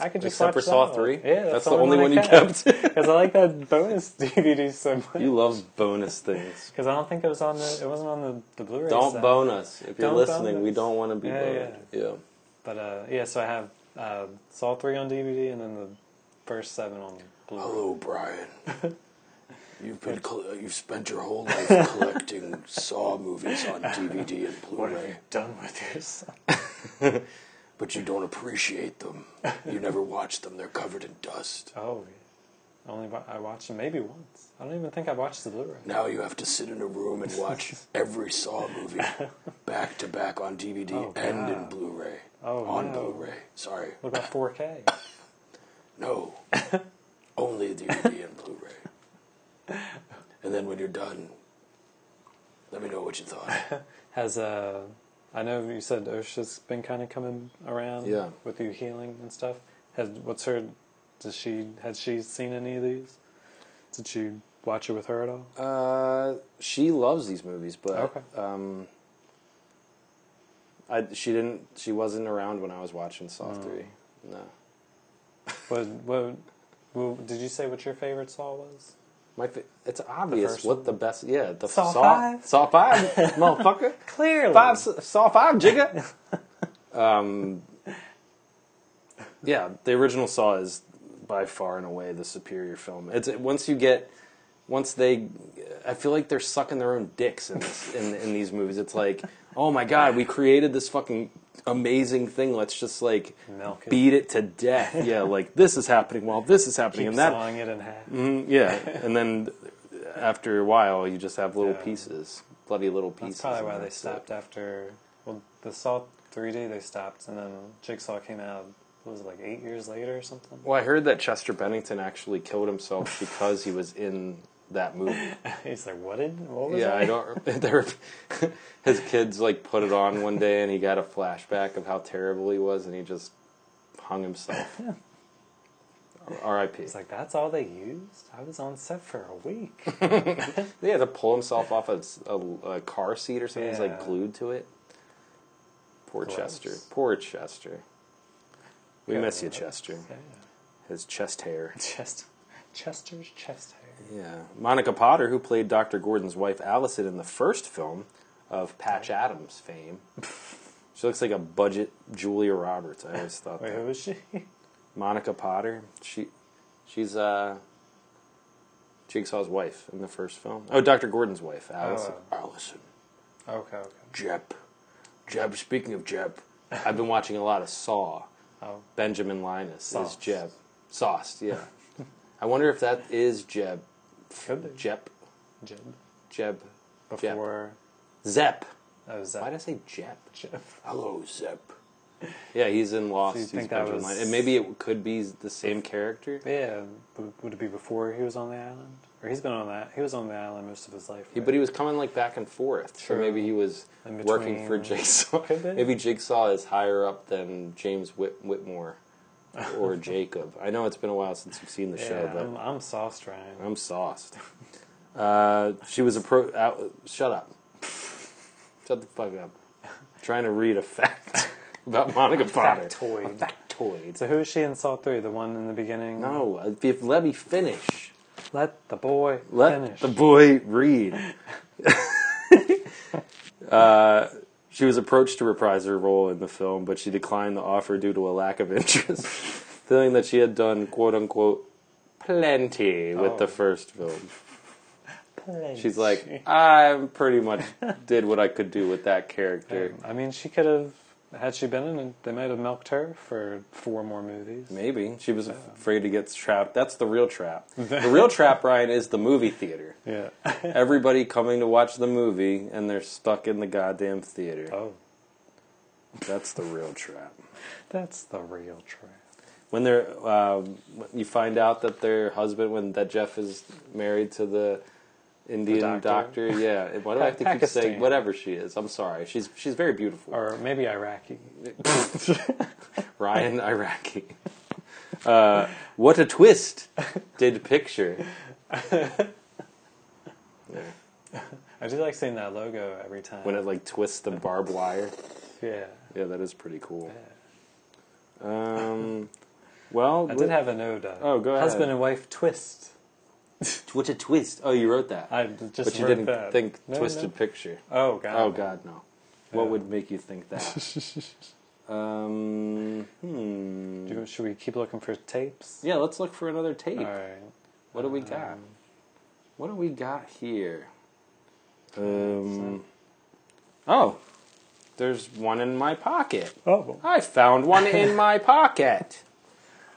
I could just Mm. Except for Saw watch that 3? Yeah, That's the only one you kept. because I like that bonus DVD so much. You love bonus things. Because I don't think it was on the it wasn't on the, the Blu-ray. Don't set. bone us. If you're Don't listening, bone we us. don't want to be Yeah, boned. Yeah. But uh, yeah, so I have uh, Saw three on DVD and then the first seven on Blu-ray. Hello, Brian. You've been col- uh, you've spent your whole life collecting Saw movies on DVD and Blu-ray, Done with this. but you don't appreciate them. You never watch them. They're covered in dust. Oh, yeah. only wa- I watched them maybe once. I don't even think I watched the Blu-ray. Now you have to sit in a room and watch every Saw movie back to back on DVD and in Blu-ray. Oh, on no. Blu-ray. Sorry, What about 4K? no, only DVD and Blu-ray. And then when you're done, let me know what you thought. Has uh, I know you said OSHA's been kind of coming around Yeah. with you healing and stuff. Has what's her? Does she has she seen any of these? Did you watch it with her at all? Uh, she loves these movies, but Okay. um, I, she didn't. She wasn't around when I was watching Saw Three. No, what, what, what did you say? What your favorite Saw was? my fa- it's obvious first what the best. Yeah, the Saw Saw five? Saw Five, motherfucker. Clearly, Five S- Saw Five, jigga. um, yeah, the original Saw is by far and away the superior film. It's once you get once they I feel like they're sucking their own dicks in this, in, in these movies. It's like, oh my god, we created this fucking amazing thing. Let's just like Milk it. beat it to death. Yeah, like this is happening while this is happening, keep and that sawing it in half. Mm, yeah, and then after a while, you just have little Yeah. pieces, bloody little pieces. That's probably and why they that's it. stopped after. Well, the Saw 3D they stopped, and then Jigsaw came out. What was it like eight years later or something? Well, I heard that Chester Bennington actually killed himself because he was in that movie. He's like, what did? What was yeah, I? I don't. They were, his kids like put it on one day, and he got a flashback of how terrible he was, and he just hung himself. R.I.P. It's like that's all they used. I was on set for a week. They had to pull himself off a, s- a- a car seat or something. He's like Yeah. glued to it. Poor Gross. Chester. Poor Chester. We Yeah, miss you, that's- Chester. yeah. His chest hair. Chest, Chester's chest hair. Yeah. Monica Potter, who played Dr. Gordon's wife Allison in the first film of Patch Adams fame. She looks like a budget Julia Roberts. I always thought Wait, that. who was she? Monica Potter. She, she's uh, Jigsaw's wife in the first film. Oh, Dr. Gordon's wife, Allison. Allison, Okay, okay. Jeb, Jeb. Speaking of Jeb, I've been watching a lot of Saw. Oh. Benjamin Linus is Sauce. Jeb. Sauced, yeah. I wonder if that is Jeb. Could be Jeb. Jeb Jeb. before. Zep. Oh, is that Why did I say Jeb? Jeb? hello, Zeb. Yeah, he's in Lost. So you he's think that Benjamin was- Linus. And maybe it could be the same character. Yeah, w- would it be before he was on the island? or he's been on that. He was on the island most of his life. Yeah, right? but he was coming like back and forth. So True. maybe he was In working for between. Jigsaw. Could be. Maybe Jigsaw is higher up than James Whit- Whitmore or Jacob. I know it's been a while since you've seen the show, yeah, but I'm, I'm sauced, Ryan. I'm sauced. Uh, she was appro. Out, shut up. Shut the fuck up. trying to read a fact about Monica Potter. Factoid. A factoid. So who is she in Saw Three? The one in the beginning. No, if, if- let me finish. Let the boy Let finish. the boy read. Uh, she was approached to reprise her role in the film, but she declined the offer due to a lack of interest, feeling that she had done "quote unquote" plenty with the first film. She's like, I pretty much did what I could do with that character. I mean, she could have. Had she been in it, they might have milked her for four more movies. Maybe she was afraid to get trapped. That's the real trap. The real trap, Ryan, is the movie theater. Yeah. Everybody coming to watch the movie and they're stuck in the goddamn theater. oh, That's the real trap. that's the real trap. When they're, um, when you find out that their husband, when that Jeff is married to the Indian doctor? doctor. yeah. Why do I have to keep Pakistan. saying whatever she is? I'm sorry. She's she's very beautiful. Or maybe Iraqi. Oh. Ryan Iraqi. Uh, what a twist! Did picture. I do like seeing that logo every time. When it like twists the barbed wire. yeah. Yeah, that is pretty cool. Um, well, I did have a note. uh, Oh, go ahead. Husband and wife twist. what a twist! Oh, you wrote that, I just but you wrote didn't that. think No, no. twisted picture. Oh god. Oh God, no! What Yeah. would make you think that? um, hmm. Do- should we keep looking for tapes? Yeah, let's look for another tape. All right. Um, What do we got? what do we got here? Um, oh, there's one in my pocket. Oh. I found one in my pocket.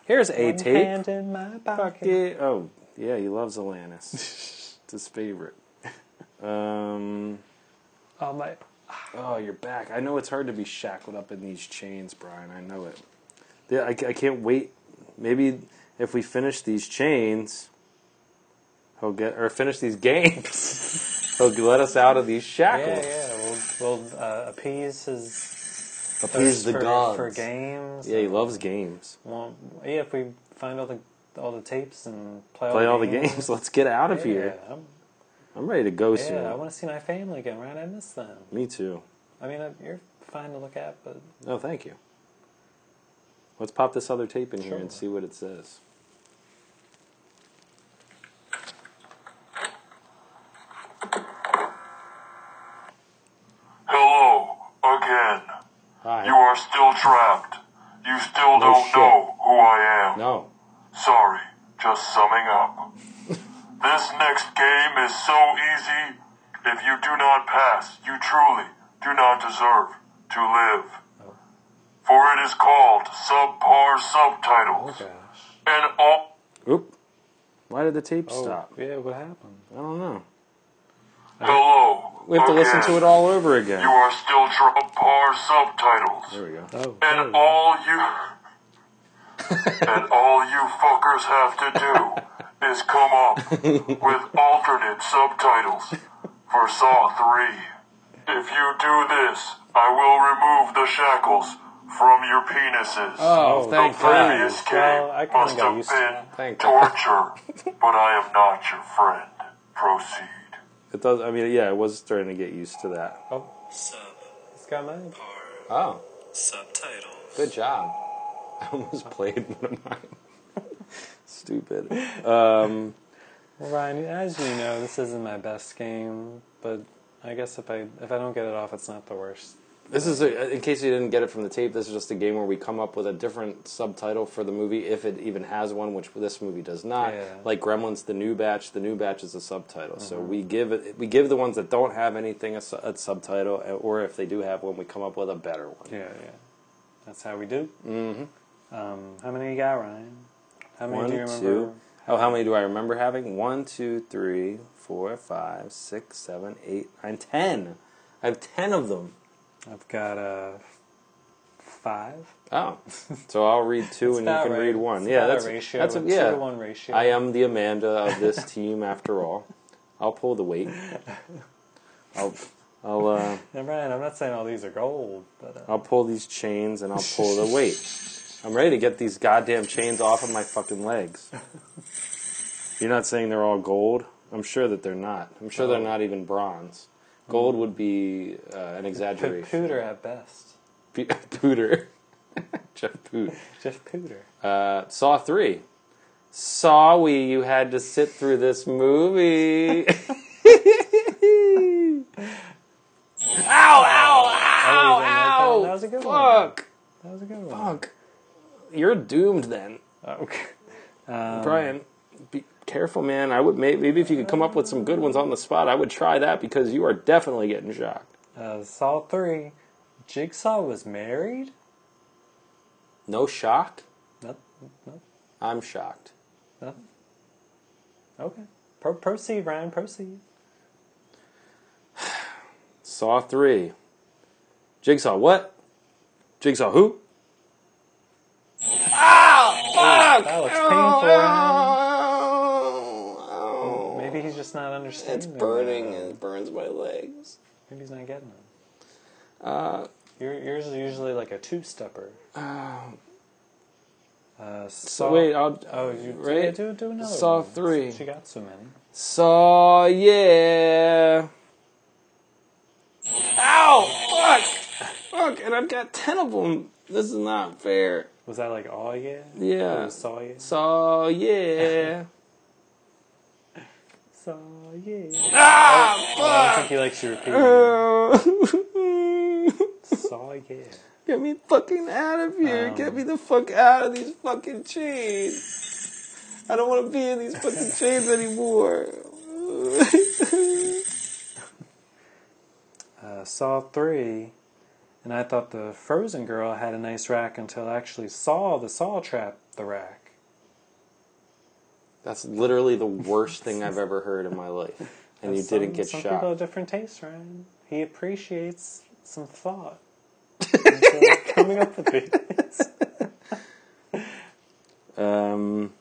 Here's a tape. Hand in my pocket. Yeah, Oh, yeah, he loves Alanis. it's his favorite. Um, Oh my. oh, you're back. I know it's hard to be shackled up in these chains, Brian. I know it. Yeah, I, I can't wait. Maybe if we finish these chains, he'll get, or finish these games, he'll let us out of these Yeah, shackles. yeah. We'll, we'll uh, appease his Appease thirst the for, gods. for games. Yeah, he loves games. Well, yeah, if we find all the all the tapes and play, Play all all the games. Let's get out of Yeah, here. I'm- I'm ready to go yeah, soon. I want to see my family again, right? I miss them. Me too. I mean, you're fine to look at, but No, thank you. Let's pop this other tape in here and see what it says. Hello, again. Hi. You are still trapped. You still No don't shit. know who I am. No. Sorry, just summing up. this next game is so easy. If you do not pass, you truly do not deserve to live. For it is called subpar subtitles. gosh. And all. Oop. Why did the tape stop? oh, Yeah, what happened? I don't know. Hello. We have to listen again. to it all over You again. are still subpar subtitles. There we go. Hmm. Oh, And all you and all you fuckers have to do is come up with alternate subtitles for Saw 3. If you do this, I will remove the shackles from your penises. Oh, the thank God. previous Well, I game kinda must got have used to been Thank God. torture, but I am not your friend. Proceed. It does. I mean, yeah, I was starting to get used to that. it's got mine. Oh, subtitles. good job. I almost played one of mine. Stupid. Well, Ryan, as you know, this isn't my best game, but I guess if I if I don't get it off, it's not the worst. This is, a, in case you didn't get it from the tape, this is just a game where we come up with a different subtitle for the movie, if it even has one, which this movie does not. Yeah. Like Gremlins, the new batch, the new batch is a subtitle. So Mm-hmm. we give it, we give the ones that don't have anything a, su- a subtitle, and- or if they do have one, we come up with a better one. Yeah, yeah. That's how we do. Mm-hmm. Um, how many you got, Ryan? How many One, do you remember? two. Oh, how many do I remember having? One, two, three, four, five, six, seven, eight, nine, ten. I have ten of them. I've got uh, five. Oh, so I'll read two and you about can right. read one. It's yeah, about a that's ratio, That's a two to one ratio. I am the Amanda of this team after all. I'll pull the weight. I'll I'll uh, And Ryan, I'm not saying all these are gold, but uh, I'll pull these chains and I'll pull the weight. I'm ready to get these goddamn chains off of my fucking legs. You're not saying they're all gold? I'm sure that they're not. I'm sure they're not even bronze. Gold would be uh, an P- exaggeration. Pooter at best. P- Pooter. Jeff Poot. Jeff Pooter. Uh, Saw 3. Saw we, you had to sit through this movie. Oh, ow! That was a good one. Fuck. That was a good one. Oh, Fuck. You're doomed then. Okay. Um, Brian, be careful, man. I would maybe, maybe if you could come up with some good ones on the spot, I would try that because you are definitely getting shocked. Uh, Saw 3. Jigsaw was married? No shock? No, no, I'm shocked. no. Okay. Pro- proceed, Ryan, proceed. Saw 3. Jigsaw what? Jigsaw who? That looks painful, Ryan. Oh, Maybe he's just not understanding. it's burning that. and it burns my legs. Maybe he's not getting it. Uh, Your, yours is usually like a two-stepper. Uh, Saw... um, So wait, I'll, Oh, you right? yeah, do, do another Saw one. three. She got so many. Saw yeah. Ow! Fuck! Fuck! And I've got ten of them. This is not fair. Was that like all yeah? Or Yeah. was Saw yeah? Saw yeah. Saw yeah. Ah, Oh, I don't think he likes you repeating. it. Saw yeah. Get me fucking out of here. Get me the fuck out of these fucking chains. I don't want to be in these fucking chains anymore. Uh, saw three, and I thought the Frozen girl had a nice rack until I actually saw the Saw trap the rack. That's literally the worst thing I've ever heard in my life. And you Some- didn't get some shot. people have different tastes, Ryan. He appreciates some thought. And so coming up with these. Um,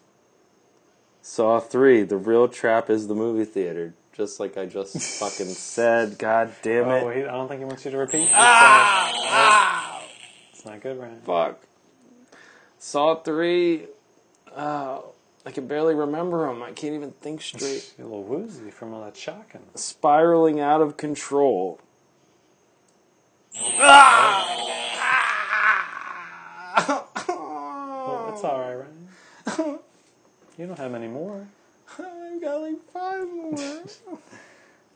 Saw 3, The Real Trap is the movie theater. Just like I just fucking said. God damn it. Oh, he, I don't think he wants you to repeat. Ah, It's not good, Ryan. Fuck. Saw 3, uh, I can barely remember them. I can't even think straight. You're a little woozy from all that shocking. Spiraling out of control. Well, it's all right, Ryan. you don't have any more. I've got like five more.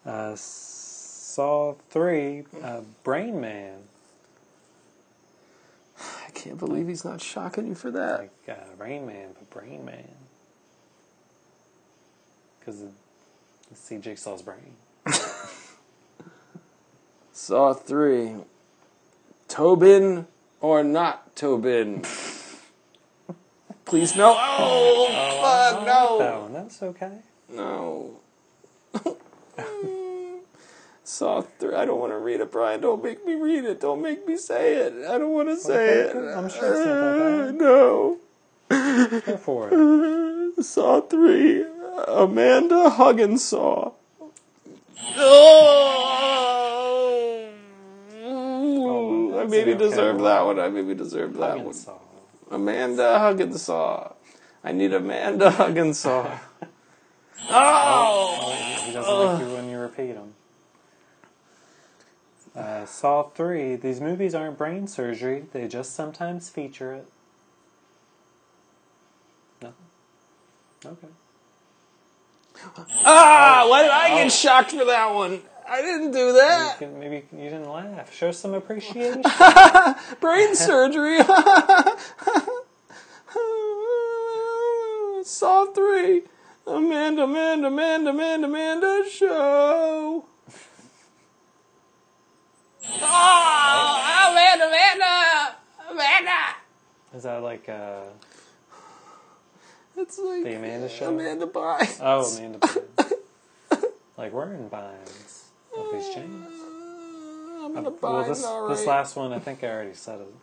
Uh, Saw three, uh, Brain Man. I can't believe he's not shocking you for that. Like uh, Rain Man, but Brain Man. Because see Jigsaw's brain. Saw 3, Tobin or not Tobin? Please no. Oh, fuck, no. That one, Oh, that's okay. No. Saw three. I don't want to read it, Brian. Don't make me read it. Don't make me say it. I don't want to say it. I'm sure it's not Uh, that no. Go for it. Saw three. Amanda Huggins saw. Oh, well, I that's maybe an okay deserved one. that one. I maybe deserved that one. Saw. Amanda Huggins saw. I need Amanda Huggins saw. Oh, he he doesn't like you when you repeat them. Uh, Saw 3. These movies aren't brain surgery, they just sometimes feature it. Nothing. Okay. Ah, why did I get shocked for that one? I didn't do You that. can, maybe you didn't laugh. Show some appreciation. Brain surgery. Saw three. Amanda, Amanda, Amanda, Amanda, Amanda show. Oh, Amanda, Amanda, Amanda. Is that like uh, It's like the Amanda show? Amanda Bye. Oh, Amanda Bynes. like we're in binds of these chains. Uh, I'm in a bind Well, this Uh, all this right. last one, I think I already said it.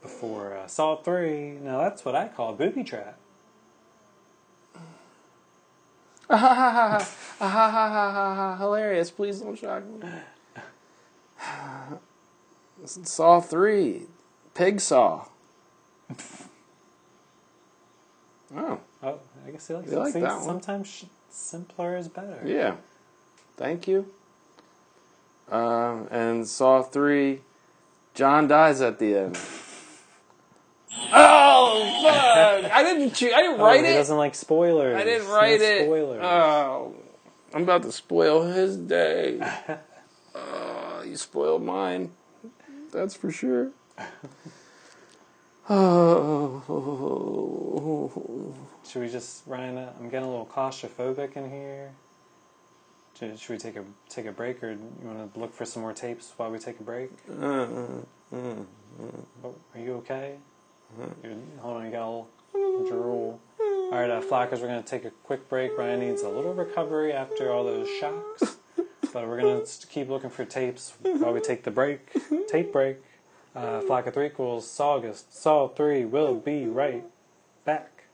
before uh, Saw 3. Now that's what I call a booby trap. hilarious. Please don't shock me. saw three, pig saw. oh Oh, I guess he likes You like See, that one. Sometimes sh- simpler is better. yeah, thank you. Um, and saw three, John dies at the end. oh fuck! I didn't. Choo- I didn't Oh, write he it. doesn't like spoilers. I didn't No write it. Spoilers. Oh, I'm about to spoil his day. oh, you spoiled mine. That's for sure. Oh, Should we just, Ryan? uh, I'm getting a little claustrophobic in here. Should, should we take a take a break, or you want to look for some more tapes while we take a break? Oh, are you okay? You're, hold on, you got a little drool. All right, uh, Flockers, we're gonna take a quick break. Ryan needs a little recovery after all those shocks, but we're gonna s- keep looking for tapes while we take the break. Tape break. Uh, Flock of Three equals Saugus. Saw Three will be right back.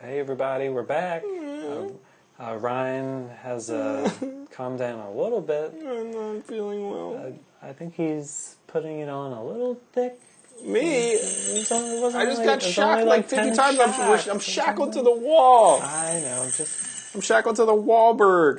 Hey everybody, we're back. Mm-hmm. Uh, uh, Ryan has uh, calmed down a little bit. I'm not feeling well. I think he's putting it on a little thick. Me, It's only- it wasn't I just really- got it was shocked only like 10 fifty times. I'm, shots. I'm shackled to the wall. I know, just I'm shackled to the Wahlberg,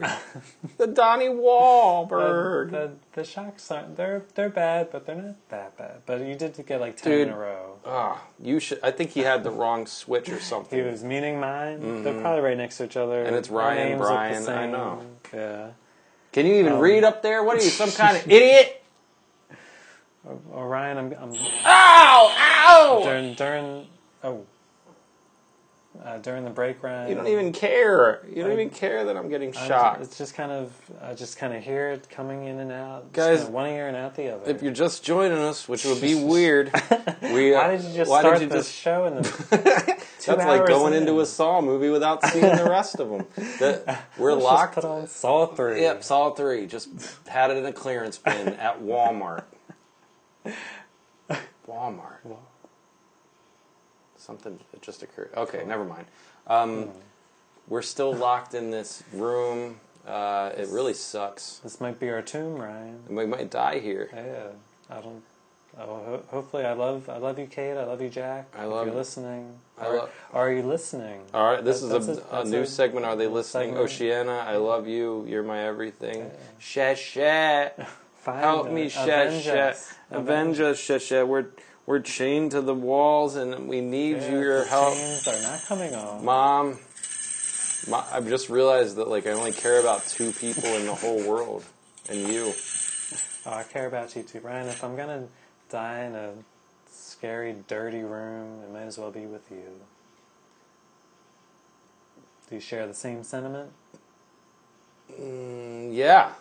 the Donnie Wahlberg. the, the shocks aren't they're they're bad, but they're not that bad. But you did get like ten in Dude. a row. Ah, you should. I think he had the wrong switch or something. He was meaning mine. They're probably right next to each other. Mm-hmm. And it's Our Ryan, names look the Brian, I same. know. Yeah. Can you even read up there? What are you, some kind of idiot? Oh, Ryan, I'm, I'm Ow! Ow! during during oh uh, during the break, Ryan. You don't even care. You don't even care that I'm getting I'm- shocked. It's just kind of I just kind of hear it coming in and out, Guys, just kinda one ear and out the other. if you're just joining us, which would be weird, we, uh, Why did you just why did start you this just- show and then two that's like hours going in? into a Saw movie without seeing the rest of them. That, we're Just locked. put on Saw three. Yep, Saw three. Just had it in a clearance bin at Walmart. Walmart. Something that just occurred. Okay, never mind. Um, we're still locked in this room. Uh, it really sucks. This might be our tomb, Ryan. We might die here. Yeah, I don't. Oh, ho- hopefully, I love I love you, Kate. I love you, Jack. I love- you listening. I Are- love- Are you listening? All right, this is That's a, a- a that's new a segment. Are they listening? segment. Oceana, I love you. You're my everything. Shat shat. Find Help us. me, shat Avenge shat. us. Avenge us, shat shat. We're we're chained to the walls, and we need Yeah, your the help. chains are not coming off. Mom, my, I've just realized that like I only care about two people in the whole world, and you. Oh, I care about you too, Ryan. If I'm gonna die in a scary, dirty room, it might as well be with you. Do you share the same sentiment? Mm, Yeah.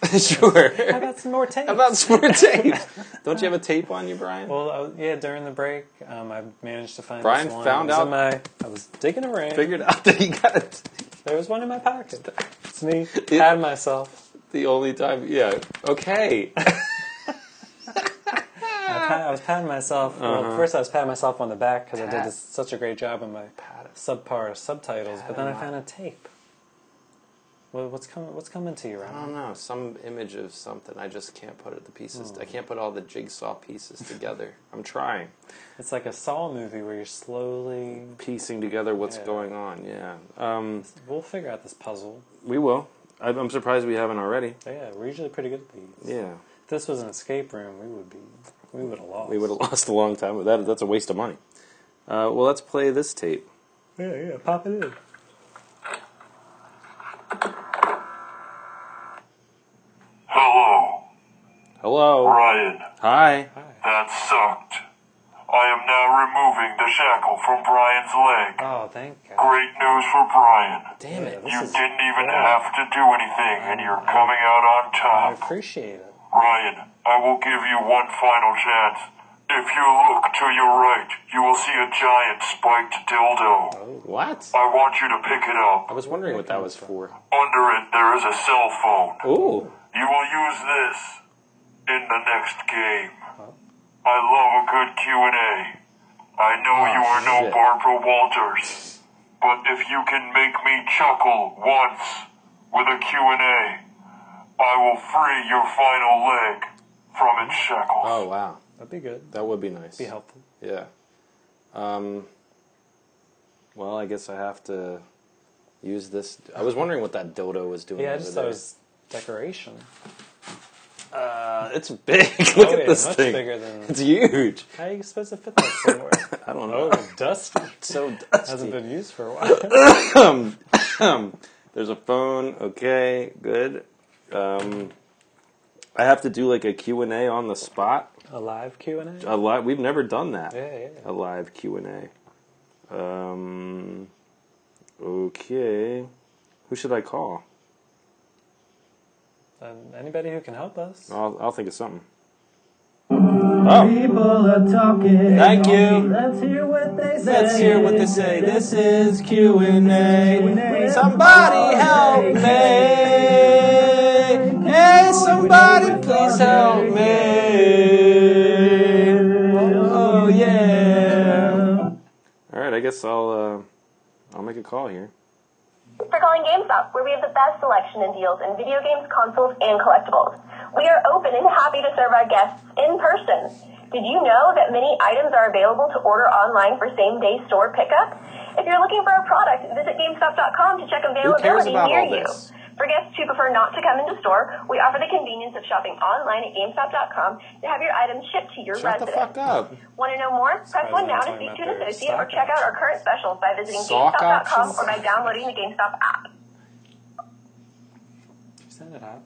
sure. How about some more tape? How about some more tape? Don't you have a tape on you, Brian? Well, uh, yeah. During the break, um, I managed to find. Brian this one. found It was out- in my. I was digging around. Figured out that you got it. There was one in my pocket. It's me. Yeah. Had myself. The only time, yeah. Okay. I, pat, I was patting myself. Uh-huh. Well, first I was patting myself on the back because I did this, such a great job on my subpar subtitles. but then I found a tape. Well, what's coming? What's coming to you, I Ryan? don't know, some image of something. I just can't put it the pieces. I can't put all the jigsaw pieces together. I'm trying. It's like a Saw movie where you're slowly. Piecing together what's Yeah. going on, yeah. Um, We'll figure out this puzzle. we will. I'm I'm surprised we haven't already. Yeah, we're usually pretty good at these. Yeah. If this was an escape room, we would be. We would have lost. We would have lost a long time. That, that's a waste of money. Uh, well, let's play this tape. Yeah, yeah. Pop it in. Hello, Hello. Ryan. Hi. That sucked. I am now removing the shackle from Brian's leg. Oh, thank God. Great news for Brian. Ah, Damn it. You This is, didn't even have to do anything, and you're coming out on I top. appreciate it. Ryan, I will give you one final chance. If you look to your right, you will see a giant spiked dildo. Oh. What? I want you to pick it I up. was wondering what that was for. Under it, there is a cell phone. Ooh. You will use this in the next game. I love a good Q&A. I know Oh, you are no shit. Barbara Walters, but if you can make me chuckle once with a Q&A, I will free your final leg from its shackles. Oh wow, That'd be good. that would be nice. Be helpful. Yeah. Um, well, I guess I have to use this. I was wondering what that dildo was doing. Yeah, I over just thought there. it was decoration. Uh, it's big. Look Oh, at yeah, this much thing. bigger than- It's huge. How are you supposed to fit that somewhere? I don't oh, know. dusty. It's so Hasn't dusty. been used for a while. There's a phone. Okay, good. Um, I have to do like a Q and A on the spot. a live Q and A. A live. We've never done that. Yeah, yeah. A live Q and A. Um, okay. Who should I call? Um, anybody who can help us. I'll, I'll think of something. People are talking. Oh. Thank you. Let's hear what they say. Let's hear what they say. This is Q and A. Q&A. Somebody help me. Hey, somebody, please help me. Oh yeah. All right, I guess I'll uh, I'll make a call here. Thanks for calling GameStop, where we have the best selection and deals in video games, consoles, and collectibles. We are open and happy to serve our guests in person. Did you know that many items are available to order online for same day store pickup? If you're looking for a product, visit GameStop.com to check cares availability about near all you. this? For guests who prefer not to come into store, we offer the convenience of shopping online at GameStop.com to have your items shipped to your Shut the residence. fuck up. Want to know more? Press 1 now to Surprising speak to we're talking about an their associate or stock check out our current specials by visiting Stock GameStop.com options? or by downloading the GameStop app. You sounded hot.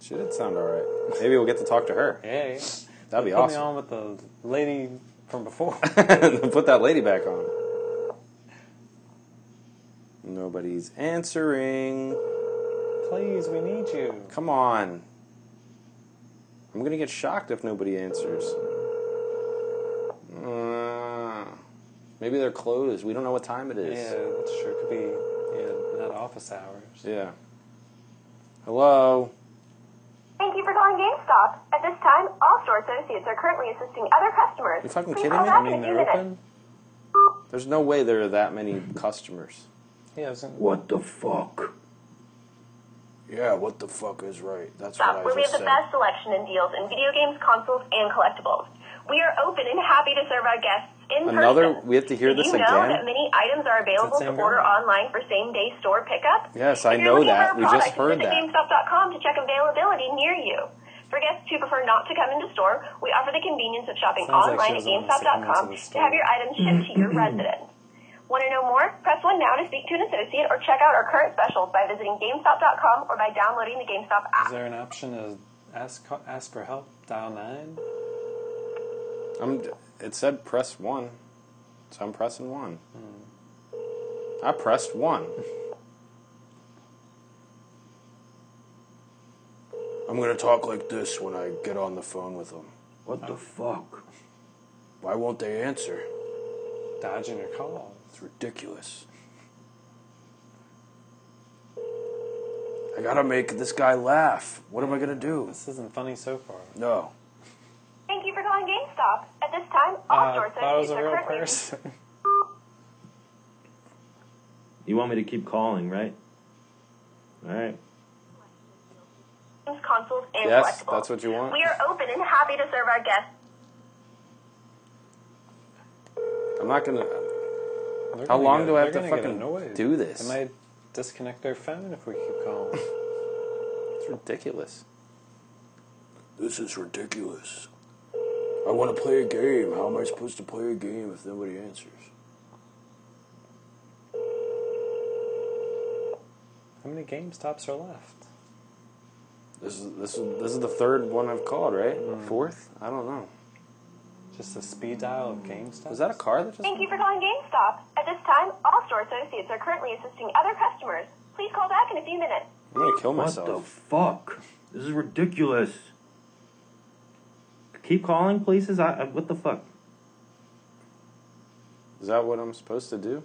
She did sound all right. Maybe we'll get to talk to her. Yeah, yeah. That'd be Put me awesome. on with the lady from before. Put that lady back on. Nobody's answering. Please, we need you. Come on. I'm gonna get shocked if nobody answers. Uh, maybe they're closed. We don't know what time it Yeah, is. that's true. Could be yeah, not office hours. Yeah. Hello. Thank you for calling GameStop. At this time, all store associates are currently assisting other customers. You fucking Please kidding call me? back I mean, in a few they're minutes. open. There's no way there are that many customers. Yeah, I was gonna- What the fuck? Yeah, what the fuck is right? That's what GameStop, where I we have just the said. best selection and deals in video games, consoles, and collectibles. We are open and happy to serve our guests in Another- person. we have to hear Did this you know again? that many items are available to same order guy. online for same-day store pickup? Yes, If I you're know looking that. for a We just product, heard visit that. GameStop.com to check availability near you. For guests who prefer not to come into store, we offer the convenience of shopping Sounds like she online at doesn't want us to come GameStop.com into the to have your items shipped to your residence. Want to know more? Press 1 now to speak to an associate or check out our current specials by visiting GameStop.com or by downloading the GameStop app. Is there an option to ask ask for help? Dial nine. I'm. It said press one, so I'm pressing one. I pressed one. I'm gonna talk like this when I get on the phone with them. What the fuck? Why won't they answer? Dodging your call. It's ridiculous. I gotta make this guy laugh. What am I gonna do? This isn't funny so far. No. Thank you for calling GameStop. At this time, all Uh, store I thought it associates was a are real currently. person. You want me to keep calling, right? All right. games, consoles, and Yes, collectibles. that's what you want. We are open and happy to serve our guests. I'm not gonna. They're How gonna long get- do I have they're to gonna get fucking annoyed. do this? They might disconnect their phone if we keep calling. It's ridiculous. This is ridiculous. I wanna play a game. How am I supposed to play a game if nobody answers? How many GameStops are left? This is this is this is the third one I've called, right? Mm. Fourth? I don't know. Just a speed dial of GameStop. Was that a car that just? Thank you for calling GameStop. At this time, all store associates are currently assisting other customers. Please call back in a few minutes. I'm gonna kill What myself. the fuck? This is ridiculous. Keep calling places. I, I what the fuck? is that what I'm supposed to do?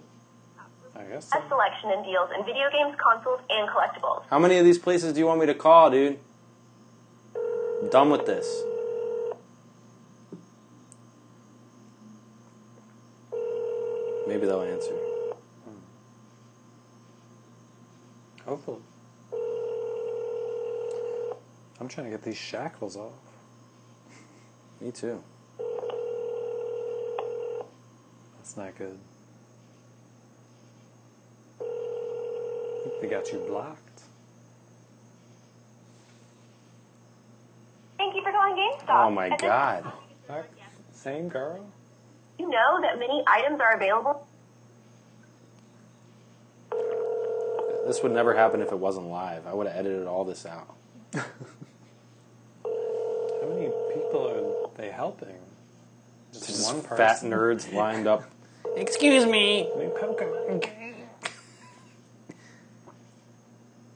I guess. A So. selection and deals in video games, consoles, and collectibles. How many of these places do you want me to call, dude? Done with this. Maybe they'll answer. Hopefully. I'm trying to get these shackles off. Me too. That's not good. I think They got you blocked. Thank you for calling GameStop. Oh my At this god. Fuck. Same girl? You know that many items are available. This would never happen if it wasn't live. I would have edited all this out. How many people are they helping? Just, Just one person. fat nerds lined up. Excuse me. New Pokemon game.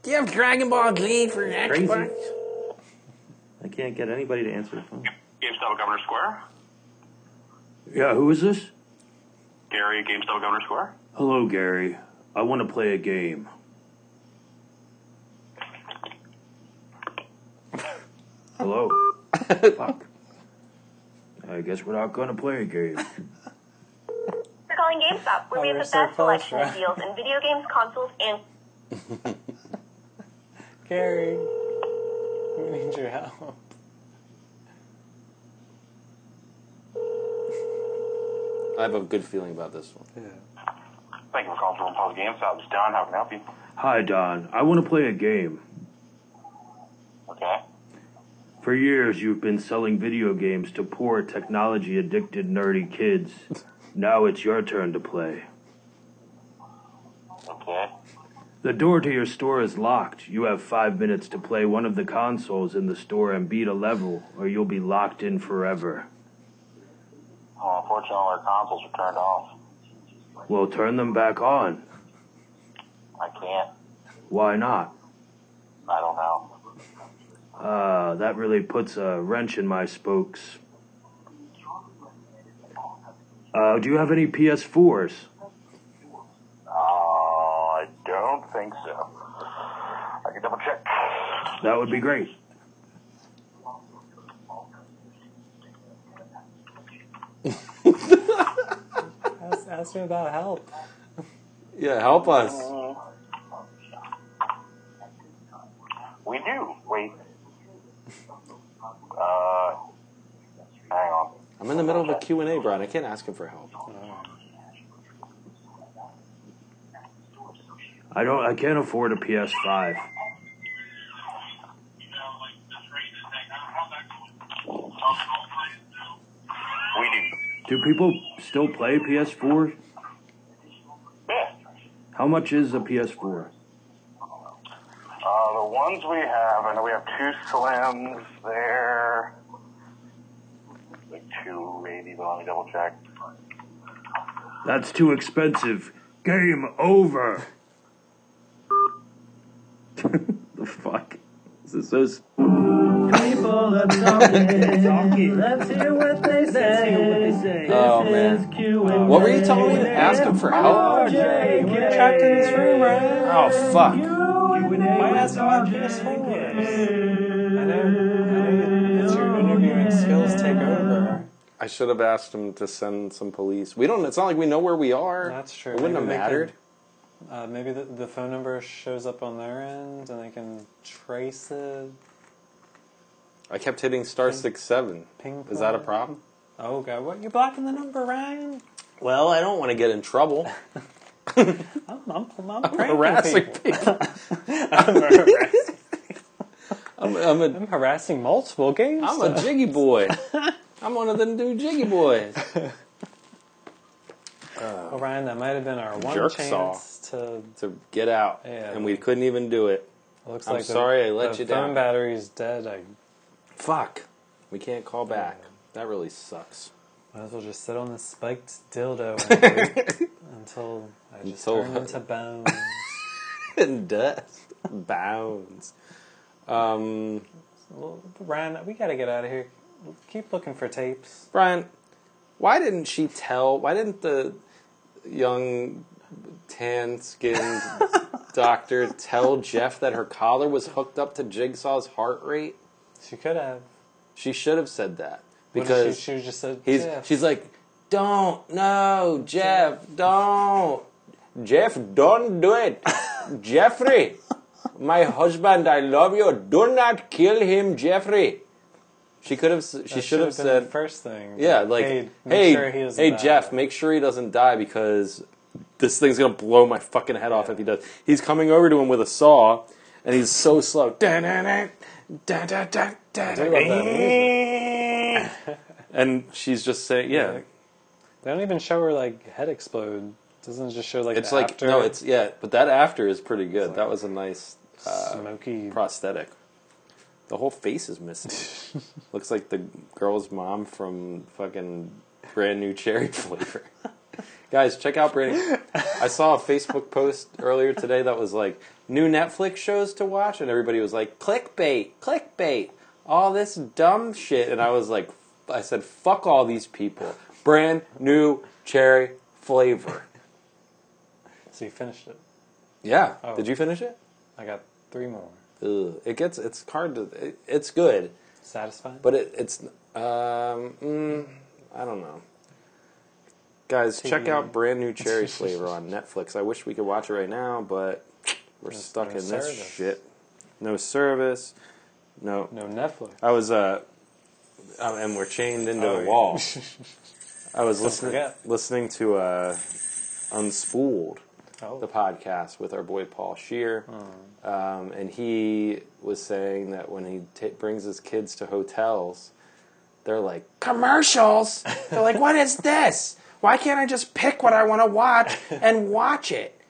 Do you have Dragon Ball Z for Crazy. I can't get anybody to answer the phone. GameStop at Governor Square. Yeah, who is this? Gary, GameStop at Governor Square. Hello, Gary. I want to play a game. Hello. Fuck. I guess we're not gonna play a game. For calling GameStop, where Oh, we we're have the so best close, selection of right? deals in video games, consoles, and Gary, we need your help. I have a good feeling about this one. Yeah. Thank you for calling Jerome Paul's GameStop. This is Don. How can I help you? Hi, Don. I want to play a game. Okay. For years, you've been selling video games to poor, technology addicted, nerdy kids. Now it's your turn to play. Okay. The door to your store is locked. You have five minutes to play one of the consoles in the store and beat a level, or you'll be locked in forever. Well, unfortunately, all our consoles are turned off. Well, turn them back on. I can't. Why not? I don't know. Uh, that really puts a wrench in my spokes. Uh, do you have any PS4s? Uh, I don't think so. I can double check. That would be great. Ask, ask me about help. Yeah, help us. We do. Wait. Uh, hang on. I'm in the middle of a Q&A, Brian. I can't ask him for help. I don't. I can't afford a PS5. We do. Do people still play PS4? Yeah. How much is a PS4? Uh, the ones we have, I know we have two slims there. Like 280, but let me double check. That's too expensive. Game over. the fuck? This is so. s- People are talking. Let's hear what they say. Oh, man. What were you telling me to ask him Oh, for help? We're trapped in this room, right? Oh, fuck. Why ask about PS4s? I know, I know that your interviewing skills take over. I should have asked him to send some police. We don't, it's not like we know where we are. That's true. It wouldn't Maybe have they could- mattered. Uh, maybe the, the phone number shows up on their end and they can trace it. I kept hitting star six seven. Ping Is that a pong. problem? Oh god, what? You're blocking the number, Ryan? Well, I don't want to get in trouble. I'm, I'm, I'm, pranking harassing people. people. I'm, I'm a I'm harassing multiple games. I'm a jiggy boy. I'm one of the new jiggy boys. Oh, Ryan, that might have been our one Jerk saw. chance to. To get out, Yeah. and we couldn't even do it. It looks I'm like the- sorry I let the you phone down. battery's dead. I Fuck. We can't call back. That really sucks. might as well just sit on this spiked dildo and wait until I just Until- turn into bone. And dust bounds. Um, Well, Ryan, we gotta get out of here. Keep looking for tapes. Brian, why didn't she tell? Why didn't the young tan-skinned doctor tell Jeff that her collar was hooked up to Jigsaw's heart rate? She could have. She should have said that What if because she, she was just said, he's "Jeff." she's like, don't no, Jeff, don't, Jeff, don't do it, Jeffrey, my husband, I love you. Do not kill him, Jeffrey. She could have. s- She should That have should've been said the first thing. yeah, like hey, hey, make hey, sure he doesn't die. Jeff, make sure he doesn't die because this thing's gonna blow my fucking head off if he does. He's coming over to him with a saw, and he's so slow. Da-da-da, da-da-da, da-da-da. And she's just saying, yeah, They don't even show her like head explode. Doesn't it just show like it's the like after? no, it's yeah, but that after is pretty good. that was a nice uh, smoky prosthetic. The whole face is missing. Looks like the girl's mom from fucking brand new cherry flavor. Guys, check out brand. I saw a Facebook post earlier today that was like new Netflix shows to watch, and everybody was like clickbait, clickbait, all this dumb shit, and I was like, I said fuck all these people. Brand new cherry flavor. So you finished it. Yeah. Oh. Did you finish it? I got three more. Ugh. It gets. It's hard to. It, it's good, Satisfied? but it, it's. Um. Mm, I don't know. Guys, check you- out brand new cherry flavor on Netflix. I wish we could watch it right now, but we're stuck no in service. this shit. No service. No. no Netflix. I was uh, um, and we're chained into Oh, the yeah. wall. I was listening forget. listening to uh, Unspooled, Oh. the podcast with our boy Paul Shear, um, and he was saying that when he ta brings his kids to hotels, they're like commercials. they're like, "What is this? Why can't I just pick what I want to watch and watch it?"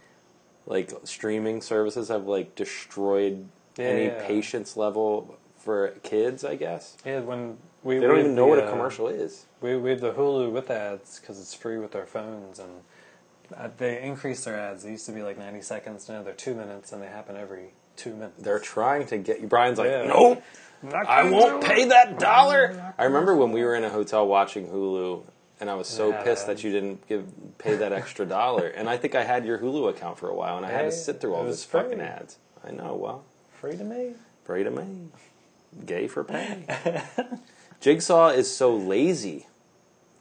Like streaming services have like destroyed any Yeah. patience level for kids, I guess. Yeah, when we They don't we even have know the, what a uh, commercial is. We we have the Hulu with ads because it's free with our phones, and uh, they increase their ads. They used to be like ninety seconds, now they're two minutes, and they happen every two minutes. They're trying to get you. Brian's like, Yeah. nope, I won't pay that dollar. I remember when we were in a hotel watching Hulu, and I was so Yeah. pissed that you didn't give pay that extra dollar. And I think I had your Hulu account for a while, and I had Hey, to sit through all it this was free. fucking ads. I know. Well, free to me. pray to me, gay for pay. Jigsaw is so lazy.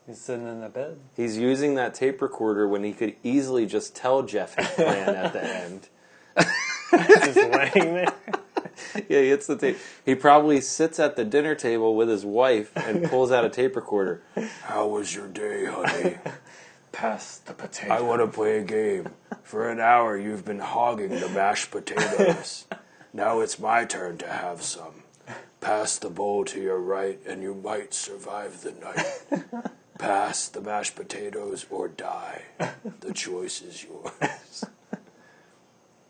He's sitting in the bed. He's using that tape recorder when he could easily just tell Jeff his plan at the end. just laying there. Yeah, he hits the tape. He probably sits at the dinner table with his wife and pulls out a tape recorder. How was your day, honey? Pass the potato. I want to play a game. For an hour, you've been hogging the mashed potatoes. Now it's my turn to have some. Pass the bowl to your right, and you might survive the night. Pass the mashed potatoes or die. The choice is yours.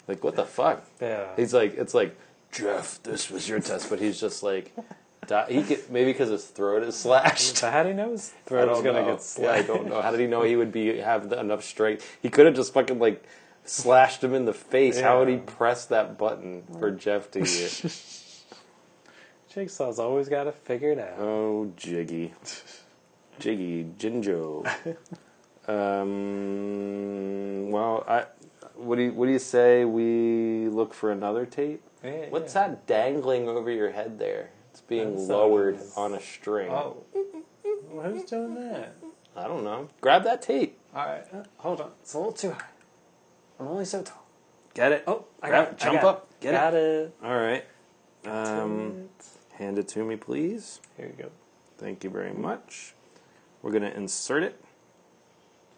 Like, what the fuck? Yeah. He's like, it's like, Jeff, this was it's your test, but he's just like, di- he could, maybe because his throat is slashed. so how do you know his I throat don't is gonna know. get Yeah, I slashed? don't know. How did he know he would be have the, enough strength? He could have just fucking like slashed him in the face. How would he Yeah. press that button for Jeff to get? Jigsaw's always got it figured out. oh, Jiggy, Jiggy Jinjo. Um. Well, I. What do you What do you say we look for another tape? Yeah, What's yeah. that dangling over your head there? It's being That's, uh, lowered on a string. Oh, who's doing that? I don't know. Grab that tape. All right, uh, hold on. It's a little too high. I'm only so tall. Get it. Oh, I Grab it. got it. I Jump got up. It. Get got it. All right. Um, hand it to me, please. Here you go. Thank you very much. We're gonna insert it.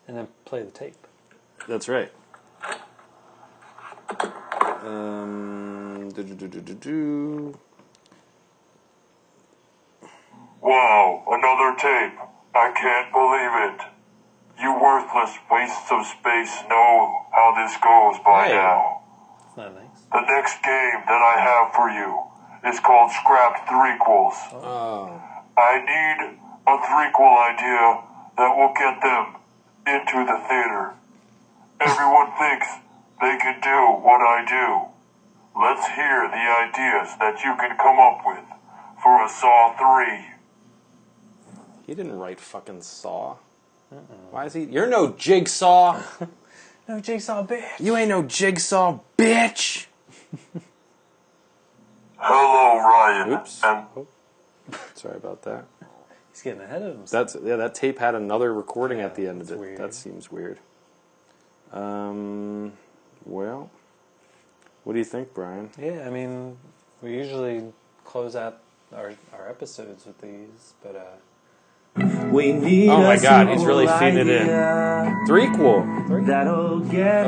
And then play the tape. That's right. Um, do-do-do-do-do-do. Wow, another tape. I can't believe it. You worthless wastes of space know how this goes by Hey. now. It's not nice. The next game that I have for you is called Scrapped Threequels. I need a threequel idea that will get them into the theater. Everyone thinks they can do what I do. Let's hear the ideas that you can come up with for a Saw 3. He didn't write fucking Saw. Why is he? You're no jigsaw. No jigsaw bitch. you ain't no jigsaw, bitch. Hello, Ryan Oops. and Sorry about that. He's getting ahead of himself. That's yeah. That tape had another recording at the end of that's it. weird. That seems weird. Um. Well, what do you think, Brian? Yeah, I mean, we usually close out our, our episodes with these, but uh, We need Oh my a God, he's really simple feeding it in. idea Threequel. That'll get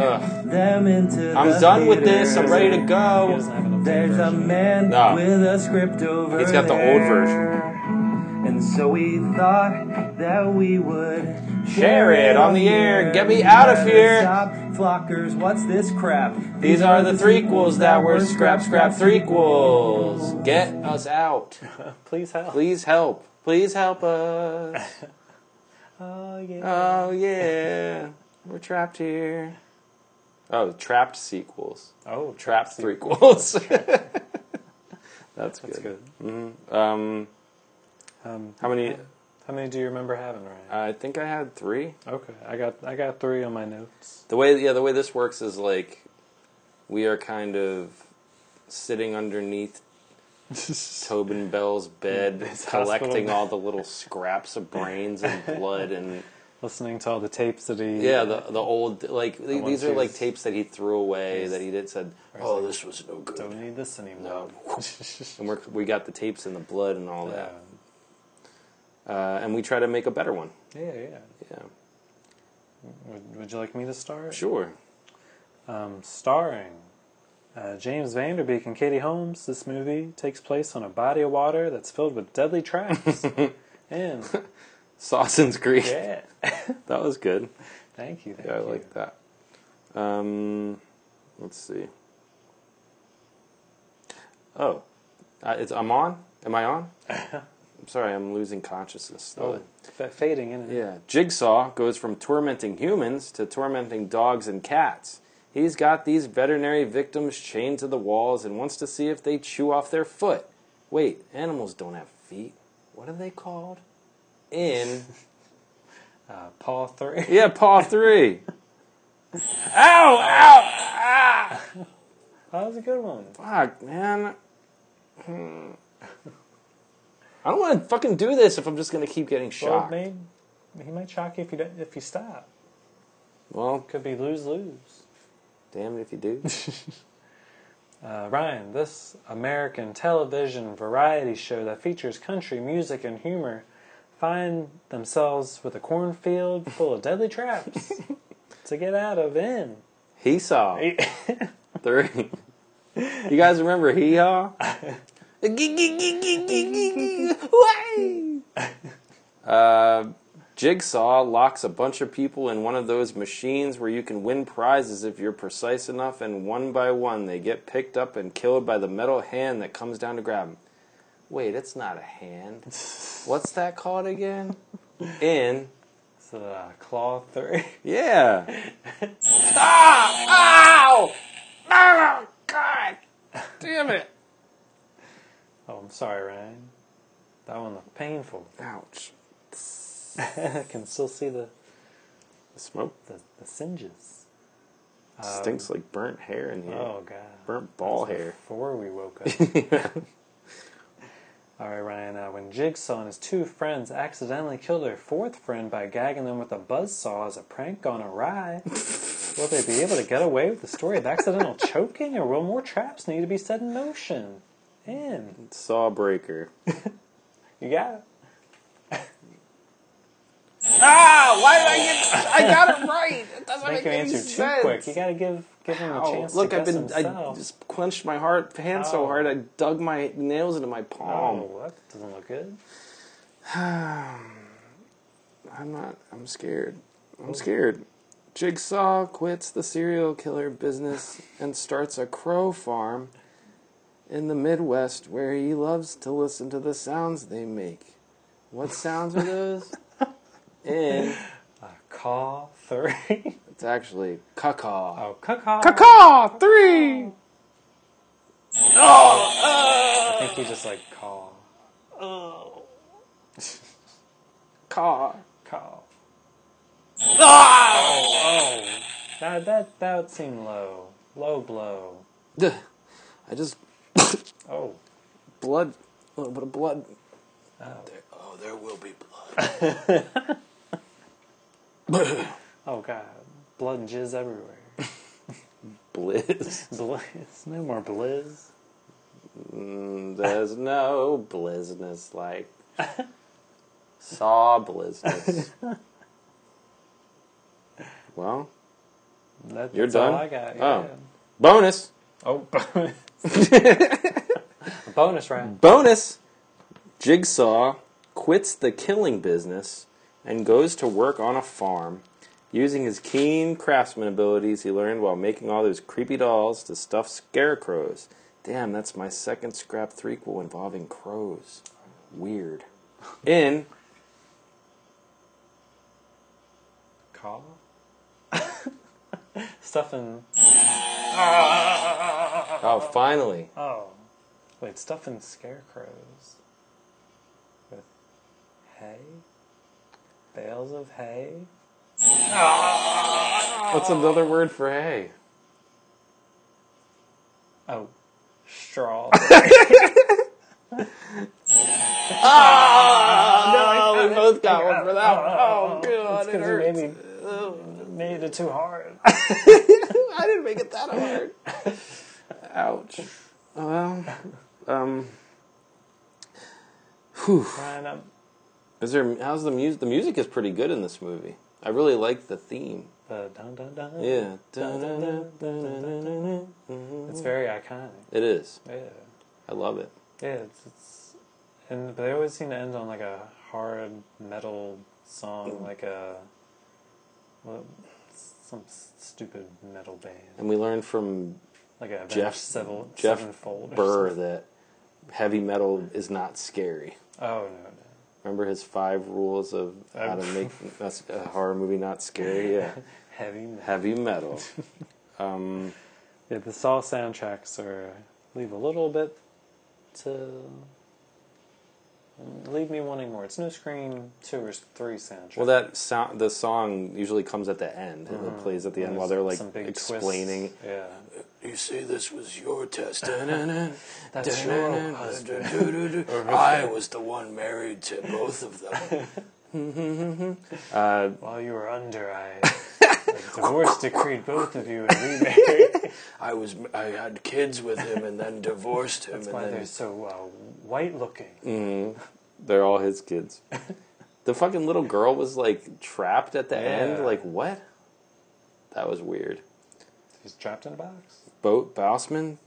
them into I'm the done with this. I'm theater. ready to go. There's a man No. with a script over He's got the there. old version. And so we thought that we would Share it on the air. Get me out of here. Stop flockers. What's this crap? These are the threequels that were scrap scrap threequels. Get us out. please help. Please help. Please help us. Oh, yeah. Oh yeah. We're trapped here. Oh, trapped sequels. oh, Trapped threequels. That's good. That's good. Mhm. Um, Um, how many? how many do you remember having, Ryan? I think I had three. Okay, I got I got three on my notes. The way yeah, the way this works is like we are kind of sitting underneath Tobin Bell's bed, His collecting hospital all the little scraps of brains and blood and Listening to all the tapes that he yeah, the the old like th- ones these are like he's- tapes that he threw away that he did said, "Oh, like, this was no good." don't need this anymore. And we're, we got the tapes and the blood and all that, Um, uh, and we try to make a better one. yeah, yeah. Yeah, Would, would you like me to start? sure. um, starring uh, James Vanderbeek and Katie Holmes. This movie takes place on a body of water that's filled with deadly traps. and Sawson's Creek. yeah, That was good. thank you. Thank Yeah, I you. like that. Um, let's see. Oh, uh, it's I'm on. Am I on? I'm sorry, I'm losing consciousness slowly. Oh, f- fading in. Yeah, Jigsaw goes from tormenting humans to tormenting dogs and cats. He's got these veterinary victims chained to the walls and wants to see if they chew off their foot. Wait, animals don't have feet. What are they called? In Uh, Paw three. yeah, paw three. ow! Ow! That was a good one. Fuck, man. Hmm. I don't want to fucking do this if I'm just gonna keep getting Well, shocked. maybe, he might shock you if you don't, if you stop. Well, Could be lose lose. damn it if you do. Uh, Ryan, this American television variety show that features country music and humor find themselves with a cornfield full of deadly traps to get out of in. He saw three. You guys remember Hee Haw? Uh, Jigsaw locks a bunch of people in one of those machines where you can win prizes if you're precise enough, and one by one they get picked up and killed by the metal hand that comes down to grab them. Wait, it's not a hand. What's that called again? In. So, uh, claw three. Yeah. ah! Ow! Oh, God! Damn it! Oh, I'm sorry, Ryan. That one looked painful. Ouch. I can still see the, The smoke the, the singes. stinks like burnt hair in here. Um, Oh, God. burnt ball That was hair. Before we woke up. All right, Ryan. Uh, when Jigsaw and his two friends accidentally kill their fourth friend by gagging them with a buzzsaw as a prank gone awry, will they be able to get away with the story of accidental choking, or will more traps need to be set in motion? And Saw breaker. you got it. Ah, why did I get? I got it right. It doesn't Make make your any answer sense. too quick. You gotta give give him a Oh, chance. look, to I've guess been I himself. just clenched my heart hand so Oh. hard I dug my nails into my palm. Oh, that doesn't look good. Oh. I'm not. I'm scared. I'm scared. Jigsaw quits the serial killer business and starts a crow farm in the Midwest where he loves to listen to the sounds they make. What sounds are those? In Caw three. it's actually caw. Oh, caw. Caw three. I think he just like caw Caw. caw. Ah! Oh, oh, that that that would seem low, low blow. Ugh. I just Oh, blood. A little bit of blood. There- oh, there will be blood. oh god, blood and jizz everywhere. Blizz. Blizz. No more blizz. Mm, there's no blizzness like saw blizzness. Well, That, You're that's done? all I got. Oh. Yeah. bonus. Oh, bonus. bonus round. Bonus. Jigsaw quits the killing business and goes to work on a farm. Using his keen craftsman abilities he learned while making all those creepy dolls to stuff scarecrows. Damn, that's my second scrap threequel involving crows. Weird. In Call. Stuffing. Oh, finally. Oh. Wait, stuffing scarecrows. With hay? Bales of hay? What's another word for hay? Oh. Straw. Oh, we both got one for that one. Oh, It's God, it because you made hurts. me, made it too hard. I didn't make it that hard. Ouch. Well, um, Ryan, I'm, is there? How's the music? The music is pretty good in this movie. I really like the theme. the dun dun dun. Yeah. It's very iconic. It is. Yeah. I love it. Yeah, it's, it's and but they always seem to end on like a hard metal Mm. song, like a well, some s- stupid metal band, And we learned from like a Jeff- Jeff Civil Jeff Sevenfold or Burr that heavy metal is not scary. something. Oh no, no. Remember his five rules of how Um, to make a horror movie not scary? Yeah. heavy metal. Heavy metal. Um, Yeah, the Saw soundtracks are leave a little bit to mm, leave me wanting more. It's no Scream two or three soundtrack. Well, that sound, the song usually comes at the end. It plays at the end while they're like Uh-huh. Some big twists. explaining. Yeah, You say this was your test. That's that's your husband. I was the one married to both of them. While you were under, I like, divorce decreed both of you and remarried. I was I had kids with him and then divorced him That's and why then they're so uh, white looking. They're all his kids. the fucking little girl was like trapped at the end. Yeah. Like what? That was weird. He's trapped in a box. Bo- Bausman,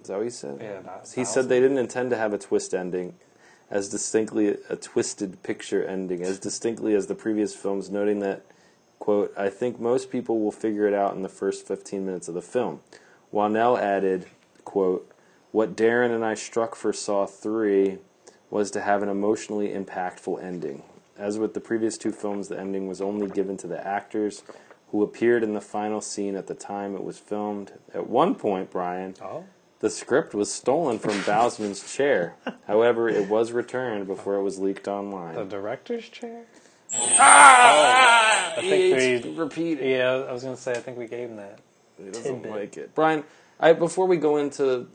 is that what he said? Yeah, Baus- He said they didn't intend to have a twist ending, as distinctly a twisted picture ending, as distinctly as the previous films, noting that, quote, I think most people will figure it out in the first 15 minutes of the film. Wanell added, quote, what Darren and I struck for Saw 3 was to have an emotionally impactful ending. As with the previous two films, the ending was only given to the actors who appeared in the final scene at the time it was filmed. At one point, Brian, Oh, the script was stolen from Bowsman's chair. However, it was returned before it was leaked the online. director's chair. Oh, Ah! I think He we- repeat it. Yeah, I was gonna say I think we gave him that. He doesn't tidbit. like it. Brian, I, before we go into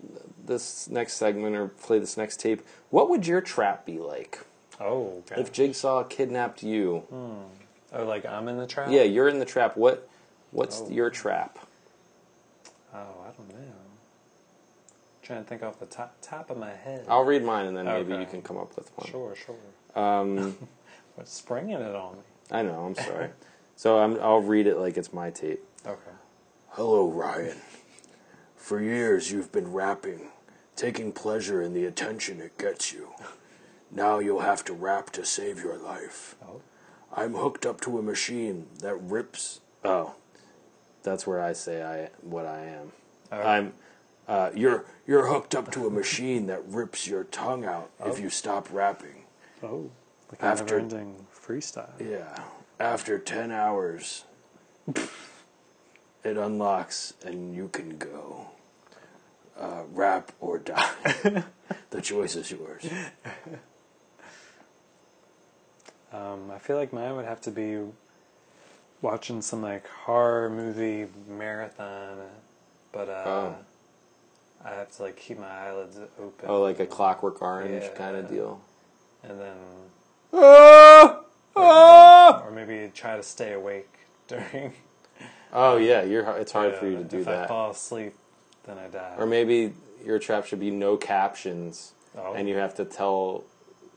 this next segment or play this next tape, what would your trap be like Oh, God. if Jigsaw kidnapped you? oh, like I'm in the trap. Yeah, you're in the trap. What? What's your trap? Oh, I don't know. trying to think off the top top of my head. I'll read mine and then maybe Okay. you can come up with one. Sure, sure. Um, What's springing it on me? I know. I'm sorry. so I'm, I'll read it like it's my tape. Okay. Hello, Ryan. For years you've been rapping, taking pleasure in the attention it gets you. Now you'll have to rap to save your life. Oh. I'm hooked up to a machine that rips. Oh, That's where I say I what I am. I'm. Uh, you're you're hooked up to a machine that rips your tongue out if you stop rapping. Oh, like After- a never-ending freestyle. Yeah. After ten hours, it unlocks and you can go. Uh, rap or die. the choice is yours. Um, I feel like mine would have to be watching some like horror movie marathon, but uh, Oh. I have to like keep my eyelids open. Oh, like a Oh, Clockwork Orange Yeah. kind of deal. and then Ah! Ah! or maybe try to stay awake during. Oh yeah, you're. har- It's hard for you to if do I that. fall asleep, then I die. Or maybe your trap should be no captions, Oh. and you have to tell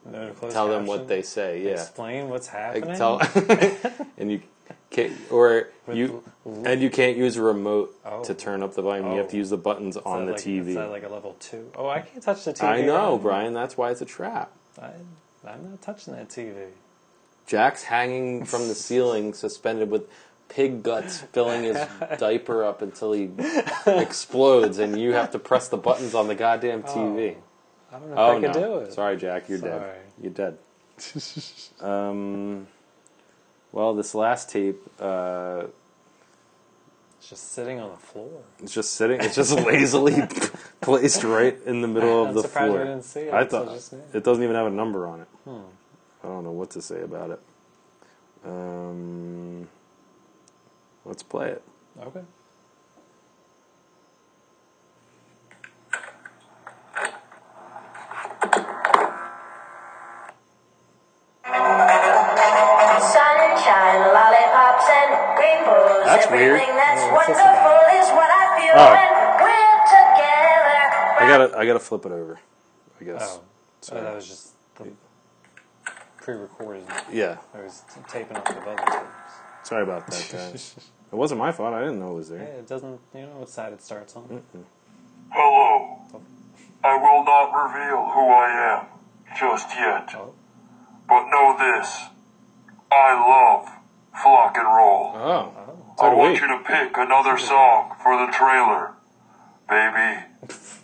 No tell closed them what caption? they say. Yeah, Explain what's happening. Like, tell, and you can't, or you and you can't use a remote Oh. to turn up the volume. You have to use the buttons Is on that the like, Is that TV. like a level two? Oh, I can't touch the TV. I know, right? Brian. That's why it's a trap. I, I'm not touching that TV. Jack's hanging from the ceiling, suspended with pig guts filling his diaper up until he explodes, and you have to press the buttons on the goddamn TV. I don't know if Oh, I can do it. Oh, Sorry, Jack, you're Sorry. dead. You're dead. um, well, this last tape, uh, It's just sitting on the floor. it's just sitting. It's just lazily placed right in the middle of I'm the surprised floor. we didn't see it I until thought just now. it doesn't even have a number on it. Hmm. I don't know what to say about it. Um, let's play it. Okay. Sunshine, lollipops, and rainbows. That's weird. Everything that's Oh, Yeah, what's this wonderful is what I feel Oh. when we're together. I gotta, I gotta flip it over. I guess. Oh, so that was just the pre-recorded. Yeah. I was taping off the other tapes. Sorry about that, guys. it wasn't my fault. I didn't know it was Yeah, there. it doesn't. You know what side it starts Mm, on? Hello. I will not reveal who I am just yet. Oh. But know this I love Flock and Roll. Oh. I want you to pick another song for the trailer, baby.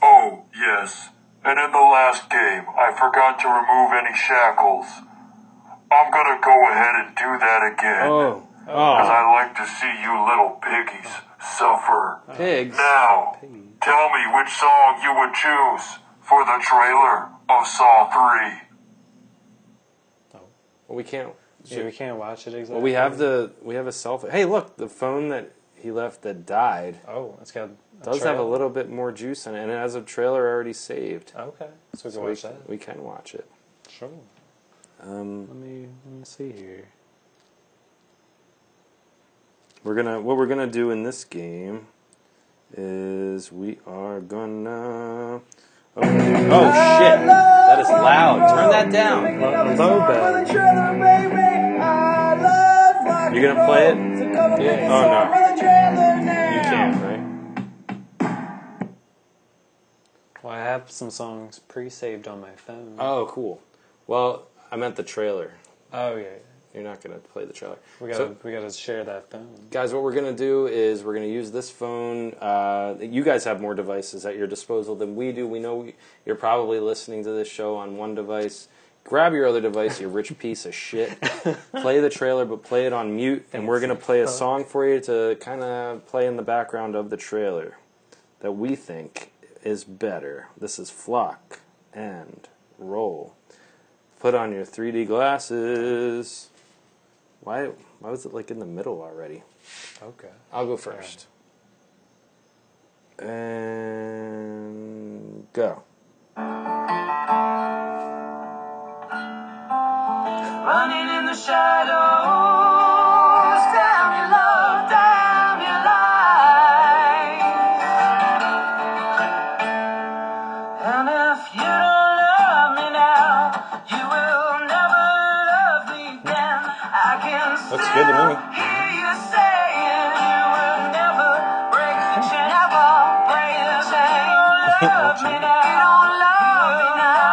Oh, yes. And in the last game, I forgot to remove any shackles. I'm gonna go ahead and do that again. Oh. Because I like to see you little piggies suffer. Pigs. Now, tell me which song you would choose for the trailer of Saw 3. Well, we can't. Yeah, we can't watch it exactly. Well, we have the we have a cell phone. Hey, look, the phone that he left that died Oh, it's got. A does have a trail. little bit more juice in it, and it has a trailer already saved. Okay, so we can we, watch that. we can watch it. Sure. Um, Let me let me see here. We're gonna what we're gonna do in this game is we are gonna oh, shit that is loud turn that down low bed you're gonna play it yeah. oh no you can't right Well, I have some songs pre-saved on my phone. oh cool well I meant the trailer Oh yeah, you're not gonna play the trailer we gotta So- we gotta share that phone. Guys, what we're going to do is we're going to use this phone. Uh, you guys have more devices at your disposal than we do. We know we, you're probably listening to this show on one device. Grab your other device, you rich piece of shit. play the trailer, but play it on mute, and we're going to play a song for you to kind of play in the background of the trailer that we think is better. This is Flock and Roll. Put on your 3D glasses. Why, why was it like in the middle already? Okay. I'll go first. And go. Running in the shadows, damn your love, damn your life. And if you don't love me now, you will never love me again. I can Looks good hear to me. you saying you will never break that you never play the same. Love me now, you don't love me now,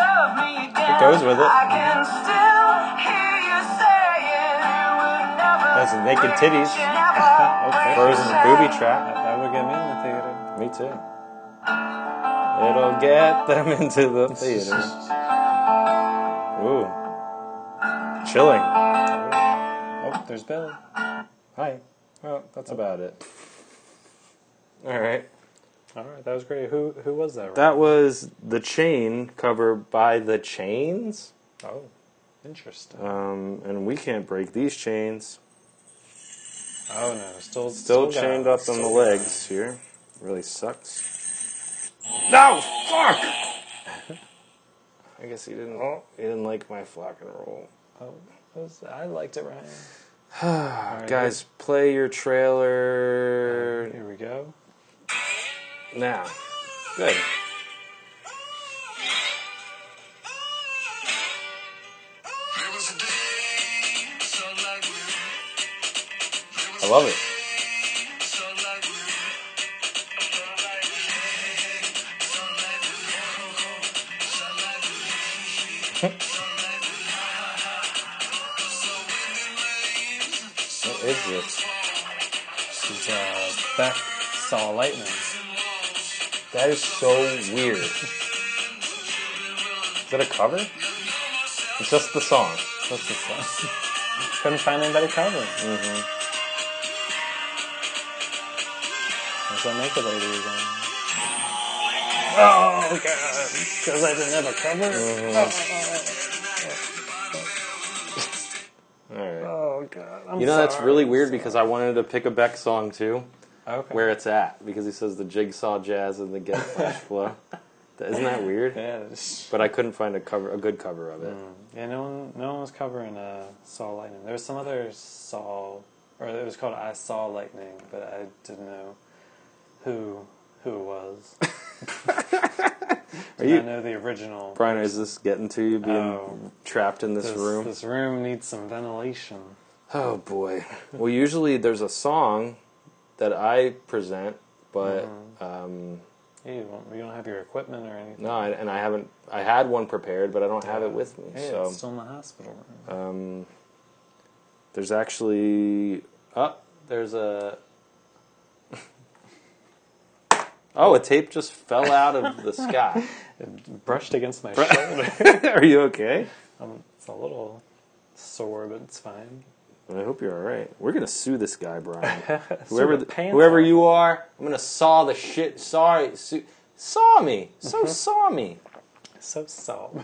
love me again. It goes with it. I can still hear you saying you will never That's naked titties. break that you never break Frozen the booby same. trap. That would get me in the theater. Me too. It'll get them into the theater. Ooh. Chilling. Oh, there's Billy. Hi. Well, that's about it. All right. All right, that was great. Who who was that? Right? That was The Chain cover by The Chains. Oh, interesting. Um, and we can't break these chains. Oh no, still Still got- chained up on the still legs here. Really sucks. No! Fuck! I guess he didn't. oh, He didn't like my flock and roll. Oh, that's- I liked it, Ryan. right, Guys, play your trailer Here we go. now. Good. I love it. What is this? This is uh, Beck Saw Lightning. That is so weird. Is that a cover? It's just the song. What's this song? Couldn't find anybody covering. Mm-hmm. There's that naked lady again. Oh, God. Because I didn't have a cover? Mm-hmm. All right. Oh, God. I'm you know that's sorry. really weird because I wanted to pick a Beck song too, Okay. where it's at because he says the jigsaw jazz and the get flash flow. Isn't that weird? Yeah. it is. But I couldn't find a cover, a good cover of it. Yeah, no one, no one was covering uh, Saw Lightning. There was some other Saw, or it was called I Saw Lightning, but I didn't know who who it was. Did you- I know the original? Brian, is this getting to you being Oh. trapped in this, room? This room needs some ventilation. Oh boy. well, usually there's a song that I present, but um, Hey, you don't, you don't have your equipment or anything. no, I- and I haven't. I had one prepared, but I don't have it with me. Hey, so it's still in the hospital room. Um, there's actually oh, there's a oh a tape just fell out of the sky. It brushed against my shoulder. Are you okay? Um, it's a little sore, but it's fine. I hope you're all right. We're gonna sue this guy, Brian. Sue whoever the th- pants whoever off. you are, I'm gonna saw the shit. Sorry, sue, saw me. So Mm-hmm. saw me. So salt.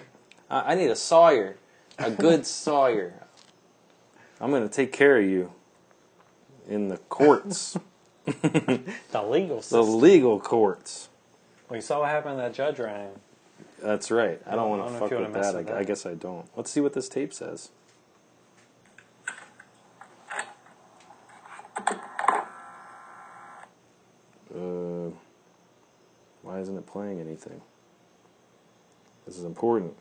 I I need a sawyer, a good sawyer. I'm gonna take care of you in the courts, The legal the system. legal courts. we saw what happened to that judge, Ryan. That's right. I don't want I to don't know fuck if you with wanna mess that. with I, I that. guess I don't. Let's see what this tape says. Uh, why isn't it playing anything? This is important.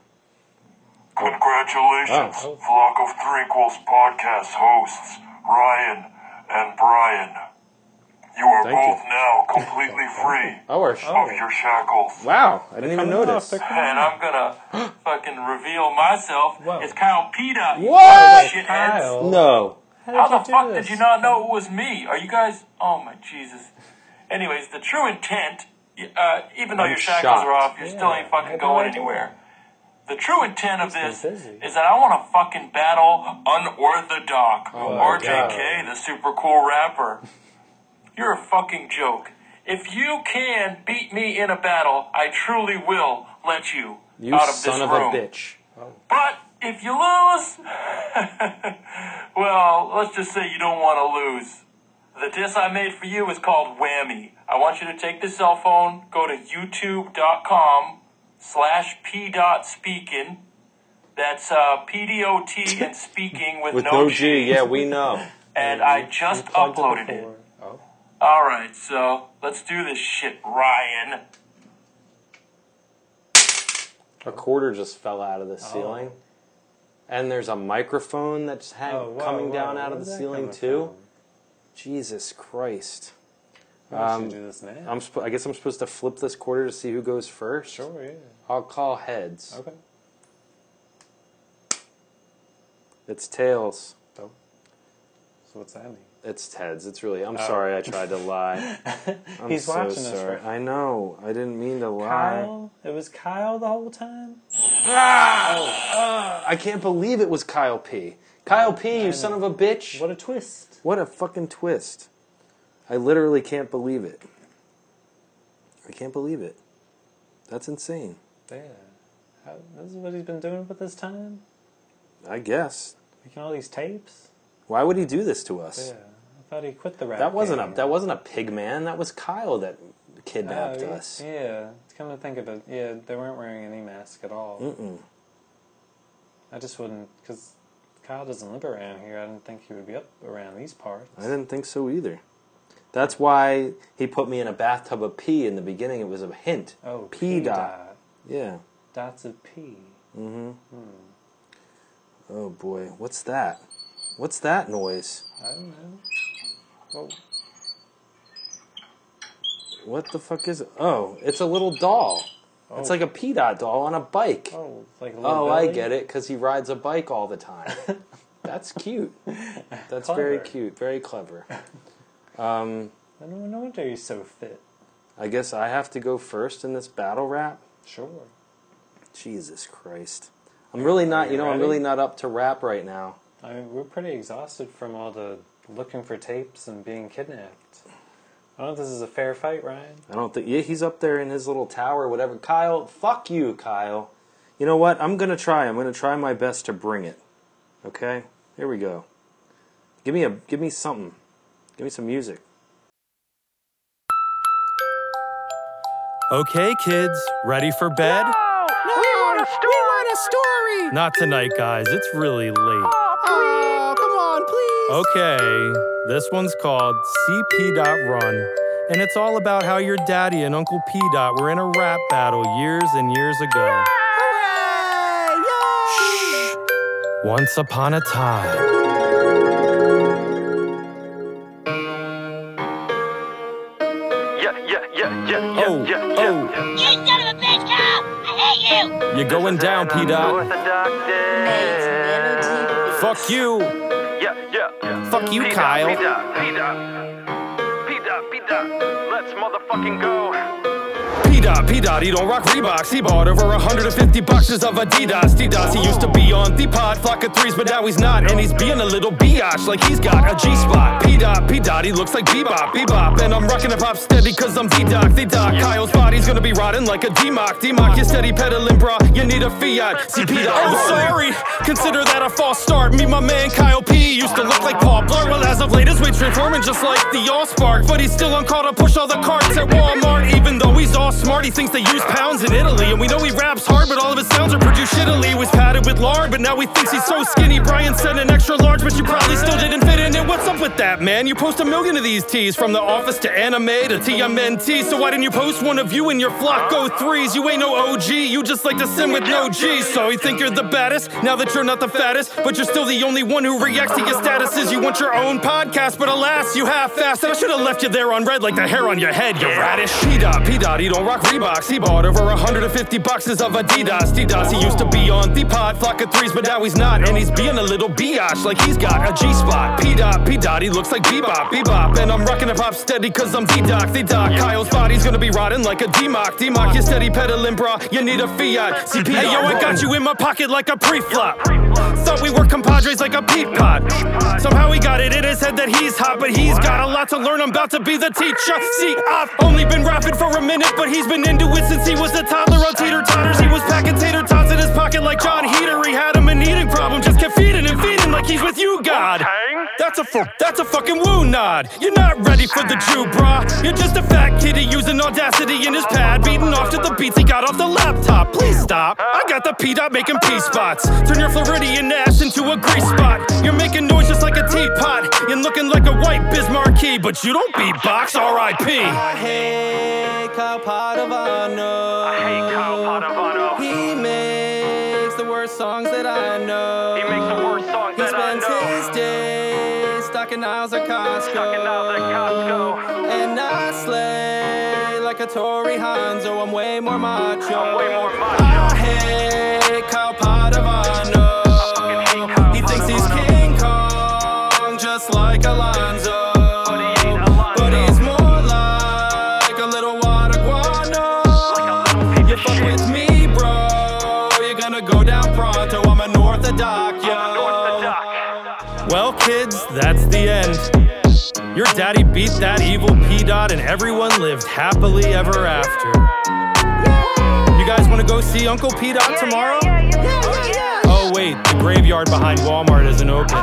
Congratulations, Oh, flock of Threequels podcast hosts, Ryan and Brian. You are Thank both now completely free Oh, our of your shackles. Wow, I didn't even notice. And I'm gonna fucking reveal myself as Kyle Peta. you What? fucking shitheads. No. How, the fuck did you not know it was me? Are you guys? Oh my Jesus. Anyways, the true intent, uh, even though I'm your shackles shocked. are off, you still ain't fucking going anywhere. The true intent of this is that I want to fucking battle unorthodox my RJK, the super cool rapper. You're a fucking joke. If you can beat me in a battle, I truly will let you, You out of son this of room. a bitch. But if you lose, well, let's just say you don't want to lose. The diss I made for you is called Whammy. I want you to take this cell phone, go to youtube.com slash p dot speaking. That's uh, PDOT and speaking with, With no G, yeah, we know. And I just uploaded it. All right, so let's do this shit, Ryan. A quarter just fell out of Oh. the ceiling. And there's a microphone that's hang- Oh, whoa, coming whoa, down out where'd of the that ceiling come too. Jesus Christ. Why Um, don't you do this now? I'm sp- I guess I'm supposed to flip this quarter to see who goes first. Sure, yeah. I'll call heads. Okay. It's tails. Dope. So what's that mean? It's heads. It's really. I'm Oh. sorry. I tried to lie. I'm He's so watching us sorry. right- I know. I didn't mean to lie. Kyle? It was Kyle the whole time? Ah, I can't believe it was Kyle P. Oh, Kyle P, you son of a bitch. What a twist. What a fucking twist. I literally can't believe it. I can't believe it. That's insane. Yeah. How, this is what he's been doing with his time? I guess. Making all these tapes? Why would he do this to us? Yeah. I thought he quit the rap. That wasn't game. a that wasn't a pig man. That was Kyle that kidnapped Oh, yeah, us. Yeah, come to think of it, yeah, they weren't wearing any mask at all. Mm-mm. I just wouldn't, because Kyle doesn't live around here. I didn't think he would be up around these parts. I didn't think so either. That's why he put me in a bathtub of pee in the beginning. It was a hint. Oh, P P dot. Yeah. Dots of P. Mm-hmm. Hmm. Oh boy, what's that? What's that noise? I don't know. Oh, Well, What the fuck is? Oh, it's a little doll. It's Oh. like a P dot doll on a bike. oh, like a little Oh, I belly? get it, because he rides a bike all the time. That's cute. That's very Clever. cute. Very clever. Um, No- No wonder he's so fit. I guess I have to go first in this battle rap. Sure. Jesus Christ. I'm really not, you you know, I'm ready? really not up to rap right now. I mean, we're pretty exhausted from all the looking for tapes and being kidnapped. I don't know if this is a fair fight, Ryan. I don't think, yeah, he's up there in his little tower, whatever. Kyle, fuck you, Kyle. You know what? I'm going to try. I'm going to try my best to bring it. Okay? Here we go. Give me a, give me something. Give me some music. Okay, kids, ready for bed? We want a story. We want a story. Not tonight, guys. It's really late. Oh, come on, please. Okay, this one's called CP Dot Run, and it's all about how your daddy and Uncle P Dot were in a rap battle years and years ago. Once upon a time. Yeah, yeah, yeah, yeah, yeah, Oh, yeah, oh. yeah. You son of a bitch, Kyle! I hate you! You're going down, P Dot. Fuck you. Yeah, yeah. Fuck you, Kyle. P Dot, P Dot, P Dot, P Dot. Let's motherfucking go. P Dot, P Dot, he don't rock Reeboks. He bought over 150 boxes of Adidas. D-Dots, he used to be on the pod, flock of threes, but now he's not. And he's being a little biatch, like he's got a G spot. P Dot, P Dot, he looks like Bebop, Bebop. And I'm rocking a pop steady, cause I'm D-Doc, D-Doc. Kyle's body's gonna be rotting like a D-Mock, D-Mock. You're steady pedaling, brah, you need a Fiat. See, P Dot, I'm sorry, consider that a false start. Me, my man Kyle P, used to look like Paul Blart. Well, as of late, his weight transforming just like the All Spark. But he's still on call to push all the carts at Walmart. Even though he's all smart, he thinks they use pounds in Italy. And we know he raps hard, but all of his sounds are produced shittily. He was padded with lard, but now he thinks he's so skinny. Brian sent an extra large, but you probably still didn't fit in it. What's up with that, man? You post a million of these tees from the office to anime to TMNT. So why didn't you post one of you and your flock go threes? You ain't no OG, you just like to sim with no G. So you think you're the baddest now that you're not the fattest, but you're still the only one who reacts to your statuses. You want your own podcast, but alas, you half-assed. And I should have left you there on red like the hair on your head, you radish. P dot, P dot, he don't rock Reeboks. He bought over 150 boxes of Adidas. D dots, he used to be on the pod, flock of threes, but now he's not. And he's being a little biatch like he's got a G spot. P dot, P dot, he looks like Bebop, Bebop. And I'm rocking a pop steady cause I'm D doc, D doc. Kyle's body's gonna be rotting like a D-Mock, D-Mock. You steady pedaling, brah, you need a Fiat. CP, hey, yo, I got you in my pocket like a pre-flop. Thought we were compadres like a peat pod. Somehow he got it in his head that he's hot, but he's got a lot to learn. I'm about to be the teacher. See, I've only been rapping for a minute, but he's been into it since he was a toddler on teeter totters. He was packing tater tots in his pocket like John Heater. He had him an eating problem, just kept feeding and feeding like he's with you, God. That's a fu- that's a fucking woo nod. You're not ready for the Jew, brah. You're just a fat kitty using audacity in his pad, beating off to the beats he got off the laptop. Please stop. I got the P dot making pee spots. Turn your Floridian ass into a grease spot. You're making noise just like a teapot. You're looking like a white Bismarcky, but you don't beatbox. R.I.P. I hate Kyle Padovano. I hate Kyle Padovano. He makes the worst songs that I know. He makes the worst songs that I know. He spends his days stuck in aisles at Costco. Stuck in aisles at Costco. And I slay like a Tory Hanzo. I'm way more macho. I'm way more macho. I hate Kyle Padovano. He thinks he's King Kong, just like Alonzo. But he's more like a little water guano. You fuck with me, bro. You're gonna go down pronto. I'm an orthodox, yo. Well, kids, that's the end. Your daddy beat that evil P dot, and everyone lived happily ever after. You guys want to go see Uncle P dot tomorrow? Oh wait, the graveyard behind Walmart isn't open.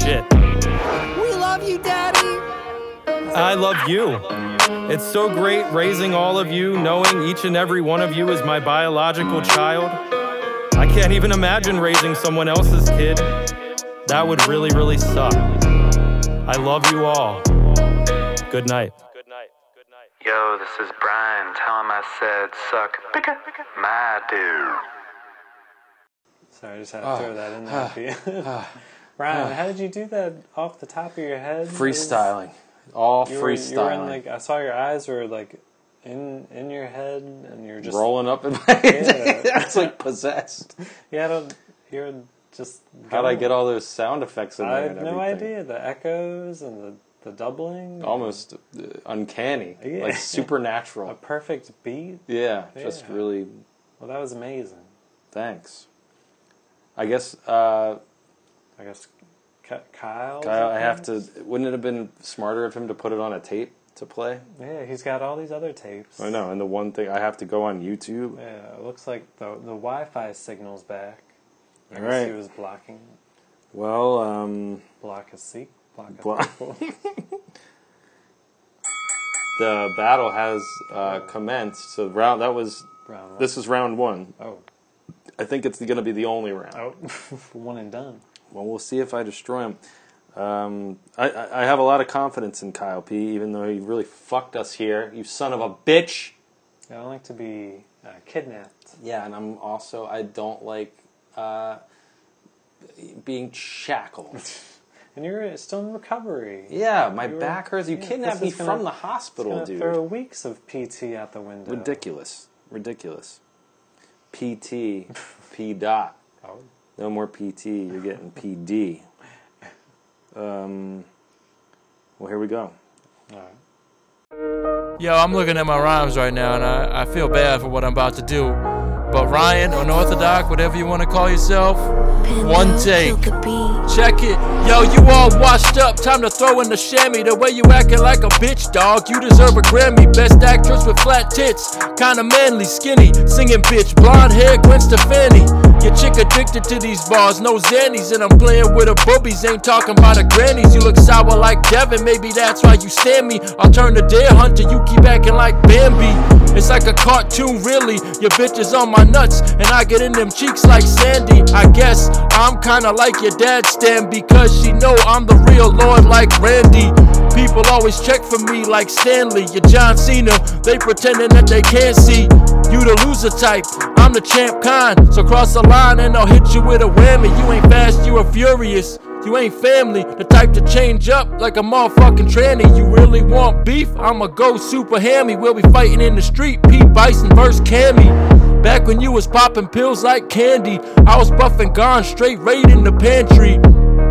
Shit. Oh, We love you, Daddy. I love you. It's so great raising all of you, knowing each and every one of you is my biological child. I can't even imagine raising someone else's kid. That would really, really suck. I love you all. Good night. Yo, this is Brian. Tell him I said suck. My dude. Sorry, I just had to throw that in there for you. Ryan, ah. how did you do that off the top of your head? Freestyling. All You were, You were in freestyling. like I saw your eyes were like in in your head, and you're just Rolling up in my Yeah. It's like possessed. Yeah, I don't, you're just. How'd I get all those sound effects in there? I have and no everything? idea. The echoes and the the doubling. Almost uh, uncanny. Yeah. Like supernatural. A perfect beat. Yeah, just Yeah. really. Well, that was amazing. Thanks. I guess. Uh, I guess Ky- Kyle. Kyle, I have to. Wouldn't it have been smarter of him to put it on a tape to play? Yeah, he's got all these other tapes. I know. And the one thing I have to go on YouTube. Yeah, it looks like the the Wi-Fi signal's back. I All guess right. he was blocking Well, um, block a seat, block a Block- people. the battle has uh, commenced. So round that was. Round one. This is round one. Oh. I think it's going to be the only round. oh, one and done. Well, we'll see if I destroy him. Um, I- I, I have a lot of confidence in Kyle P, even though he really fucked us here. You son of a bitch. I don't like to be uh, kidnapped. Yeah, and I'm also I don't like uh, being shackled. And you're uh, still in recovery. Yeah, my You were- back hurts. You yeah, kidnapped me this is gonna- from the it's hospital, gonna dude. Throw weeks of PT out the window. Ridiculous. Ridiculous. PT, P dot. Oh. No more PT. You're getting PD. Um, well, here we go. Yo, I'm looking at my rhymes right now, and I, I feel bad for what I'm about to do. But Ryan, unorthodox, whatever you want to call yourself, one take. Check it. Yo, you all washed up. Time to throw in the chamois. The way you acting like a bitch, dog. You deserve a Grammy. Best actress with flat tits. Kinda manly, skinny. Singing bitch. Blonde hair, Gwen Stefani. Your chick addicted to these bars. No Xannies. And I'm playing with her boobies. Ain't talking about her grannies. You look sour like Devin. Maybe that's why you stand me. I'll turn to Deer Hunter. You keep acting like Bambi. It's like a cartoon, really. Your bitch is on my nuts. And I get in them cheeks like Sandy. I guess I'm kinda like your dad, Stan, because she know I'm the real Lord like Randy. People always check for me like Stanley, your John Cena. They pretending that they can't see. You the loser type, I'm the champ kind. So cross the line and I'll hit you with a whammy. You ain't fast, you are furious. You ain't family, the type to change up like a motherfucking tranny. You really want beef? I'ma go super hammy. We'll be fighting in the street. Pete Bison versus Cammy. Back when you was popping pills like candy, I was buffing gone straight right in the pantry.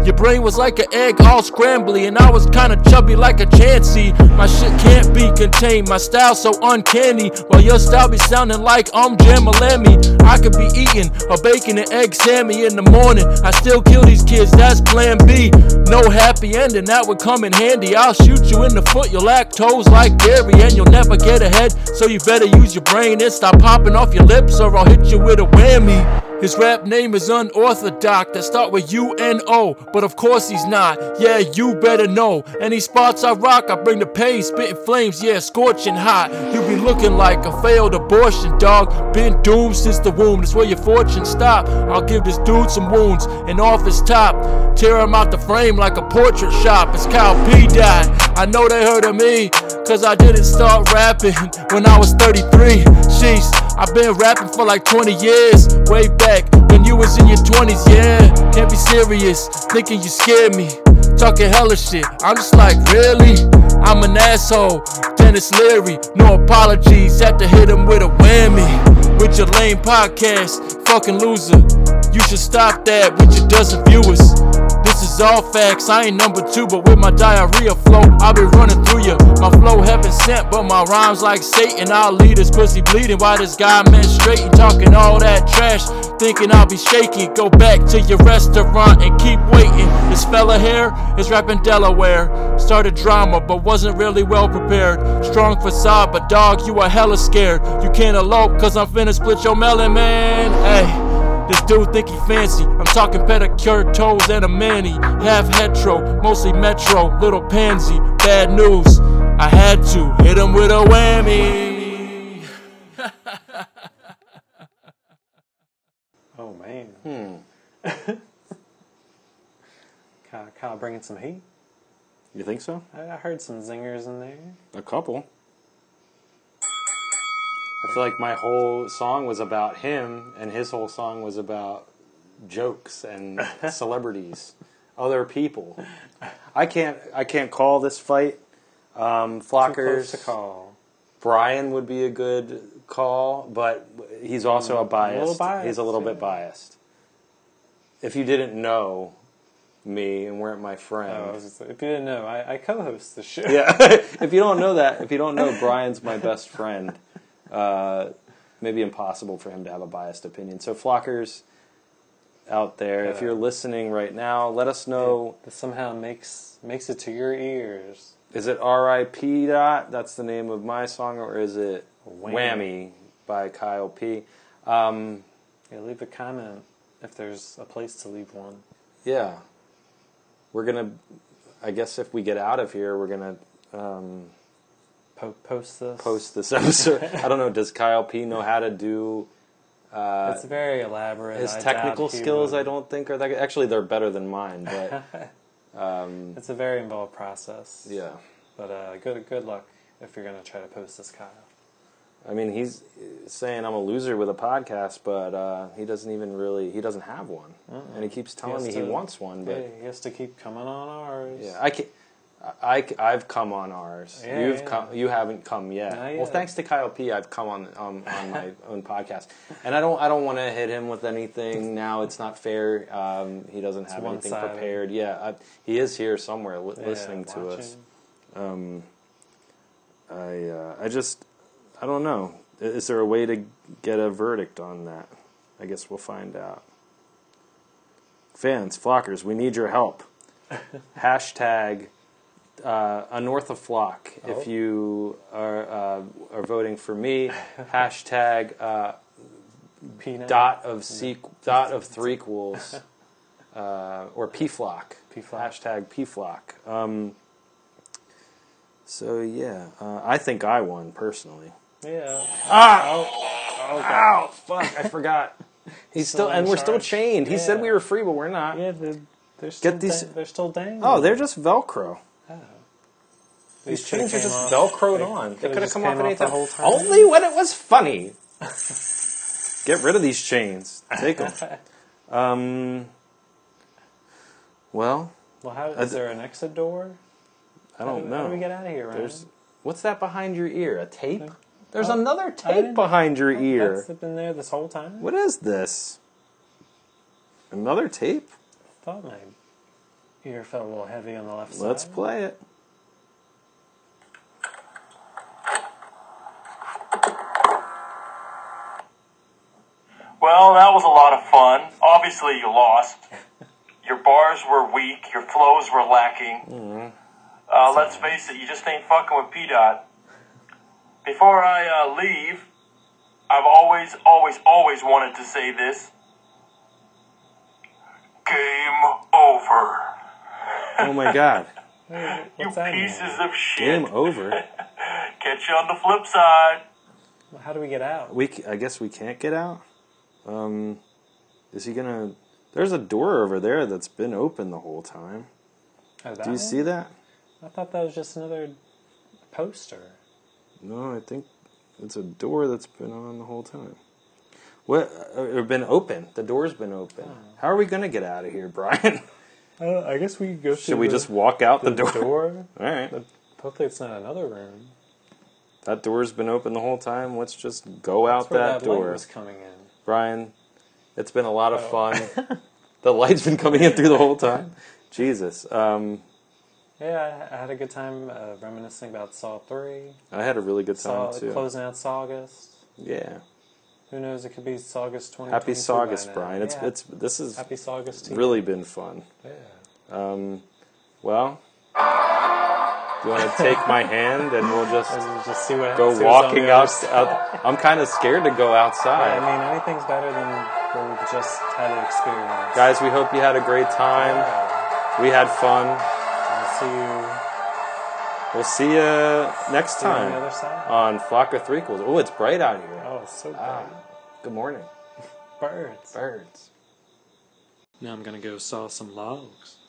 Your brain was like an egg all scrambly, and I was kinda chubby like a chancy. My shit can't be contained, my style so uncanny. While your style be sounding like I'm Jamalami. I could be eating a bacon and egg sammy in the morning. I still kill these kids, that's plan B. No happy ending, that would come in handy. I'll shoot you in the foot, you'll act toes like dairy, and you'll never get ahead. So you better use your brain and stop popping off your lips, or I'll hit you with a whammy. His rap name is unorthodox, that start with U N O, but of course he's not. Yeah, you better know. Any spots I rock, I bring the pain, spitting flames, yeah, scorching hot. You be looking like a failed abortion, dog. Been doomed since the womb, that's where your fortune stop. I'll give this dude some wounds, and off his top. Tear him out the frame like a portrait shop. It's Kyle P. Dot. I know they heard of me, cause I didn't start rapping when I was 33. Sheesh, I've been rapping for like 20 years, way back when you was in your 20s, yeah. Can't be serious, thinking you scared me. Talking hella shit, I'm just like, really? I'm an asshole, Dennis Leary. No apologies, had to hit him with a whammy. With your lame podcast, fucking loser. You should stop that with your dozen viewers. This is all facts, I ain't number two, but with my diarrhea flow, I'll be running through ya. My flow heaven sent, but my rhymes like Satan. I'll lead this pussy bleeding while this guy menstruating, talking all that trash, thinking I'll be shaking. Go back to your restaurant and keep waiting. This fella here is rapping Delaware. Started drama, but wasn't really well prepared. Strong facade, but dog, you are hella scared. You can't elope, cause I'm finna split your melon, man. Hey. This dude think he fancy. I'm talking pedicure toes and a manny. Half hetero, mostly metro, little pansy. Bad news. I had to hit him with a whammy. Oh man. Hmm. Kyle, Kyle bringing some heat. You think so? I, I heard some zingers in there. A couple. I feel like my whole song was about him, and his whole song was about jokes and celebrities, other people. I can't. I can't call this fight. Um, Flockers to call. Brian would be a good call, but he's also a biased. Mm, little biased, he's a little bit yeah. biased. If you didn't know me and weren't my friend, Oh, I was just- if you didn't know, I, I co-host the show. yeah. if you don't know that, if you don't know Brian's my best friend, uh, maybe impossible for him to have a biased opinion. So flockers out there, if Yeah. you're listening right now, let us know. That somehow makes makes it to your ears. Is it R.I.P. Dot? That's the name of my song, or is it Whammy, Whammy. by Kyle P? Um, Yeah, leave a comment if there's a place to leave one. yeah, we're gonna. I guess if we get out of here, we're gonna. Um, Po- post this. post this episode. I don't know. Does Kyle P know how to do? Uh, it's very elaborate. his I doubt technical he skills, would. I don't think are that good. Actually, they're better than mine, but um, It's a very involved process. yeah. But uh, good good luck if you're gonna try to post this, Kyle. I mean, he's saying I'm a loser with a podcast, but uh, he doesn't even really he doesn't have one, and he keeps telling has me he to- wants one, but yeah, he has to keep coming on ours. yeah, I can. I, have come on ours. Yeah, You've yeah. come. You haven't come yet. Not Well, yet. thanks to Kyle P, I've come on um, on my own podcast, and I don't. I don't want to hit him with anything now. It's not fair. Um, he doesn't have anything one-sided. prepared. Yeah, I, he is here somewhere li- Yeah, listening to us. watching. Um, I uh, I just I don't know. I- Is there a way to get a verdict on that? I guess we'll find out. Fans, flockers, we need your help. Hashtag uh, a north of flock if Oh. you are uh, are voting for me. Hashtag uh, Peanut. dot of sequ- dot of threequels uh, or p flock hashtag p flock. Um, so yeah, uh, I think I won personally. Yeah. Ah! Oh, God. Ow! Fuck! I forgot. He's Still still, and in we're still charge. chained. He said we were free, but we're not. Yeah, they're, they're still these- dang- they're still dangling. Oh, they're just Velcro. These These chains are could've just came off- velcroed they on. They could could've have just come off came at any off the time. whole time. Only when it was funny. Get rid of these chains. Take them. um, well, Well, how Uh, is there an exit door? I don't how do, know. How do we get out of here? Ryan? There's what's that behind your ear? A tape? There's Oh, another I tape didn't- behind your that- ear. That's been there this whole time. What is this? Another tape? I thought my ear felt a little heavy on the left side. Let's play it. Well, that was a lot of fun. Obviously, you lost. Your bars were weak. Your flows were lacking. Mm-hmm. Uh, let's face it, you just ain't fucking with P Dot. Before I uh, leave, I've always, always, always wanted to say this. Game over. Oh my god. You pieces of shit. Game over. Catch you on the flip side. Well, How do we get out? We c- I guess we can't get out. Um is he going to There's a door over there that's been open the whole time. Oh, Do you see that? I thought that was just another poster. No, I think it's a door that's been on the whole time. What or been open. The door's been open. Oh. How are we going to get out of here, Brian? Uh, I guess we could go. Should we just walk out the, door? door? All right. Hopefully, it's not another room. That door's been open the whole time. Let's just go out That's where that, light door. was coming in. Brian, it's been a lot of fun. the light's been coming in through the whole time. Jesus. Um, Yeah, I, I had a good time uh, reminiscing about Saw Three. I had a really good time, Saw too. closing out Saugus. Yeah. Who knows? It could be Saugus twenty. Happy Saugus, Brian. It's, it's, this has happy Saugus. to you. really been fun. Yeah. Um, well, do you want to take my hand and we'll just Let's just see what go see what's on walking the other out, side. out? I'm kind of scared to go outside. I mean, anything's better than what we've just had an experience. Guys, we hope you had a great time. We had fun. I'll see you We'll see you next See you on time the other side. on Flock of Threequels. Oh, it's bright out here. Oh, it's so bright. good morning. Birds. Birds. Now I'm gonna go saw some logs.